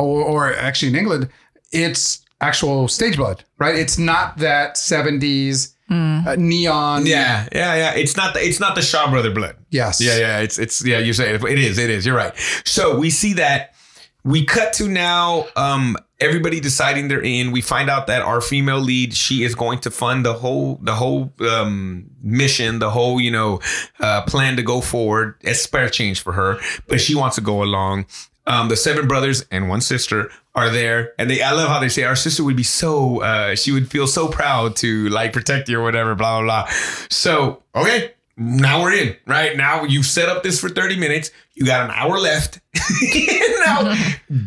Speaker 2: or, or actually in England, it's actual stage blood, right? It's not that '70s uh, neon.
Speaker 1: yeah, yeah, yeah. It's not the, it's not the Shaw brother blood.
Speaker 2: Yes.
Speaker 1: Yeah, yeah, it's it's yeah. You're saying it. it is, it is. You're right. So we see that. We cut to now. Um, everybody deciding they're in. We find out that our female lead, she is going to fund the whole the whole um mission, the whole you know uh, plan to go forward. It's spare change for her, but she wants to go along. Um, the seven brothers and one sister are there, and they. I love how they say our sister would be so. Uh, she would feel so proud to like protect you or whatever. Blah blah blah. So okay, now we're in, right? Now you've set up this for 30 minutes. You got an hour left. now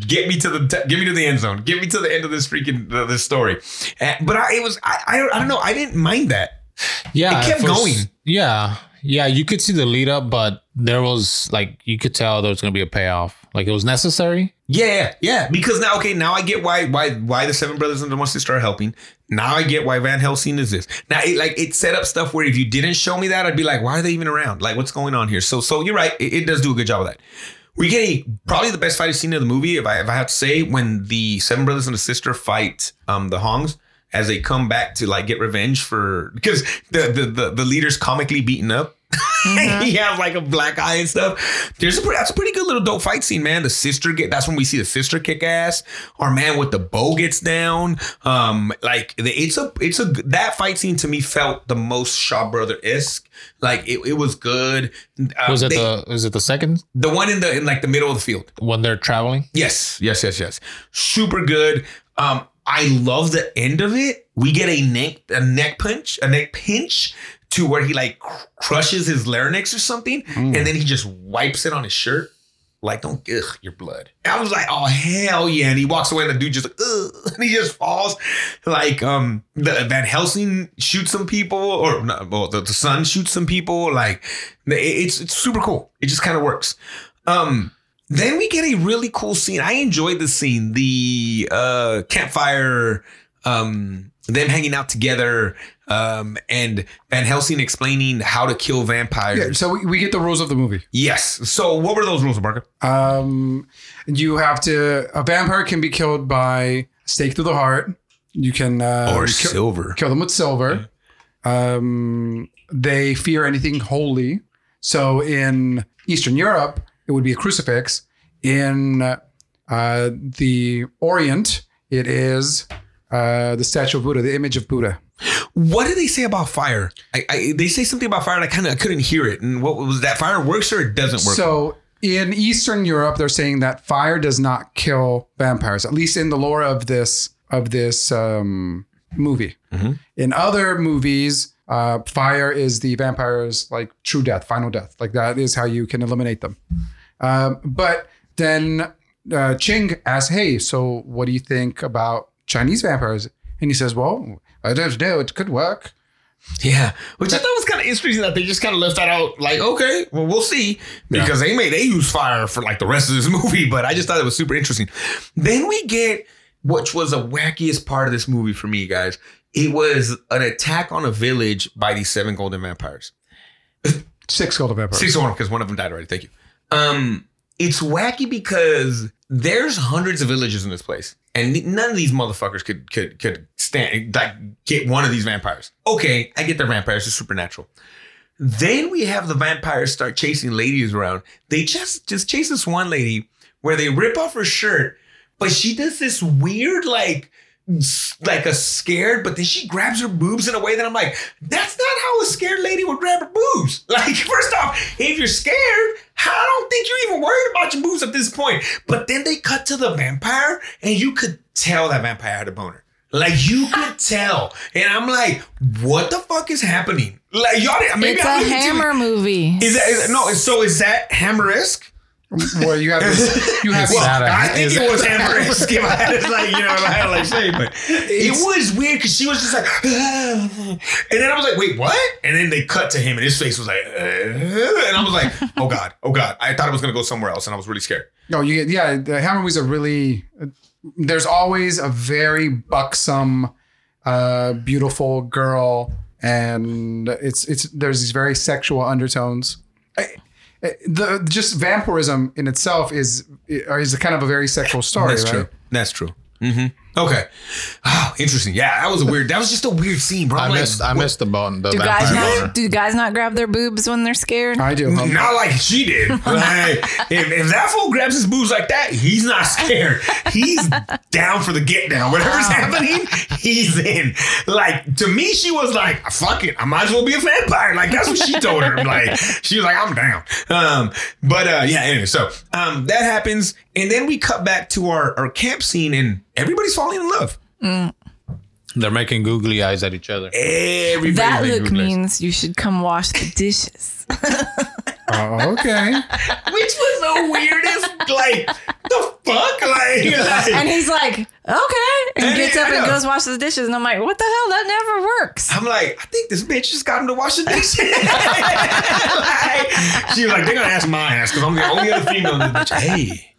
Speaker 1: get me to the get me to the end zone. Get me to the end of this freaking uh, this story. Uh, but I, it was I, I I don't know. I didn't mind that.
Speaker 3: Yeah,
Speaker 1: It kept
Speaker 3: at
Speaker 1: going.
Speaker 3: Yeah, yeah, you could see the lead up, but there was like you could tell there was gonna be a payoff. Like it was necessary.
Speaker 1: Yeah, yeah. Because now, okay, now I get why why why the seven brothers and the one sister are helping. Now I get why Van Helsing is this. Now, it, like it set up stuff where if you didn't show me that, I'd be like, why are they even around? Like, what's going on here? So, so you're right. It, it does do a good job of that. We get a probably the best fight scene of the movie, if I if I have to say, when the seven brothers and a sister fight um the Hongs as they come back to like get revenge for because the the the, the leader's comically beaten up. he has like a black eye and stuff. There's a pretty, that's a pretty good little dope fight scene, man. The sister get that's when we see the sister kick ass. Our man with the bow gets down. Um, like the, it's a it's a that fight scene to me felt the most Shaw brother esque. Like it, it was good. Uh,
Speaker 3: Was it
Speaker 1: they-
Speaker 3: the was it the second
Speaker 1: the one in the in like the middle of the field?
Speaker 3: when they're traveling?
Speaker 1: Yes, yes, yes, yes. Super good. Um, I love the end of it. We get a neck a neck punch, a neck pinch to where he like cr- crushes his larynx or something, and then he just wipes it on his shirt. Like, don't ugh, your blood. I was like, oh hell yeah. And he walks away and the dude just like, ugh, and he just falls. Like um the Van Helsing shoots some people, or not well, the, the son shoots some people. Like it- it's it's super cool. It just kind of works. Um then we get a really cool scene. I enjoyed this scene. The uh campfire, um, them hanging out together, um, and Van Helsing explaining how to kill
Speaker 2: Yeah,
Speaker 1: vampires.
Speaker 2: so we, we get the rules of the movie.
Speaker 1: Yes. So what were those rules, Barker?
Speaker 2: Um, you have to. A vampire can be killed by stake through the heart. You can uh,
Speaker 1: or
Speaker 2: kill,
Speaker 1: silver.
Speaker 2: kill them with silver. Um, they fear anything holy. So in Eastern Europe, it would be a crucifix. In uh, uh, the Orient, it is uh, the statue of Buddha, the image of Buddha.
Speaker 1: What did they say about fire? I, I they say something about fire and I kinda I couldn't hear it. And what was that fire works or it doesn't work?
Speaker 2: So in Eastern Europe, they're saying that fire does not kill vampires, at least in the lore of this of this um, movie. In other movies, uh, fire is the vampire's like true death, final death. Like that is how you can eliminate them. Um, but then uh, Ching asks, "Hey, so what do you think about Chinese vampires?" And he says, "Well, I don't know. It could work."
Speaker 1: yeah. Which I thought was kinda interesting that they just kinda left that out like, okay, well we'll see. Because they may they use fire for like the rest of this movie, but I just thought it was super interesting. Then we get which was the wackiest part of this movie for me, guys. It was an attack on a village by these seven golden vampires.
Speaker 2: Six golden vampires.
Speaker 1: Six one because one of them died already. Thank you. Um, it's wacky because there's hundreds of villages in this place, and none of these motherfuckers could could could stand like get one of these vampires. Okay, I get they're vampires; it's supernatural. Then we have the vampires start chasing ladies around. They just just chase this one lady where they rip off her shirt, but she does this weird like s- like a scared, but then she grabs her boobs in a way that I'm like, that's not how a scared lady would grab her boobs. Like, first off, if you're scared, I don't think you're even worried about your boobs at this point. But then they cut to the vampire, and you could tell that vampire had a boner. Like you could tell, and I'm like, what the fuck is happening? Like y'all, didn't- maybe
Speaker 4: it's a
Speaker 1: I'm looking too-
Speaker 4: hammer movie.
Speaker 1: Is that is, no? So is that hammer-esque?
Speaker 2: Well, you have this, you have
Speaker 3: It's
Speaker 1: Well,
Speaker 3: not a-
Speaker 1: I think
Speaker 3: is
Speaker 1: it
Speaker 3: it-
Speaker 1: was hammer-esque. If I had to, like, you know, if I had to, like say, but it was weird because she was just like, and then I was like, wait, what? And then they cut to him, and his face was like, uh, and I was like, oh god, oh god. I thought it was gonna go somewhere else, and I was really scared.
Speaker 2: No, Oh, you get yeah. The Hammer movies are really. There's always a very buxom, uh, beautiful girl, and it's it's there's these very sexual undertones. I- I- The just vampirism in itself is is a kind of a very sexual story,
Speaker 1: That's
Speaker 2: right?
Speaker 1: true. That's true. Mm-hmm. Okay. Oh, interesting. Yeah, that was a weird. That was just a weird scene, bro.
Speaker 3: I
Speaker 1: I'm like,
Speaker 3: missed I
Speaker 1: what-
Speaker 3: missed the bone the
Speaker 4: do guys
Speaker 3: vampire
Speaker 4: not
Speaker 3: boner.
Speaker 4: do guys not grab their boobs when they're scared?
Speaker 2: I do. Um,
Speaker 1: Not like she did. Like, if, if that fool grabs his boobs like that, he's not scared. He's down for the get down. Whatever's happening, he's in. Like to me, she was like, "Fuck it, I might as well be a vampire." Like that's what she told her. Like she was like, "I'm down." Um, but uh, yeah, anyway, so um, that happens, and then we cut back to our our camp scene, and everybody's falling in love.
Speaker 3: They're making googly eyes at each other.
Speaker 1: Everybody's
Speaker 4: that
Speaker 1: making
Speaker 4: look
Speaker 1: good plays.
Speaker 4: means you should come wash the dishes.
Speaker 2: oh, okay.
Speaker 1: which was the weirdest. like the fuck, like, like
Speaker 4: and he's like, okay. And
Speaker 1: Hey,
Speaker 4: gets up
Speaker 1: I
Speaker 4: and
Speaker 1: know.
Speaker 4: goes wash the dishes. And I'm like, what the hell? That never works.
Speaker 1: I'm like, I think this bitch just got him to wash the dishes. like, she was like, they're gonna ask my ass because I'm the only other female in this bitch. Hey,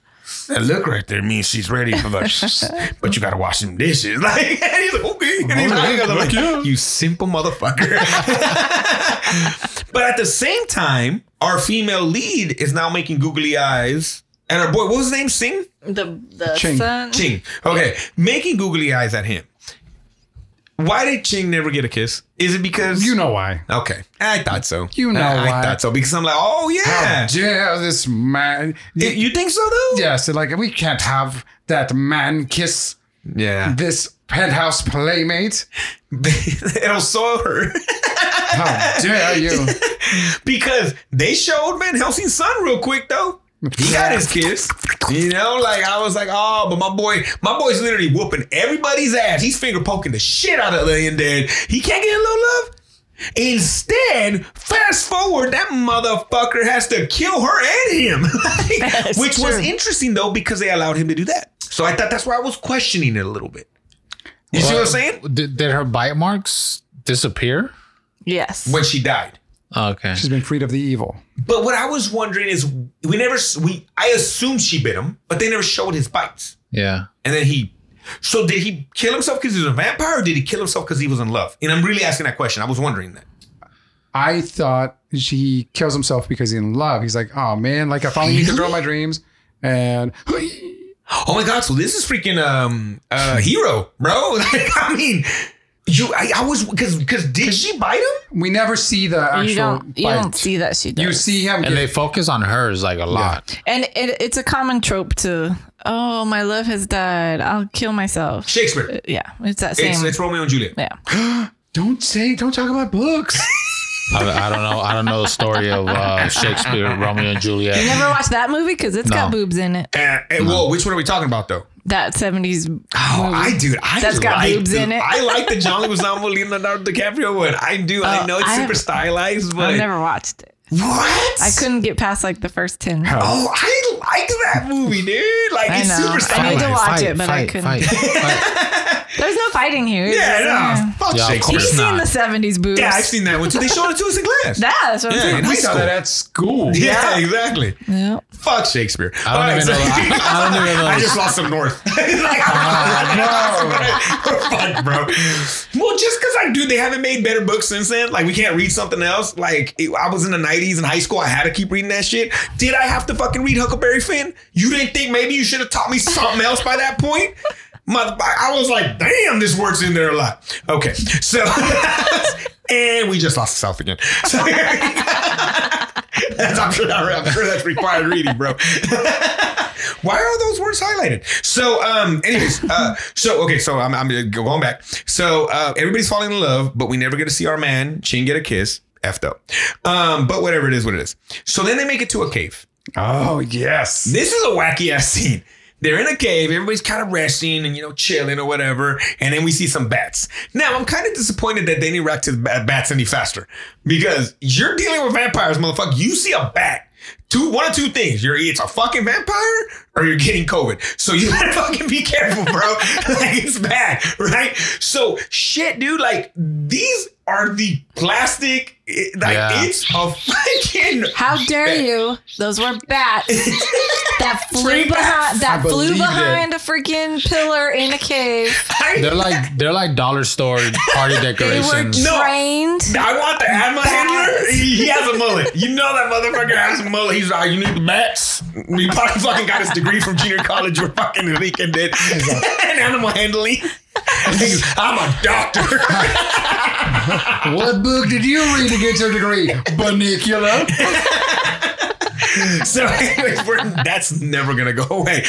Speaker 1: that look right there means she's ready for the. but you gotta wash some dishes. Like, and he's like, okay. And he's like, I'm like, you simple motherfucker. but at the same time, our female lead is now making googly eyes and our boy, what was his name? Singh?
Speaker 4: The the
Speaker 2: Ching.
Speaker 4: son.
Speaker 1: Ching. Okay. Making googly eyes at him. Why did Ching never get a kiss? Is it because
Speaker 2: You know why?
Speaker 1: Okay. I thought so.
Speaker 2: You know
Speaker 1: I, I
Speaker 2: why.
Speaker 1: thought so. Because I'm like, oh yeah.
Speaker 2: Yeah, this man.
Speaker 1: Y- you think so though?
Speaker 2: Yes, like we can't have that man kiss
Speaker 1: Yeah.
Speaker 2: this penthouse playmate.
Speaker 1: It'll soil her.
Speaker 2: How dare you?
Speaker 1: because they showed Van Helsing's son real quick though. He got his kiss. You know, like I was like, oh, but my boy, my boy's literally whooping everybody's ass. He's finger poking the shit out of the undead. He can't get a little love. Instead, fast forward, that motherfucker has to kill her and him. Like, which was
Speaker 4: true.
Speaker 1: interesting though, because they allowed him to do that. So I thought that's why I was questioning it a little bit. You see what I'm saying?
Speaker 3: Did, did her bite marks disappear?
Speaker 4: Yes.
Speaker 1: When she died.
Speaker 3: Okay.
Speaker 2: She's been freed of the evil.
Speaker 1: But what I was wondering is, we never we I assume she bit him, but they never showed his bites.
Speaker 3: Yeah.
Speaker 1: And then he, so did he kill himself because he was a vampire, or did he kill himself because he was in love? And I'm really asking that question. I was wondering that.
Speaker 2: I thought he kills himself because he's in love. He's like, oh man, like I finally meet the girl of my dreams, and
Speaker 1: Oh my god! So this is freaking um uh hero, bro. Like I mean, you I, I was because because did she bite him?
Speaker 2: we never see the actual.
Speaker 4: you don't you
Speaker 2: bite.
Speaker 4: don't see that she does.
Speaker 2: You see him.
Speaker 3: And
Speaker 2: get-
Speaker 3: they focus on hers like a lot.
Speaker 4: and it, it's a common trope to oh my love has died I'll kill myself.
Speaker 1: Shakespeare.
Speaker 4: Yeah, it's that same.
Speaker 1: It's, it's Romeo and Juliet.
Speaker 4: yeah.
Speaker 2: don't say. Don't talk about books.
Speaker 3: I, I don't know. I don't know the story of uh, Shakespeare, Romeo and Juliet.
Speaker 4: You never watched that movie because it's got
Speaker 3: No.
Speaker 4: boobs in it.
Speaker 1: Uh, and, Whoa, which one are we talking about though?
Speaker 4: That seventies.
Speaker 1: Oh, I dude, I
Speaker 4: That's got
Speaker 1: like
Speaker 4: boobs
Speaker 1: the-
Speaker 4: in it.
Speaker 1: I like the John Leguizamo, Leonardo DiCaprio one. I do. I
Speaker 4: Oh,
Speaker 1: know it's
Speaker 4: I
Speaker 1: super
Speaker 4: haven't-
Speaker 1: stylized, but
Speaker 4: I've never watched it.
Speaker 1: what?
Speaker 4: I couldn't get past like the first ten.
Speaker 1: Oh, I like that movie, dude. Like
Speaker 4: I
Speaker 1: it's
Speaker 4: know.
Speaker 1: super
Speaker 4: I need
Speaker 1: stylized.
Speaker 4: to watch it, but I couldn't. There's no fighting here. It's just,
Speaker 1: Yeah, no.
Speaker 4: uh,
Speaker 1: Fuck
Speaker 3: Yeah, of
Speaker 1: Shakespeare.
Speaker 4: You've
Speaker 3: course. It's
Speaker 4: seen
Speaker 3: not.
Speaker 4: the seventies boobs.
Speaker 1: Yeah, I've seen that one too. They showed it to us in class.
Speaker 4: that. That's what I'm
Speaker 1: Yeah,
Speaker 4: saying.
Speaker 1: in high
Speaker 2: we saw
Speaker 1: school.
Speaker 2: that at school.
Speaker 1: Yeah, exactly.
Speaker 4: Yeah.
Speaker 1: Fuck Shakespeare.
Speaker 3: I don't even know. I, I don't even know.
Speaker 1: I just lost some north.
Speaker 3: Ah,
Speaker 1: Fuck, bro. Well, just because I do, they haven't made better books since then. Like, we can't read something else. Like, it- I was in the 90s in high school. I had to keep reading that shit. Did I have to fucking read Huckleberry Finn? You didn't think maybe you should have taught me something else by that point? Mother, I I was like, damn, this works in there a lot. Okay. So, and we just lost the South again. So, that's, I'm, sure, I'm sure that's required reading, bro. Why are those words highlighted? So, um, anyways, uh, so okay, so I'm, I'm going back. So uh, everybody's falling in love, but we never get to see our man Chin get a kiss. Effed up. Um, but whatever it is, what it is. So then they make it to a cave.
Speaker 2: Oh yes.
Speaker 1: This is a wacky ass scene. They're in a cave. Everybody's kind of resting and you know chilling or whatever. And then we see some bats. Now I'm kind of disappointed that they didn't react to the ba- bats any faster because you're dealing with vampires, motherfucker. You see a bat. Two, one of two things. You're it's a fucking vampire or you're getting COVID. So you better fucking be careful, bro. like it's bad, right? So shit, dude. Like these are the plastic. it- like
Speaker 3: Yeah.
Speaker 1: it's a fucking.
Speaker 4: How dare you? Those were bats that flew
Speaker 1: Free
Speaker 4: behind that flew
Speaker 2: believe it.
Speaker 4: behind a freaking pillar in a cave.
Speaker 1: I-
Speaker 3: They're like they're like dollar store party
Speaker 4: They were
Speaker 3: decorations.
Speaker 1: No.
Speaker 4: trained.
Speaker 1: I want the animal handler. He, he has a mullet. You know that motherfucker has a mullet. He's like, you need the bats. He probably fucking got his degree from junior college or fucking elite and did and animal handling. He's, I'm a doctor.
Speaker 2: What book did you read to get your degree? Bunnicula.
Speaker 1: so anyways, we're, that's never gonna go away.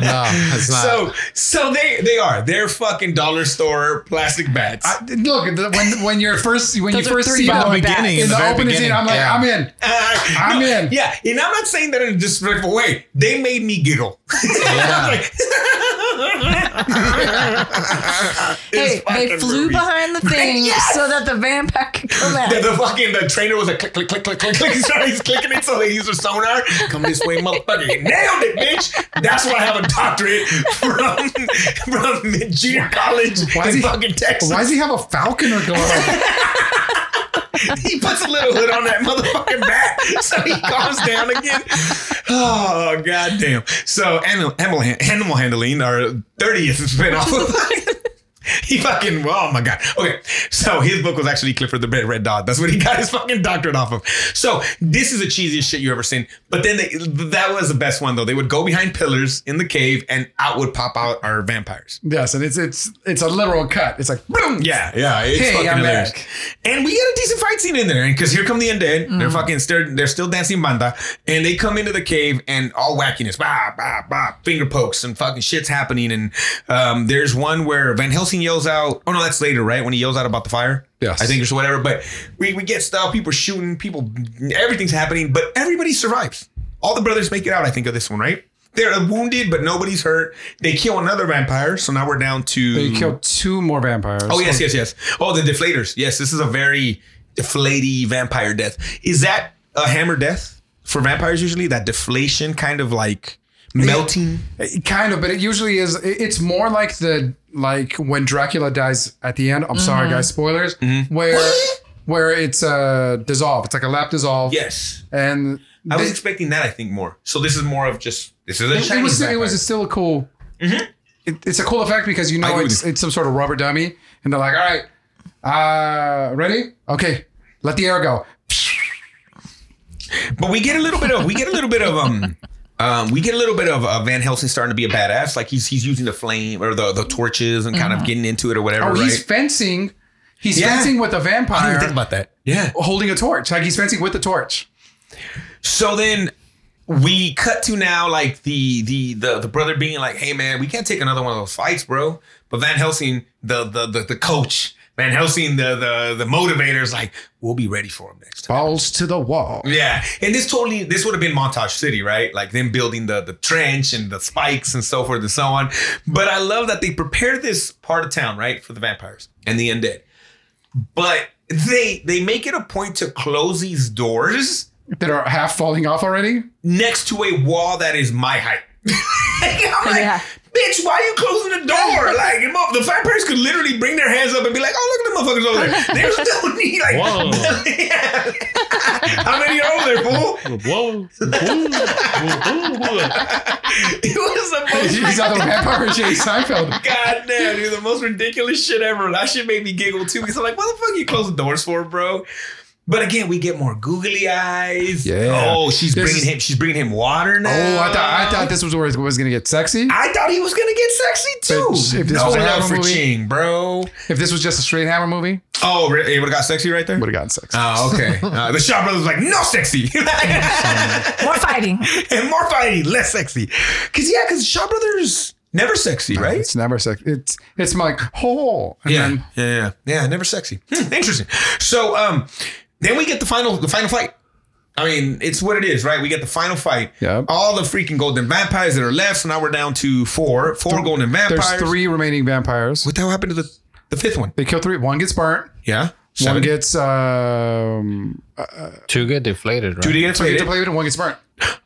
Speaker 3: No, it's not.
Speaker 1: So so they they are they're fucking dollar store plastic bats.
Speaker 2: I, look, the- when when you're first when you
Speaker 4: Those are
Speaker 2: first
Speaker 4: three
Speaker 2: see
Speaker 4: dollar
Speaker 2: them
Speaker 4: bats.
Speaker 3: beginning,
Speaker 2: in
Speaker 3: in
Speaker 2: the,
Speaker 3: the very
Speaker 2: opening scene,
Speaker 3: beginning,
Speaker 2: I'm like,
Speaker 3: yeah.
Speaker 2: I'm in.
Speaker 1: Uh,
Speaker 2: I'm in.
Speaker 1: Yeah, and I'm not saying that in a disrespectful way. They made me giggle. I was like,
Speaker 4: Hey,
Speaker 1: It's
Speaker 4: they
Speaker 1: fucking
Speaker 4: flew
Speaker 1: movies.
Speaker 4: behind the thing
Speaker 1: Yes!
Speaker 4: so that the vampire could come
Speaker 1: The,
Speaker 4: out.
Speaker 1: the fucking the trainer was like click click click click click click. He's, trying- he's clicking it so they use a sonar. Come this way, motherfucker! You nailed it, bitch. That's why I have a doctorate from from junior college
Speaker 2: Why
Speaker 1: in
Speaker 2: is he-
Speaker 1: fucking Texas.
Speaker 2: Why does he have a falconer going on?
Speaker 1: he puts a little hood on that motherfucking bat so he calms down again. Oh goddamn! So animal animal, han- animal handling our thirtieth spinoff. He fucking, oh my God. Okay. So his book was actually Clifford the Red, Red Dog. That's what he got his fucking doctorate off of. So this is the cheesiest shit you ever seen. But then they, that was the best one though. They would go behind pillars in the cave and out would pop out our vampires.
Speaker 2: Yes, and it's it's it's a literal cut. It's like boom.
Speaker 1: Yeah, yeah, it's
Speaker 2: Hey,
Speaker 1: fucking
Speaker 2: I'm
Speaker 1: hilarious.
Speaker 2: back.
Speaker 1: And we got a decent fight scene in there, and because here come the undead,
Speaker 2: Mm.
Speaker 1: they're fucking still they're still dancing banda, and they come into the cave and all wackiness, bah bah bah, finger pokes and fucking shit's happening, and um, there's one where Van Helsing yells out, oh no, that's later, right? When he yells out about the fire,
Speaker 2: Yes.
Speaker 1: I think or whatever. But we we get stuff, people are shooting, people, everything's happening, but everybody survives. All the brothers make it out, I think, of this one, right? They're wounded, but nobody's hurt. They kill another vampire, so now we're down to
Speaker 2: They killed two more vampires.
Speaker 1: Oh yes, yes, yes. Oh, the deflators. Yes, this is a very deflatey vampire death. Is that a hammer death for vampires usually? That deflation kind of like melting.
Speaker 2: It- kind of, but it usually is. it- It's more like the like when Dracula dies at the end. I'm sorry, guys,
Speaker 1: Mm-hmm.
Speaker 2: spoilers. Where where it's uh dissolve. It's like a lap dissolve.
Speaker 1: Yes,
Speaker 2: and
Speaker 1: I was
Speaker 2: they-
Speaker 1: expecting that. I think more. So this is more of just this is a
Speaker 2: it,
Speaker 1: Chinese
Speaker 2: it was
Speaker 1: vampire. Mm-hmm.
Speaker 2: it was still a cool. It, it's a cool effect because you
Speaker 1: I
Speaker 2: know
Speaker 1: agree
Speaker 2: it's
Speaker 1: with you.
Speaker 2: it's some sort of rubber dummy, and they're like, all right, uh, ready? Okay, let the air go.
Speaker 1: but we get a little bit of we get a little bit of um. Um, we get a little bit of uh, Van Helsing starting to be a badass, like he's he's using the flame or the, the torches and kind of getting into it or whatever.
Speaker 2: Oh,
Speaker 1: right?
Speaker 2: he's fencing. He's
Speaker 1: Yeah.
Speaker 2: fencing with a
Speaker 1: I didn't
Speaker 2: vampire.
Speaker 1: think about that. Yeah.
Speaker 2: holding a torch. Like he's fencing with the torch.
Speaker 1: So then we cut to now like the the the the brother being like, "Hey man, we can't take another one of those fights, bro." But Van Helsing, the the the, the coach, Van Helsing, the the the motivator is like, "We'll be ready for him next time."
Speaker 2: Balls to the wall.
Speaker 1: Yeah, and this totally this would have been Montage City, right? Like them building the the trench and the spikes and so forth and so on. But I love that they prepared this part of town, right, for the vampires and the undead. But they they make it a point to close these doors
Speaker 2: That are half falling off already.
Speaker 1: next to a wall that is my height. I'm like,
Speaker 4: Yeah.
Speaker 1: bitch, why are you closing the door? Like, you mo- the vampires could literally bring their hands up and be like, oh, look at the motherfuckers over there. They're still me. Like,
Speaker 3: Whoa.
Speaker 1: Yeah. how many are over there, fool?
Speaker 3: Whoa. Whoa.
Speaker 1: It was the most
Speaker 2: He's out the vampire Jerry Seinfeld.
Speaker 1: God damn, dude, the most ridiculous shit ever. That shit made me giggle too because I'm like, what the fuck you close the doors for, bro? But again, we get more googly eyes.
Speaker 2: Yeah.
Speaker 1: Oh, she's
Speaker 2: This
Speaker 1: bringing
Speaker 2: is-
Speaker 1: him. She's bringing him water now.
Speaker 2: Oh, I thought I thought this was where it was gonna get sexy.
Speaker 1: I thought he was gonna get sexy too.
Speaker 2: But if this
Speaker 1: no
Speaker 2: was a
Speaker 1: love
Speaker 2: Hammer
Speaker 1: for
Speaker 2: movie-
Speaker 1: Ching, bro.
Speaker 2: If this was just a straight hammer movie,
Speaker 1: Oh, really? it would have got sexy right there.
Speaker 2: would have gotten sexy.
Speaker 1: Oh, okay. Uh, the Shaw brothers was like, no sexy,
Speaker 4: More fighting.
Speaker 1: and more fighting, less sexy. Cause yeah, cause Shaw brothers never sexy, right?
Speaker 2: It's never sexy. It's it's like oh, and
Speaker 1: Yeah,
Speaker 2: then
Speaker 1: yeah, yeah, yeah. Never sexy. Hmm, interesting. So, um, then we get the final, the final fight. I mean, it's what it is, right? We get the final fight.
Speaker 2: Yep.
Speaker 1: All the freaking golden vampires that are left. So now we're down to four, four golden
Speaker 2: there's
Speaker 1: vampires.
Speaker 2: three remaining vampires.
Speaker 1: What the hell happened to the the fifth one?
Speaker 2: They kill three. One gets burnt.
Speaker 1: Yeah.
Speaker 2: One
Speaker 1: Seven.
Speaker 2: gets um,
Speaker 3: Two get deflated, right?
Speaker 1: Two to get
Speaker 2: they get
Speaker 1: deflated.
Speaker 2: deflated. and One gets burnt.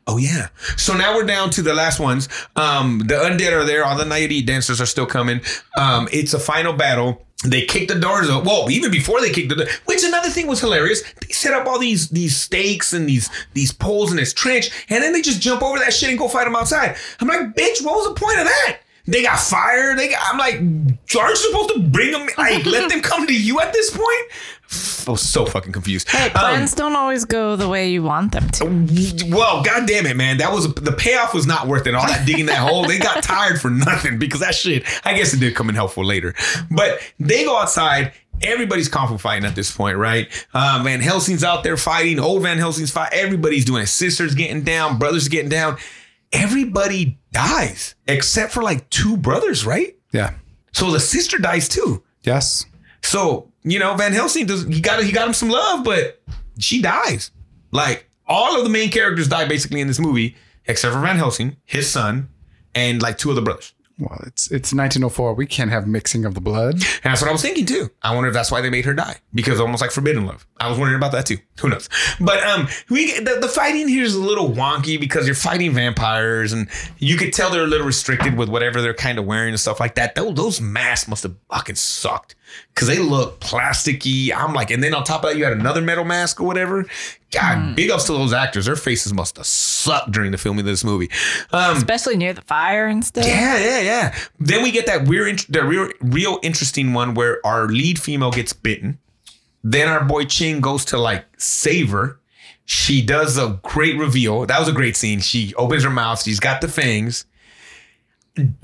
Speaker 1: Oh yeah. So now we're down to the last ones. Um, the undead are there. All the nighty dancers are still coming. Um, it's a final battle. They kick the doors up. Whoa! Even before they kicked the door, which another thing was hilarious. They set up all these these stakes and these these poles in this trench, and then they just jump over that shit and go fight them outside. I'm like, bitch, what was the point of that? They got fired. They got. I'm like, aren't you supposed to bring them? Like, let them come to you at this point. I was so fucking confused.
Speaker 4: Hey,
Speaker 1: Um,
Speaker 4: plans don't always go the way you want them to.
Speaker 1: well, god damn it, man. That was the payoff was not worth it. All that digging that hole, they got tired for nothing because that shit, I guess it did come in helpful later. But they go outside. Everybody's conflict fighting at this point, right? Uh, Van Helsing's out there fighting. Old Van Helsing's fight. Everybody's doing it. Sisters getting down. Brothers getting down. Everybody dies except for like two brothers, right?
Speaker 2: Yeah.
Speaker 1: So the sister dies too.
Speaker 2: Yes.
Speaker 1: So you know, Van Helsing does he got he got him some love, but she dies. Like all of the main characters die basically in this movie, except for Van Helsing, his son, and like two of the brothers.
Speaker 2: Well, it's it's 1904. We can't have mixing of the blood.
Speaker 1: And that's what I was thinking too. I wonder if that's why they made her die because almost like forbidden love. I was wondering about that too. Who knows? But um, we the, the fighting here is a little wonky because you're fighting vampires and you could tell they're a little restricted with whatever they're kind of wearing and stuff like that. Those, those masks must have fucking sucked because they look plasticky. I'm like, and then on top of that, you had another metal mask or whatever. God, big ups to those actors. Their faces must have sucked during the filming of this movie. Um,
Speaker 4: especially near the fire and stuff.
Speaker 1: yeah, yeah, yeah. Then we get that weird, int- the real, real interesting one where our lead female gets bitten. Then our boy Ching goes to like save her. She does a great reveal. That was a great scene. She opens her mouth. She's got the fangs.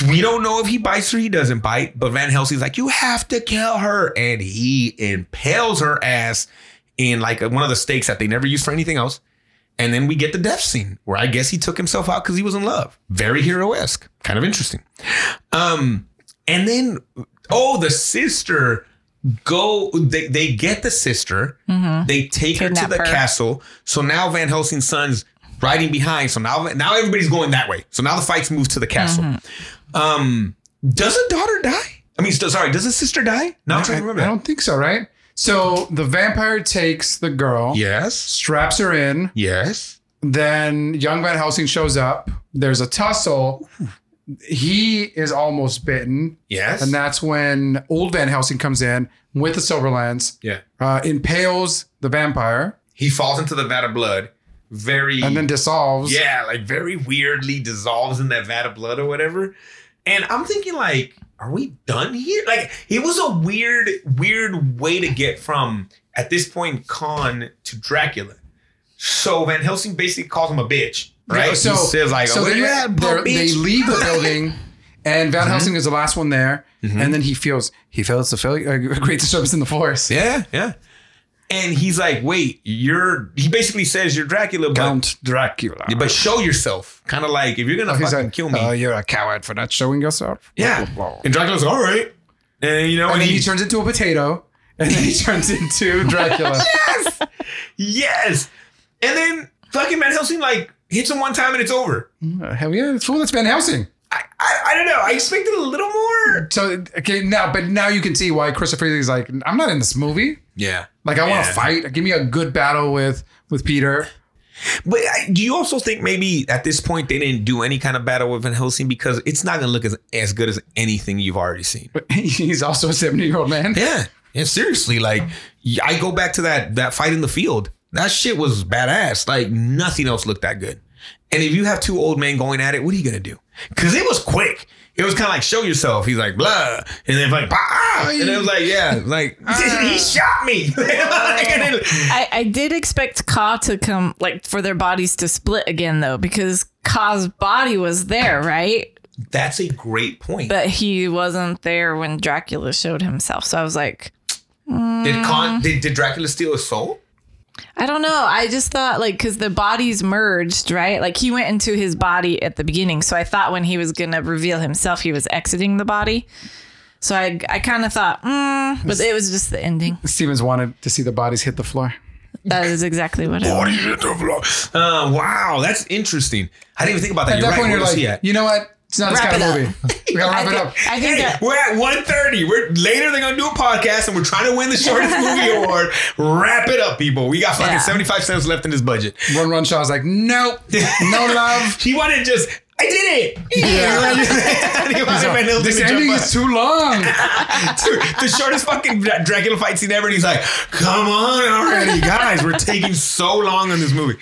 Speaker 1: We don't know if he bites or he doesn't bite, but Van Helsing's like, you have to kill her. And he impales her ass in like one of the stakes that they never use for anything else. And then we get the death scene where I guess he took himself out because he was in love. Very hero esque. Kind of interesting. Um, and then, oh, the sister go, they, they get the sister. They take her
Speaker 4: Mm-hmm. Kidnap
Speaker 1: to the
Speaker 4: her.
Speaker 1: castle. So now Van Helsing's son's riding behind. So now, now everybody's going that way. So now the fights move to the castle.
Speaker 4: Mm-hmm.
Speaker 1: Um, does a daughter die? I mean, st- sorry, does a sister die? No, I'm
Speaker 2: I,
Speaker 1: trying to remember.
Speaker 2: I don't think so, right? So the vampire takes the girl,
Speaker 1: yes.
Speaker 2: straps her in,
Speaker 1: Yes.
Speaker 2: Then young Van Helsing shows up. There's a tussle. He is almost bitten.
Speaker 1: Yes.
Speaker 2: And that's when old Van Helsing comes in with the silver lens,
Speaker 1: yeah.
Speaker 2: uh, impales the vampire,
Speaker 1: He falls into the vat of blood. Very
Speaker 2: and then dissolves.
Speaker 1: Yeah, like very weirdly dissolves in that vat of blood or whatever. And I'm thinking, like, are we done here? Like, it was a weird, weird way to get from at this point Khan to Dracula. So Van Helsing basically calls him a bitch, right?
Speaker 2: Yeah, so
Speaker 1: he says like,
Speaker 2: so
Speaker 1: "Where
Speaker 2: they,
Speaker 1: you at,
Speaker 2: they're-
Speaker 1: bro,
Speaker 2: they
Speaker 1: bitch?" Mm-hmm.
Speaker 2: leave the building, and Van Helsing is the last one there. And then he feels he feels the fail, uh, great disturbance in the force.
Speaker 1: Yeah, yeah. And he's like, "Wait, you're." He basically says, "You're Dracula, but,
Speaker 2: Count Dracula.
Speaker 1: but show yourself." Kind of like, if you're gonna
Speaker 2: He's
Speaker 1: fucking
Speaker 2: like,
Speaker 1: kill me,
Speaker 2: "Oh, you're a coward for not showing yourself.
Speaker 1: Yeah.
Speaker 2: Blah, blah, blah.
Speaker 1: And Dracula's like, all right. And you know,
Speaker 2: And
Speaker 1: and,
Speaker 2: then
Speaker 1: he,
Speaker 2: he turns into a potato. And then he turns into Dracula.
Speaker 1: yes. And then fucking Van Helsing like hits him one time and it's over.
Speaker 2: Uh, Hell yeah, it's fool. That's Van Helsing.
Speaker 1: I, I, I don't know. I expected a little more.
Speaker 2: So okay, now but now you can see why Christopher Lee's like, I'm not in this movie.
Speaker 1: Yeah.
Speaker 2: Like I want
Speaker 1: Yeah.
Speaker 2: to fight. Give me a good battle with with Peter.
Speaker 1: But I- do you also think maybe at this point they didn't do any kind of battle with Van Helsing because it's not going to look as, as good as anything you've already seen?
Speaker 2: But he's also a 70 year old man.
Speaker 1: Yeah. Yeah, seriously. Like y- I go back to that that fight in the field. That shit was badass. Like nothing else looked that good. And if you have two old men going at it, what are you gonna do? Cause it was quick. It was kind of like show yourself. He's like blah, and then like bah, ah. and it was like yeah, like "Ah." he shot me. Like, and then-
Speaker 4: I, I did expect Ka to come, like, for their bodies to split again, though, because Ka's body was there, right?
Speaker 1: That's a great point.
Speaker 4: But he wasn't there when Dracula showed himself. So I was like,
Speaker 1: did
Speaker 2: Mm.
Speaker 1: Con did, did Dracula steal his soul?
Speaker 4: I don't know. I just thought, like, because the bodies merged, right? Like, he went into his body at the beginning. So I thought when he was going to reveal himself, he was exiting the body. So I, I kind of thought, mm, but it was just the ending.
Speaker 2: Stevens wanted to see the bodies hit the floor.
Speaker 4: That is exactly what I
Speaker 1: Body hit the floor. Uh, wow, that's interesting. I didn't even think about that.
Speaker 2: At that
Speaker 1: right.
Speaker 2: point,
Speaker 1: Where
Speaker 2: you're
Speaker 1: was he
Speaker 2: like,
Speaker 1: at?
Speaker 2: you know what? It's not this
Speaker 4: Wrap
Speaker 2: kind of
Speaker 4: it
Speaker 2: movie. We gotta wrap
Speaker 4: I
Speaker 2: it
Speaker 4: think-
Speaker 2: up.
Speaker 4: I think
Speaker 1: Hey,
Speaker 4: that
Speaker 1: we're at 1.30. We're later they're gonna do a podcast and we're trying to win the shortest movie award. Wrap it up, people. We got fucking
Speaker 4: Yeah.
Speaker 1: 75 cents left in this budget.
Speaker 2: Run Run Shaw's like, nope, no love.
Speaker 1: He wanted just I did it. Yeah. he wanted Van Helsing
Speaker 2: This
Speaker 1: to jump
Speaker 2: ending
Speaker 1: up.
Speaker 2: is too long.
Speaker 1: Dude, the shortest fucking Dra- Dracula fight scene ever. And he's like, come on already, guys. We're taking so long on this movie.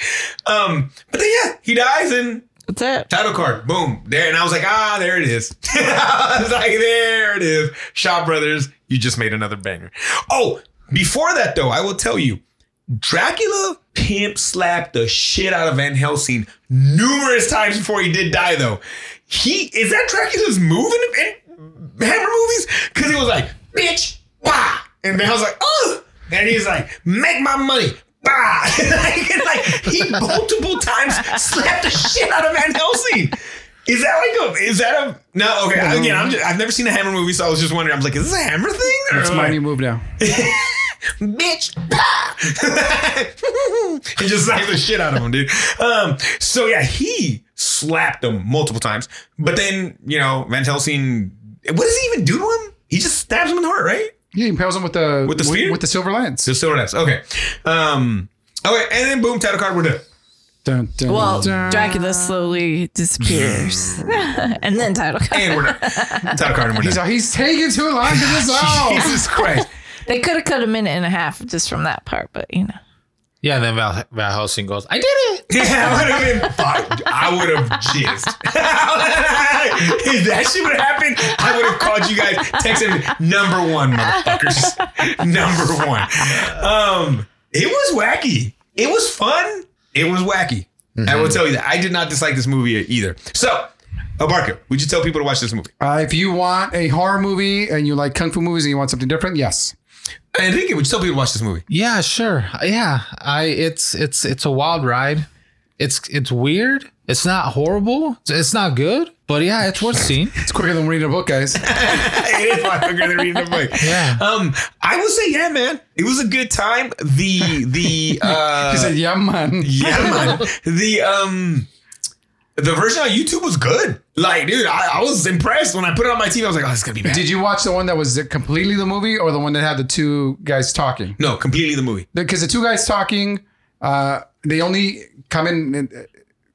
Speaker 1: Um, but then yeah, he dies and
Speaker 4: That's it.
Speaker 1: title card, boom, there. And I was like, ah, there it is. I was like, there it is. Shaw Brothers, you just made another banger. Oh, before that though, I will tell you, Dracula pimp slapped the shit out of Van Helsing numerous times before he did die though. He is that Dracula's move in, in Hammer movies? Because he was like, bitch, bah. And Van Helsing's like, oh. And he's like, make my money. Bah. like, and, like, he multiple times slapped the shit out of Van Helsing. Is that like a? Is that a? No, okay. Again, I'm just, I've never seen a Hammer movie, so I was just wondering. I'm like, is this a Hammer thing?
Speaker 2: That's
Speaker 1: Or
Speaker 2: my
Speaker 1: like-
Speaker 2: new move now.
Speaker 1: bitch. and just slapped the shit out of him, dude. Um, so yeah, he slapped him multiple times. But then, you know, Van Helsing, what does he even do to him? He just stabs him in the heart, right?
Speaker 2: Yeah, he impales him with the
Speaker 1: With the spear?
Speaker 2: with the silver lens.
Speaker 1: So still that's okay. Um, okay, and then boom, title card, we're done.
Speaker 2: Dun, dun,
Speaker 4: Well,
Speaker 2: dun.
Speaker 4: Dracula slowly disappears, and then title card.
Speaker 1: And we're done. title card, and we're
Speaker 2: he's
Speaker 1: done.
Speaker 2: he's taking too long to resolve.
Speaker 1: Jesus Christ.
Speaker 4: They could have cut a minute and a half just from that part, but you know.
Speaker 3: Yeah, and then Val, Val Helsing goes, I did it.
Speaker 1: Yeah, I would have been fucked. I would have jizzed. if that shit would have happened, I would have called you guys, texted me, number one, motherfuckers. number one. Um, it was wacky. It was fun. It was wacky. I
Speaker 2: Mm-hmm.
Speaker 1: will tell you that. I did not dislike this movie either. So, Abarka, would you tell people to watch this movie?
Speaker 2: Uh, if you want a horror movie and you like kung fu movies and you want something different, yes.
Speaker 1: I think it would you tell people to watch this movie.
Speaker 3: Yeah, sure. Yeah, I it's it's it's a wild ride. It's it's weird. It's not horrible. It's not good, but yeah, it's worth seeing.
Speaker 2: It's quicker than reading a book, guys.
Speaker 1: it is my favorite reading the book.
Speaker 3: Yeah.
Speaker 1: Um, I will say, yeah, man, it was a good time. The the uh,
Speaker 2: He said, "Yeah, man."
Speaker 1: yeah, man. The um the version on YouTube was good. Like, dude, I, I was impressed when I put it on my TV. I was like, oh, it's gonna be bad.
Speaker 2: Did you watch the one that was completely the movie, or the one that had the two guys talking?
Speaker 1: no, completely the movie.
Speaker 2: Because the two guys talking, uh, they only come in. And,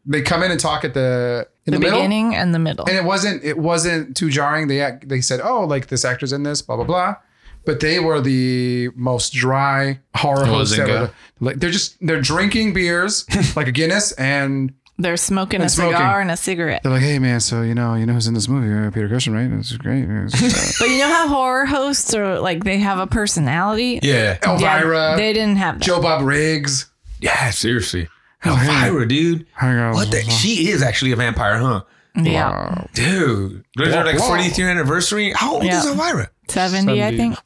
Speaker 2: they come in and talk at the in
Speaker 4: The
Speaker 2: the, middle.
Speaker 4: beginning and the middle.
Speaker 2: and it wasn't it wasn't too jarring. They act, they said, "Oh, like this actor's in this, blah blah blah," but they were the most dry horror hosts
Speaker 3: wasn't
Speaker 2: ever.
Speaker 3: good.
Speaker 2: Like they're just they're drinking beers like a Guinness, and
Speaker 4: They're smoking a
Speaker 2: And smoking.
Speaker 4: cigar and a cigarette.
Speaker 2: they're like, "Hey man, so you know you know who's in this movie? Uh, Peter Cushing, right? It's great." It's,
Speaker 4: But you know how horror hosts are like they have a personality?
Speaker 1: Yeah.
Speaker 2: uh, Elvira,
Speaker 4: they didn't have that.
Speaker 2: uh, Joe Bob Riggs.
Speaker 1: Oh, Yeah, seriously. Elvira, dude.
Speaker 2: Hang on.
Speaker 1: What the? She is actually a vampire, huh?
Speaker 4: yeah.
Speaker 1: Dude. There's her like
Speaker 2: Wow.
Speaker 1: 40th year anniversary. How old
Speaker 4: Yeah.
Speaker 1: is Elvira?
Speaker 4: 70, I think.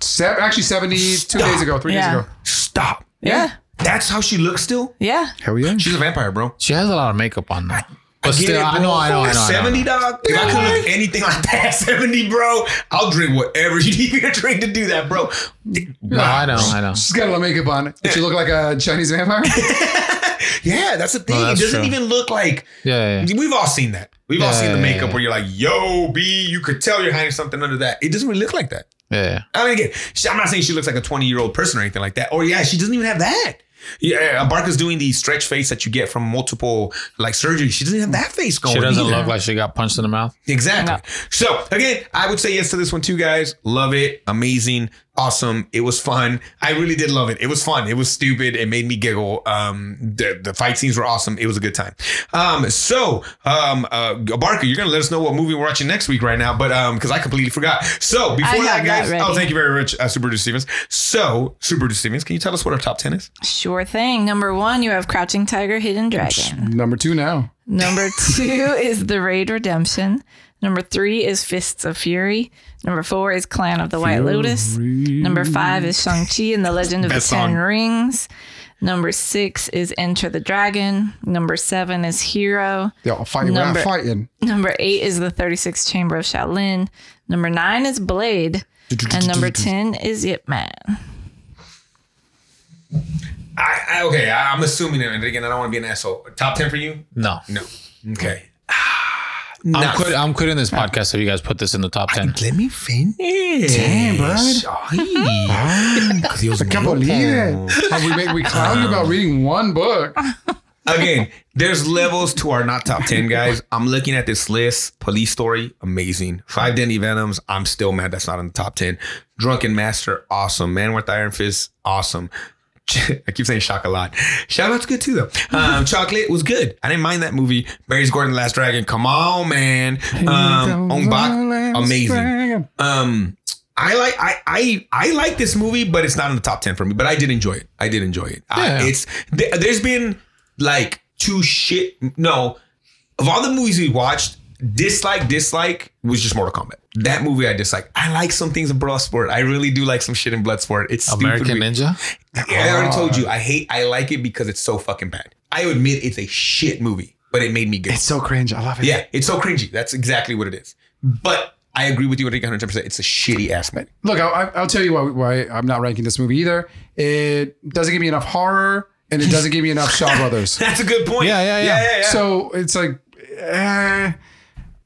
Speaker 2: Se- actually, seventy-two days ago, three
Speaker 4: Yeah.
Speaker 2: days ago.
Speaker 1: Stop.
Speaker 4: Yeah.
Speaker 1: That's how she looks still?
Speaker 4: Yeah.
Speaker 2: Hell yeah!
Speaker 1: She's a vampire, bro.
Speaker 3: She has a lot of makeup on though. But
Speaker 1: Get
Speaker 3: still,
Speaker 1: it,
Speaker 3: I
Speaker 1: bro.
Speaker 3: know, I know, I know, I know.
Speaker 1: 70, dog. If I could look anything like that, 70, bro, I'll drink whatever you need me to drink to do that, bro.
Speaker 3: No, I know, I know.
Speaker 2: She's got a little makeup on. Does she look like a Chinese vampire?
Speaker 1: Yeah, that's the thing.
Speaker 3: that's
Speaker 1: it doesn't
Speaker 3: true.
Speaker 1: even look like.
Speaker 3: Yeah, yeah, yeah.
Speaker 1: We've all seen that. We've all
Speaker 3: Yeah,
Speaker 1: seen the
Speaker 3: yeah,
Speaker 1: makeup
Speaker 3: yeah.
Speaker 1: where you're like, "Yo, B, you could tell you're hiding something under that." It doesn't really look like that.
Speaker 3: yeah, yeah.
Speaker 1: I mean, again, she, I'm not saying she looks like a 20 year old person or anything like that. Or yeah, she doesn't even have that. Yeah, Barker's doing the stretch face that you get from multiple like surgery. She doesn't have that face going.
Speaker 3: She doesn't
Speaker 1: either.
Speaker 3: look like she got punched in the mouth.
Speaker 1: Exactly. So again, I would say yes to this one too, guys. Love it. Amazing. Awesome. It was fun. I really did love it. It was fun. It was stupid. It made me giggle. Um, the, the fight scenes were awesome. It was a good time. Um, so, um, uh, Barker, you're going to let us know what movie we're watching next week right now, but, um, cause I completely forgot. So before
Speaker 4: I
Speaker 1: that,
Speaker 4: have that
Speaker 1: guys,
Speaker 4: ready.
Speaker 1: oh, thank you very much, uh, Super Duper Stevens. So, Super Duper Stevens, can you tell us what our top 10 is?
Speaker 4: Sure thing. Number one, you have Crouching Tiger, Hidden Dragon.
Speaker 2: Number two now.
Speaker 4: Number two is The Raid Redemption. Number three is Fists of Fury. Number four is Clan of the White Lotus. Number five is Shang-Chi and the Legend of the Ten
Speaker 1: Best song.
Speaker 4: Rings. Number six is Enter the Dragon. Number seven is Hero.
Speaker 2: They're all fighting. We're not
Speaker 4: Number-
Speaker 2: fighting.
Speaker 4: Number eight is the 36th Chamber of Shaolin. Number nine is Blade. And number 10 is Ip Man.
Speaker 1: I, I okay. I, I'm assuming it. And again, I don't want to be an asshole. Top 10 for you?
Speaker 3: No,
Speaker 1: No. Okay.
Speaker 3: I'm, quit, I'm quitting this podcast if you guys put this in the top ten.
Speaker 1: Let me finish.
Speaker 2: Damn, bro.
Speaker 1: I
Speaker 2: Can't believe it. How we make we clown you about reading one book.
Speaker 1: Again, there's levels to our not top 10, guys. I'm looking at this list. Police Story, amazing. Five Denny Venoms, I'm still mad that's not in the top 10. Drunken Master, awesome. Man with Iron Fist, awesome. I keep saying Chocolat. Chocolat's good too, though. Um, Chocolate was good. I didn't mind that movie. Barry's Gordon, Last Dragon, come on, man. Um, Ong Bak, amazing. Um, I like I I I like this movie, but it's not in the top ten for me. But I did enjoy it. I did enjoy it. I-
Speaker 3: Yeah.
Speaker 1: it's th- there's been like two shit. No, of all the movies we watched, dislike dislike was just Mortal Kombat. That movie I dislike. I like some things in Bloodsport. I really do like some shit in Bloodsport. It's
Speaker 3: American
Speaker 1: stupid.
Speaker 3: Ninja. Oh.
Speaker 1: I already told you. I hate. I like it because it's so fucking bad. I admit it's a shit movie, but it made me good.
Speaker 2: It's so cringe. I love it.
Speaker 1: yeah, it's so cringy. That's exactly what it is. But I agree with you. I think 110. percent It's a shitty ass movie.
Speaker 2: Look, I, I- I'll tell you why, why I'm not ranking this movie either. It doesn't give me enough horror, and it doesn't give me enough Shaw Brothers.
Speaker 1: That's a good point.
Speaker 3: Yeah, yeah, yeah.
Speaker 2: So it's like, eh,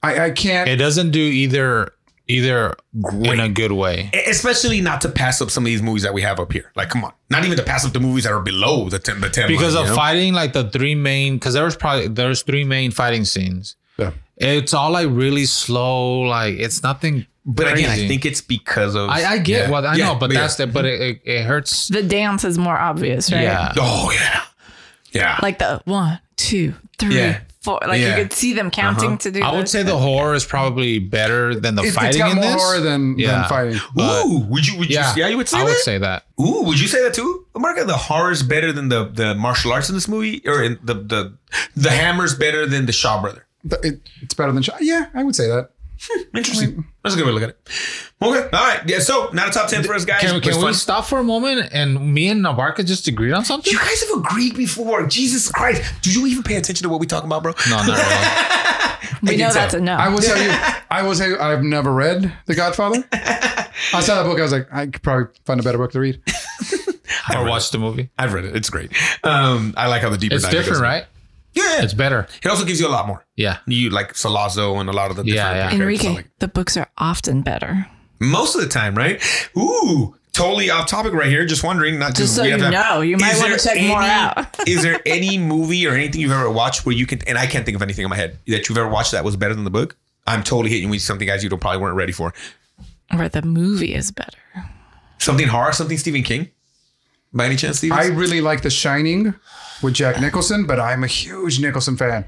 Speaker 2: I, I can't.
Speaker 3: It doesn't do either either in a good way.
Speaker 1: E, Especially not to pass up some of these movies that we have up here. Like, come on, not even to pass up the movies that are below the ten. The ten
Speaker 3: because
Speaker 1: line,
Speaker 3: of
Speaker 1: you know?
Speaker 3: fighting like the three main because there was probably there's three main fighting scenes
Speaker 2: Yeah.
Speaker 3: it's all like really slow like it's nothing
Speaker 1: But again, I
Speaker 3: Crazy.
Speaker 1: think it's because of
Speaker 3: I, I get
Speaker 1: Yeah.
Speaker 3: what I
Speaker 1: Yeah,
Speaker 3: know, but
Speaker 1: yeah.
Speaker 3: that's the but it, it, it hurts.
Speaker 4: The dance is more obvious, right?
Speaker 3: Yeah.
Speaker 1: oh yeah, yeah.
Speaker 4: Like the one, two, three, four.
Speaker 1: Yeah.
Speaker 4: Like
Speaker 1: Yeah.
Speaker 4: you could see them counting to do.
Speaker 3: I would
Speaker 4: this.
Speaker 3: say the horror is probably better than the
Speaker 2: It's- it's
Speaker 3: fighting
Speaker 2: got
Speaker 3: in
Speaker 2: more
Speaker 3: this.
Speaker 2: horror than,
Speaker 3: Yeah.
Speaker 2: than fighting.
Speaker 3: but-
Speaker 1: Ooh, would you? Would
Speaker 3: yeah,
Speaker 1: you? Yeah, you would say
Speaker 3: I
Speaker 1: that.
Speaker 3: would say that.
Speaker 1: Ooh, would you say that too, America? The horror's better than the the martial arts in this movie, or in the the the hammer's better than the Shaw brother.
Speaker 2: But it- it's better than Shaw. Yeah, I would say that.
Speaker 1: Interesting. That's a good way to look at it. Okay, all right. Yeah, so not a top ten for us guys.
Speaker 3: Can,
Speaker 1: but it's
Speaker 3: can we
Speaker 1: fun.
Speaker 3: stop for a moment and me and Navarka just agreed on something?
Speaker 1: You guys have agreed before. Jesus Christ. Do you even pay attention to what we talking about, bro?
Speaker 3: No, not really.
Speaker 4: we know
Speaker 1: so.
Speaker 4: that's a no.
Speaker 2: I will tell you. I will tell you. I've never read The Godfather. I saw that book. I was like, I could probably find a better book to read.
Speaker 3: or watch the movie.
Speaker 1: I've read it. It's great. Um, I like how the deeper
Speaker 3: It's
Speaker 1: dive it
Speaker 3: different,
Speaker 1: goes.
Speaker 3: right?
Speaker 1: Yeah,
Speaker 3: It's better.
Speaker 1: it also gives you a lot more.
Speaker 3: Yeah.
Speaker 1: You like Salazzo and a lot of the
Speaker 3: Yeah,
Speaker 1: different
Speaker 3: yeah.
Speaker 1: characters.
Speaker 4: Enrique,
Speaker 1: Like,
Speaker 4: the books are often better.
Speaker 1: most of the time, right? Ooh, totally off topic right here. Just wondering, not
Speaker 4: Just so
Speaker 1: we have
Speaker 4: you
Speaker 1: to-
Speaker 4: know, you might
Speaker 1: Is
Speaker 4: wanna
Speaker 1: there
Speaker 4: check more
Speaker 1: any-
Speaker 4: out.
Speaker 1: is there any movie or anything you've ever watched where you can? And I can't think of anything in my head that you've ever watched that was better than the book. I'm totally hitting you with something, guys. You don't probably weren't ready for
Speaker 4: Or the movie is better.
Speaker 1: something horror, something Stephen King. By any chance, Stephen?
Speaker 2: I really like The Shining with Jack Nicholson, but I'm a huge Nicholson fan.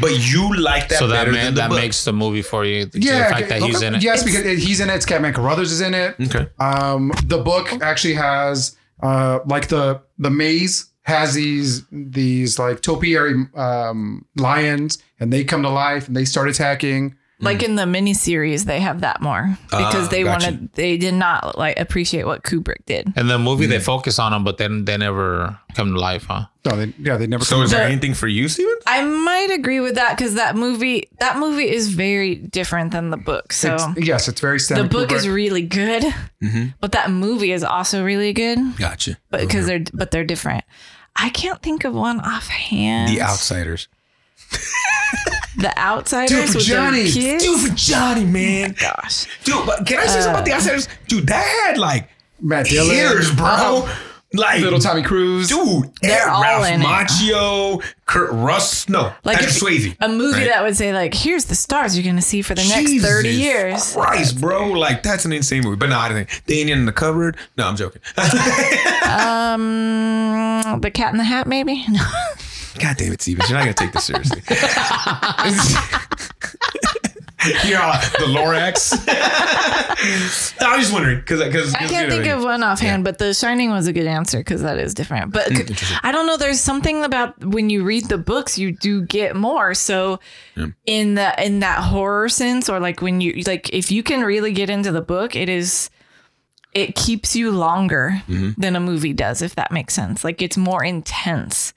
Speaker 1: but you like that
Speaker 3: so that
Speaker 1: better
Speaker 3: man,
Speaker 1: than the
Speaker 3: that
Speaker 1: book.
Speaker 3: makes the movie for you. The
Speaker 2: Yeah,
Speaker 3: fact that he's in it.
Speaker 2: Yes, because he's in it. Scatman Carruthers is in it.
Speaker 1: okay.
Speaker 2: Um, the book actually has uh, like the the maze has these these like topiary um, lions, and they come to life and they start attacking.
Speaker 4: Like in the miniseries, they have that more because
Speaker 1: Ah,
Speaker 4: they
Speaker 1: gotcha.
Speaker 4: wanted, they did not like appreciate what Kubrick did.
Speaker 3: And the movie they focus on him, but then they never come to life, huh?
Speaker 2: No, they, yeah, they never.
Speaker 1: So is there
Speaker 4: So-
Speaker 1: anything for you, Steven?
Speaker 4: I might agree with that because that movie, that movie is very different than the book. So
Speaker 2: It's- yes, it's very
Speaker 4: the
Speaker 2: Stanley
Speaker 4: book is
Speaker 2: Kubrick.
Speaker 4: really good, but that movie is also really good.
Speaker 1: Gotcha.
Speaker 4: but because they're but they're different. I can't think of one offhand.
Speaker 1: The Outsiders.
Speaker 4: The outsiders
Speaker 2: Dude,
Speaker 4: with
Speaker 2: Johnny,
Speaker 4: their kids.
Speaker 1: for Johnny, man.
Speaker 4: Gosh,
Speaker 1: Dude, but can I
Speaker 4: Uh,
Speaker 1: say something about The Outsiders? Dude, that had like
Speaker 2: Matt Dillon, Uh-huh.
Speaker 1: tears, bro.
Speaker 4: uh-huh.
Speaker 1: Like,
Speaker 2: little Tommy Cruise.
Speaker 1: dude,
Speaker 4: They're
Speaker 1: Ed
Speaker 4: all
Speaker 1: Ralph
Speaker 4: in it.
Speaker 1: Macchio, Kurt Russ, no,
Speaker 4: like
Speaker 1: Patrick
Speaker 4: if-
Speaker 1: Swayze.
Speaker 4: a movie
Speaker 1: right?
Speaker 4: that would say like, "Here's the stars you're going to see for the next
Speaker 1: Jesus
Speaker 4: thirty years."
Speaker 1: Christ, bro. Like, that's an insane movie. But no, I didn't think. The Indian in the Cupboard. No, I'm joking.
Speaker 4: Mm, the Cat in the Hat, maybe. No.
Speaker 1: God damn it, Stevens. You're not going to take this seriously. yeah, the Lorax. I was just wondering because because
Speaker 4: I can't think of one offhand, but The Shining was a good answer because that is different. But
Speaker 1: Mm,
Speaker 4: c- I don't know. There's something about when you read the books, you do get more. So in the in that horror sense, or like when you like, if you can really get into the book, it is it keeps you longer
Speaker 1: Mm-hmm.
Speaker 4: than a movie does, if that makes sense. Like it's more intense,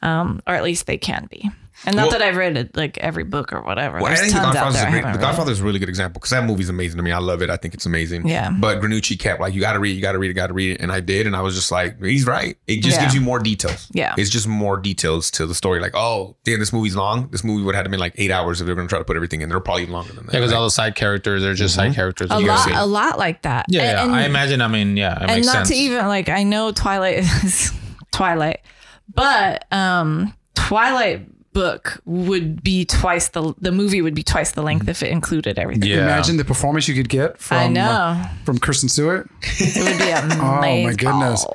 Speaker 4: um, or at least they can be. And not
Speaker 1: Well-
Speaker 4: that I've read it, like every book or whatever.
Speaker 1: Well, I
Speaker 4: There's
Speaker 1: think The
Speaker 4: tons out
Speaker 1: Godfather's,
Speaker 4: there. I
Speaker 1: a great,
Speaker 4: haven't
Speaker 1: the
Speaker 4: read.
Speaker 1: Godfather's is a really good example because that movie's amazing to me. I love it. I think it's amazing.
Speaker 4: Yeah.
Speaker 1: But Granucci kept like, you got to read, you got to read, you got to read it. And I did. And I was just like, he's right. It just
Speaker 4: Yeah.
Speaker 1: gives you more details.
Speaker 4: Yeah.
Speaker 1: It's just more details to the story. Like, oh, damn, this movie's long. This movie would have had to been like eight hours if they were going to try to put everything in. They're probably even longer than that.
Speaker 3: Yeah, because
Speaker 1: right?
Speaker 3: all the side characters are just side characters.
Speaker 4: A
Speaker 3: in the
Speaker 4: lot,
Speaker 3: movie.
Speaker 4: a lot like that.
Speaker 3: Mm-hmm. Yeah, yeah.
Speaker 4: And-
Speaker 3: I
Speaker 4: and-
Speaker 3: imagine. I mean, yeah, it
Speaker 4: and
Speaker 3: makes
Speaker 4: not
Speaker 3: sense.
Speaker 4: to even like I know Twilight is Twilight, but um Twilight book would be twice the the movie would be twice the length if it included everything.
Speaker 3: yeah.
Speaker 2: Imagine the performance you could get from
Speaker 4: I know.
Speaker 2: uh, from Kristen Stewart.
Speaker 4: it would be
Speaker 3: Oh,
Speaker 4: amazing.
Speaker 2: my goodness.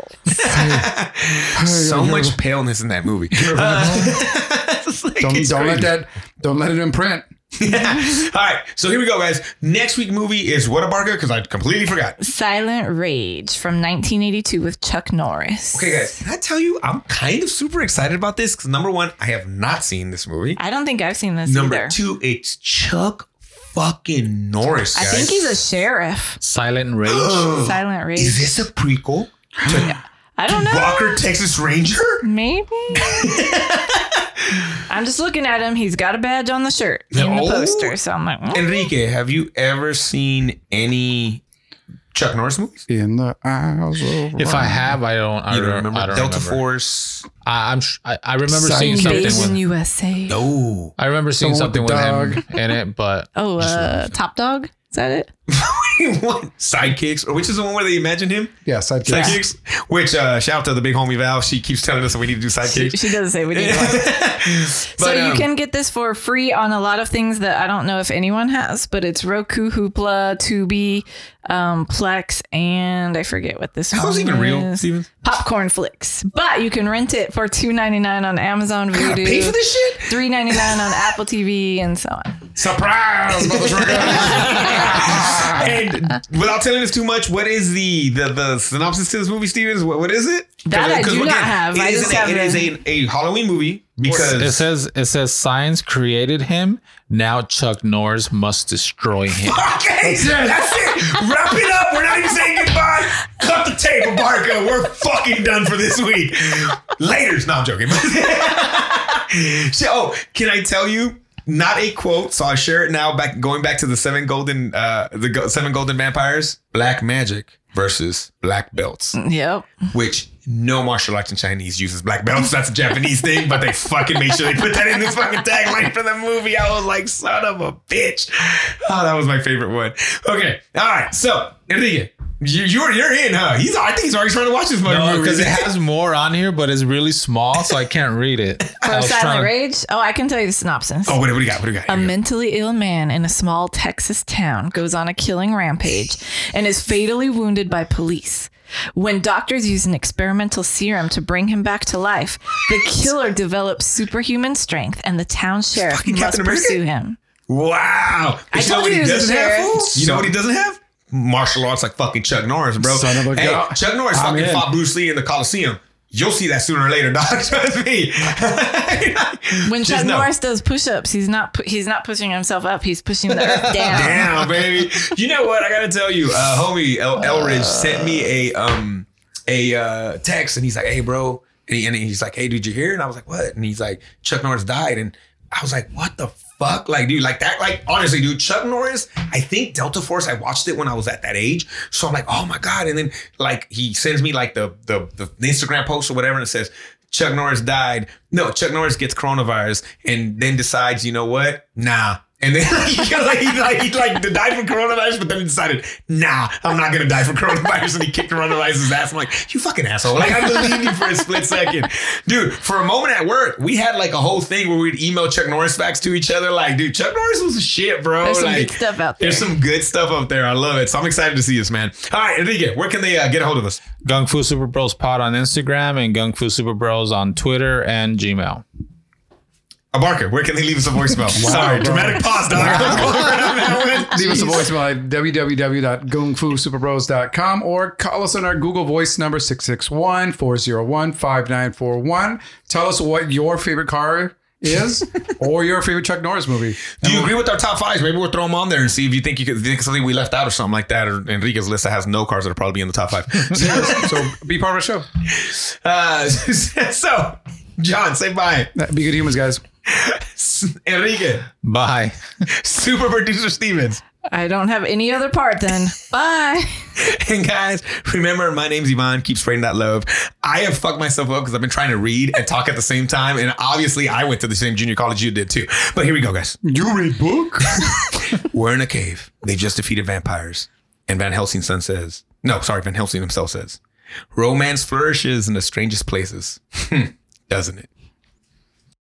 Speaker 1: so much paleness in that movie. It's like,
Speaker 2: Don't,
Speaker 1: it's
Speaker 2: don't let
Speaker 1: crazy.
Speaker 2: that don't let it imprint.
Speaker 1: All right, so here we go, guys. Next week movie is What a Barker because I completely forgot.
Speaker 4: Silent Rage from 1982 with Chuck Norris.
Speaker 1: Okay, guys, can I tell you I'm kind of super excited about this because number one, I have not seen this movie.
Speaker 4: I don't think I've seen this
Speaker 1: Number
Speaker 4: either.
Speaker 1: two, it's Chuck fucking Norris.
Speaker 4: I
Speaker 1: Guys.
Speaker 4: think he's a sheriff.
Speaker 3: Silent Rage.
Speaker 4: Silent Rage.
Speaker 1: Is this a prequel to
Speaker 4: I don't know.
Speaker 1: Walker Texas Ranger?
Speaker 4: Maybe. I'm just looking at him. He's got a badge on the shirt in the
Speaker 1: Oh.
Speaker 4: poster, so I'm like, mm.
Speaker 1: Enrique, have you ever seen any Chuck Norris movies?
Speaker 2: In the aisles of
Speaker 3: If I have, I don't. I
Speaker 1: You
Speaker 3: don't
Speaker 1: don't remember
Speaker 3: I don't
Speaker 1: Delta
Speaker 3: remember.
Speaker 1: Force?
Speaker 3: I, I'm. sh- I, I remember seeing
Speaker 2: Silent
Speaker 3: something
Speaker 4: Invasion
Speaker 3: with.
Speaker 4: USA.
Speaker 1: No.
Speaker 3: I remember seeing
Speaker 2: Someone with
Speaker 3: something
Speaker 2: the
Speaker 3: with him in it, but
Speaker 4: Oh, uh, Top Dog? Is that it?
Speaker 1: one sidekicks, or which is the one where they imagine him
Speaker 2: Yeah, sidekicks.
Speaker 1: sidekicks. Which uh, shout out to the big homie Val. She keeps telling us that we need to do
Speaker 4: She,
Speaker 1: sidekicks.
Speaker 4: she does say we need one.
Speaker 1: But,
Speaker 4: so you
Speaker 1: um,
Speaker 4: can get this for free on a lot of things that I don't know if anyone has, but it's Roku, Hoopla, Tubi, um, Plex, and I forget what this
Speaker 1: How's
Speaker 4: one
Speaker 1: even real,
Speaker 4: is.
Speaker 1: Steven?
Speaker 4: Popcorn Flicks. But you can rent it for two ninety nine on Amazon
Speaker 1: Gotta
Speaker 4: Vudu,
Speaker 1: pay for this shit.
Speaker 4: three ninety nine on Apple TV, and so on.
Speaker 2: Surprise, motherfucker!
Speaker 1: and without telling us too much, what is the the, the synopsis to this movie, Stevens? What, what is it?
Speaker 4: That I
Speaker 1: 'Cause
Speaker 4: do not have.
Speaker 1: It
Speaker 4: I
Speaker 1: is
Speaker 4: just
Speaker 1: an-
Speaker 4: have
Speaker 1: it is
Speaker 4: the-
Speaker 1: a, a Halloween movie because
Speaker 3: It says it says science created him. Now Chuck Norris must destroy him.
Speaker 1: Okay, that's it. Wrap it up. We're not even saying goodbye. Cut the tape, Barca. We're fucking done for this week. Later's. No, I'm joking. so, oh, can I tell you? Not a quote, so I share it now. Back going back to the seven golden, uh, the go- seven golden vampires, black magic versus black belts,
Speaker 4: Yep.
Speaker 1: which no martial arts in Chinese uses black belts. That's a Japanese thing, but they fucking made sure they put that in the fucking tagline for the movie. I was like, son of a bitch. Oh, that was my favorite one. Okay, all right. So Enrique, you, you're you're in, huh? He's I think he's already trying to watch this fucking
Speaker 3: No,
Speaker 1: movie
Speaker 3: because it has more on here, but it's really small, so I can't read it. I
Speaker 4: For
Speaker 3: was
Speaker 4: Silent
Speaker 3: trying-
Speaker 4: Rage. Oh, I can tell you the synopsis.
Speaker 1: Oh, what, what do you got? What do you got?
Speaker 4: A mentally ill man in a small Texas town goes on a killing rampage and is fatally wounded by police. When doctors use an experimental serum to bring him back to life, the killer develops superhuman strength and the town sheriff
Speaker 1: fucking
Speaker 4: must
Speaker 1: Captain America?
Speaker 4: pursue him.
Speaker 1: wow.
Speaker 4: I
Speaker 1: But you know
Speaker 4: told
Speaker 1: what
Speaker 4: you
Speaker 1: he
Speaker 4: he was a
Speaker 1: doesn't have?
Speaker 4: sheriff.
Speaker 1: fool? You know what he doesn't have? Martial arts like fucking Chuck Norris, bro.
Speaker 2: Son of a
Speaker 1: hey,
Speaker 2: gun.
Speaker 1: Chuck Norris
Speaker 2: I'm
Speaker 1: fucking
Speaker 2: in.
Speaker 1: fought Bruce Lee in the Coliseum. You'll see that sooner or later, dog. Trust me.
Speaker 4: When
Speaker 1: Just
Speaker 4: Chuck
Speaker 1: know.
Speaker 4: Norris does push-ups, he's not pu- he's not pushing himself up; he's pushing the earth down.
Speaker 1: Damn, baby. You know what? I gotta tell you, uh, homie El- Elridge sent me a um a uh, text, and he's like, "Hey, bro," and, he, and he's like, "Hey, did you hear?" And I was like, "What?" And he's like, "Chuck Norris died," and I was like, "What the fuck?" Like, dude, like that, like honestly, dude, Chuck Norris. I think Delta Force. I watched it when I was at that age, so I'm like, "Oh my god!" And then like he sends me like the the, the Instagram post or whatever, and it says. Chuck Norris died. No, Chuck Norris gets coronavirus and then decides, you know what? Nah, and then like, he, like, he, like, he like to die from coronavirus, but then he decided, nah, I'm not gonna die from coronavirus. And he kicked coronavirus's ass. I'm like, you fucking asshole. Like I believe you for a split second. Dude, for a moment at work, we had like a whole thing where we'd email Chuck Norris facts to each other. Like, dude, Chuck Norris was the shit, bro.
Speaker 4: There's some
Speaker 1: like
Speaker 4: good stuff out there.
Speaker 1: there's some good stuff up there. I love it. So I'm excited to see this, man. All right, Enrique, where can they uh, get a hold of us?
Speaker 3: Gung Fu Super Bros Pod on Instagram and Gung Fu Super Bros on Twitter and Gmail.
Speaker 1: Uh, Barker, where can they leave us a voicemail? Sorry,
Speaker 2: bro.
Speaker 1: dramatic pause, dog. I was going around that one.
Speaker 2: Leave us a voicemail at www.gungfusuperbros.com or call us on our Google voice number 661 401 5941. Tell us what your favorite car is or your favorite Chuck Norris movie.
Speaker 1: Do you agree with our top fives? Maybe we'll throw them on there and see if you think you could think of something we left out or something like that. Or Enrique's list that has no cars that'll probably be in the top five.
Speaker 2: so be part of our show.
Speaker 1: uh, so, John, say bye.
Speaker 2: Be good humans, guys.
Speaker 1: Enrique,
Speaker 3: Bye.
Speaker 1: super producer Stevens.
Speaker 4: I don't have any other part. Then bye.
Speaker 1: And guys, remember, my name's Yvonne. Keep spreading that love. I have fucked myself up because I've been trying to read and talk at the same time. And obviously, I went to the same junior college you did too. But here we go, guys.
Speaker 2: You read book?
Speaker 1: We're in a cave. They just defeated vampires. And Van Helsing's son says, no, sorry, Van Helsing himself says, romance flourishes in the strangest places. Hmm, Doesn't it?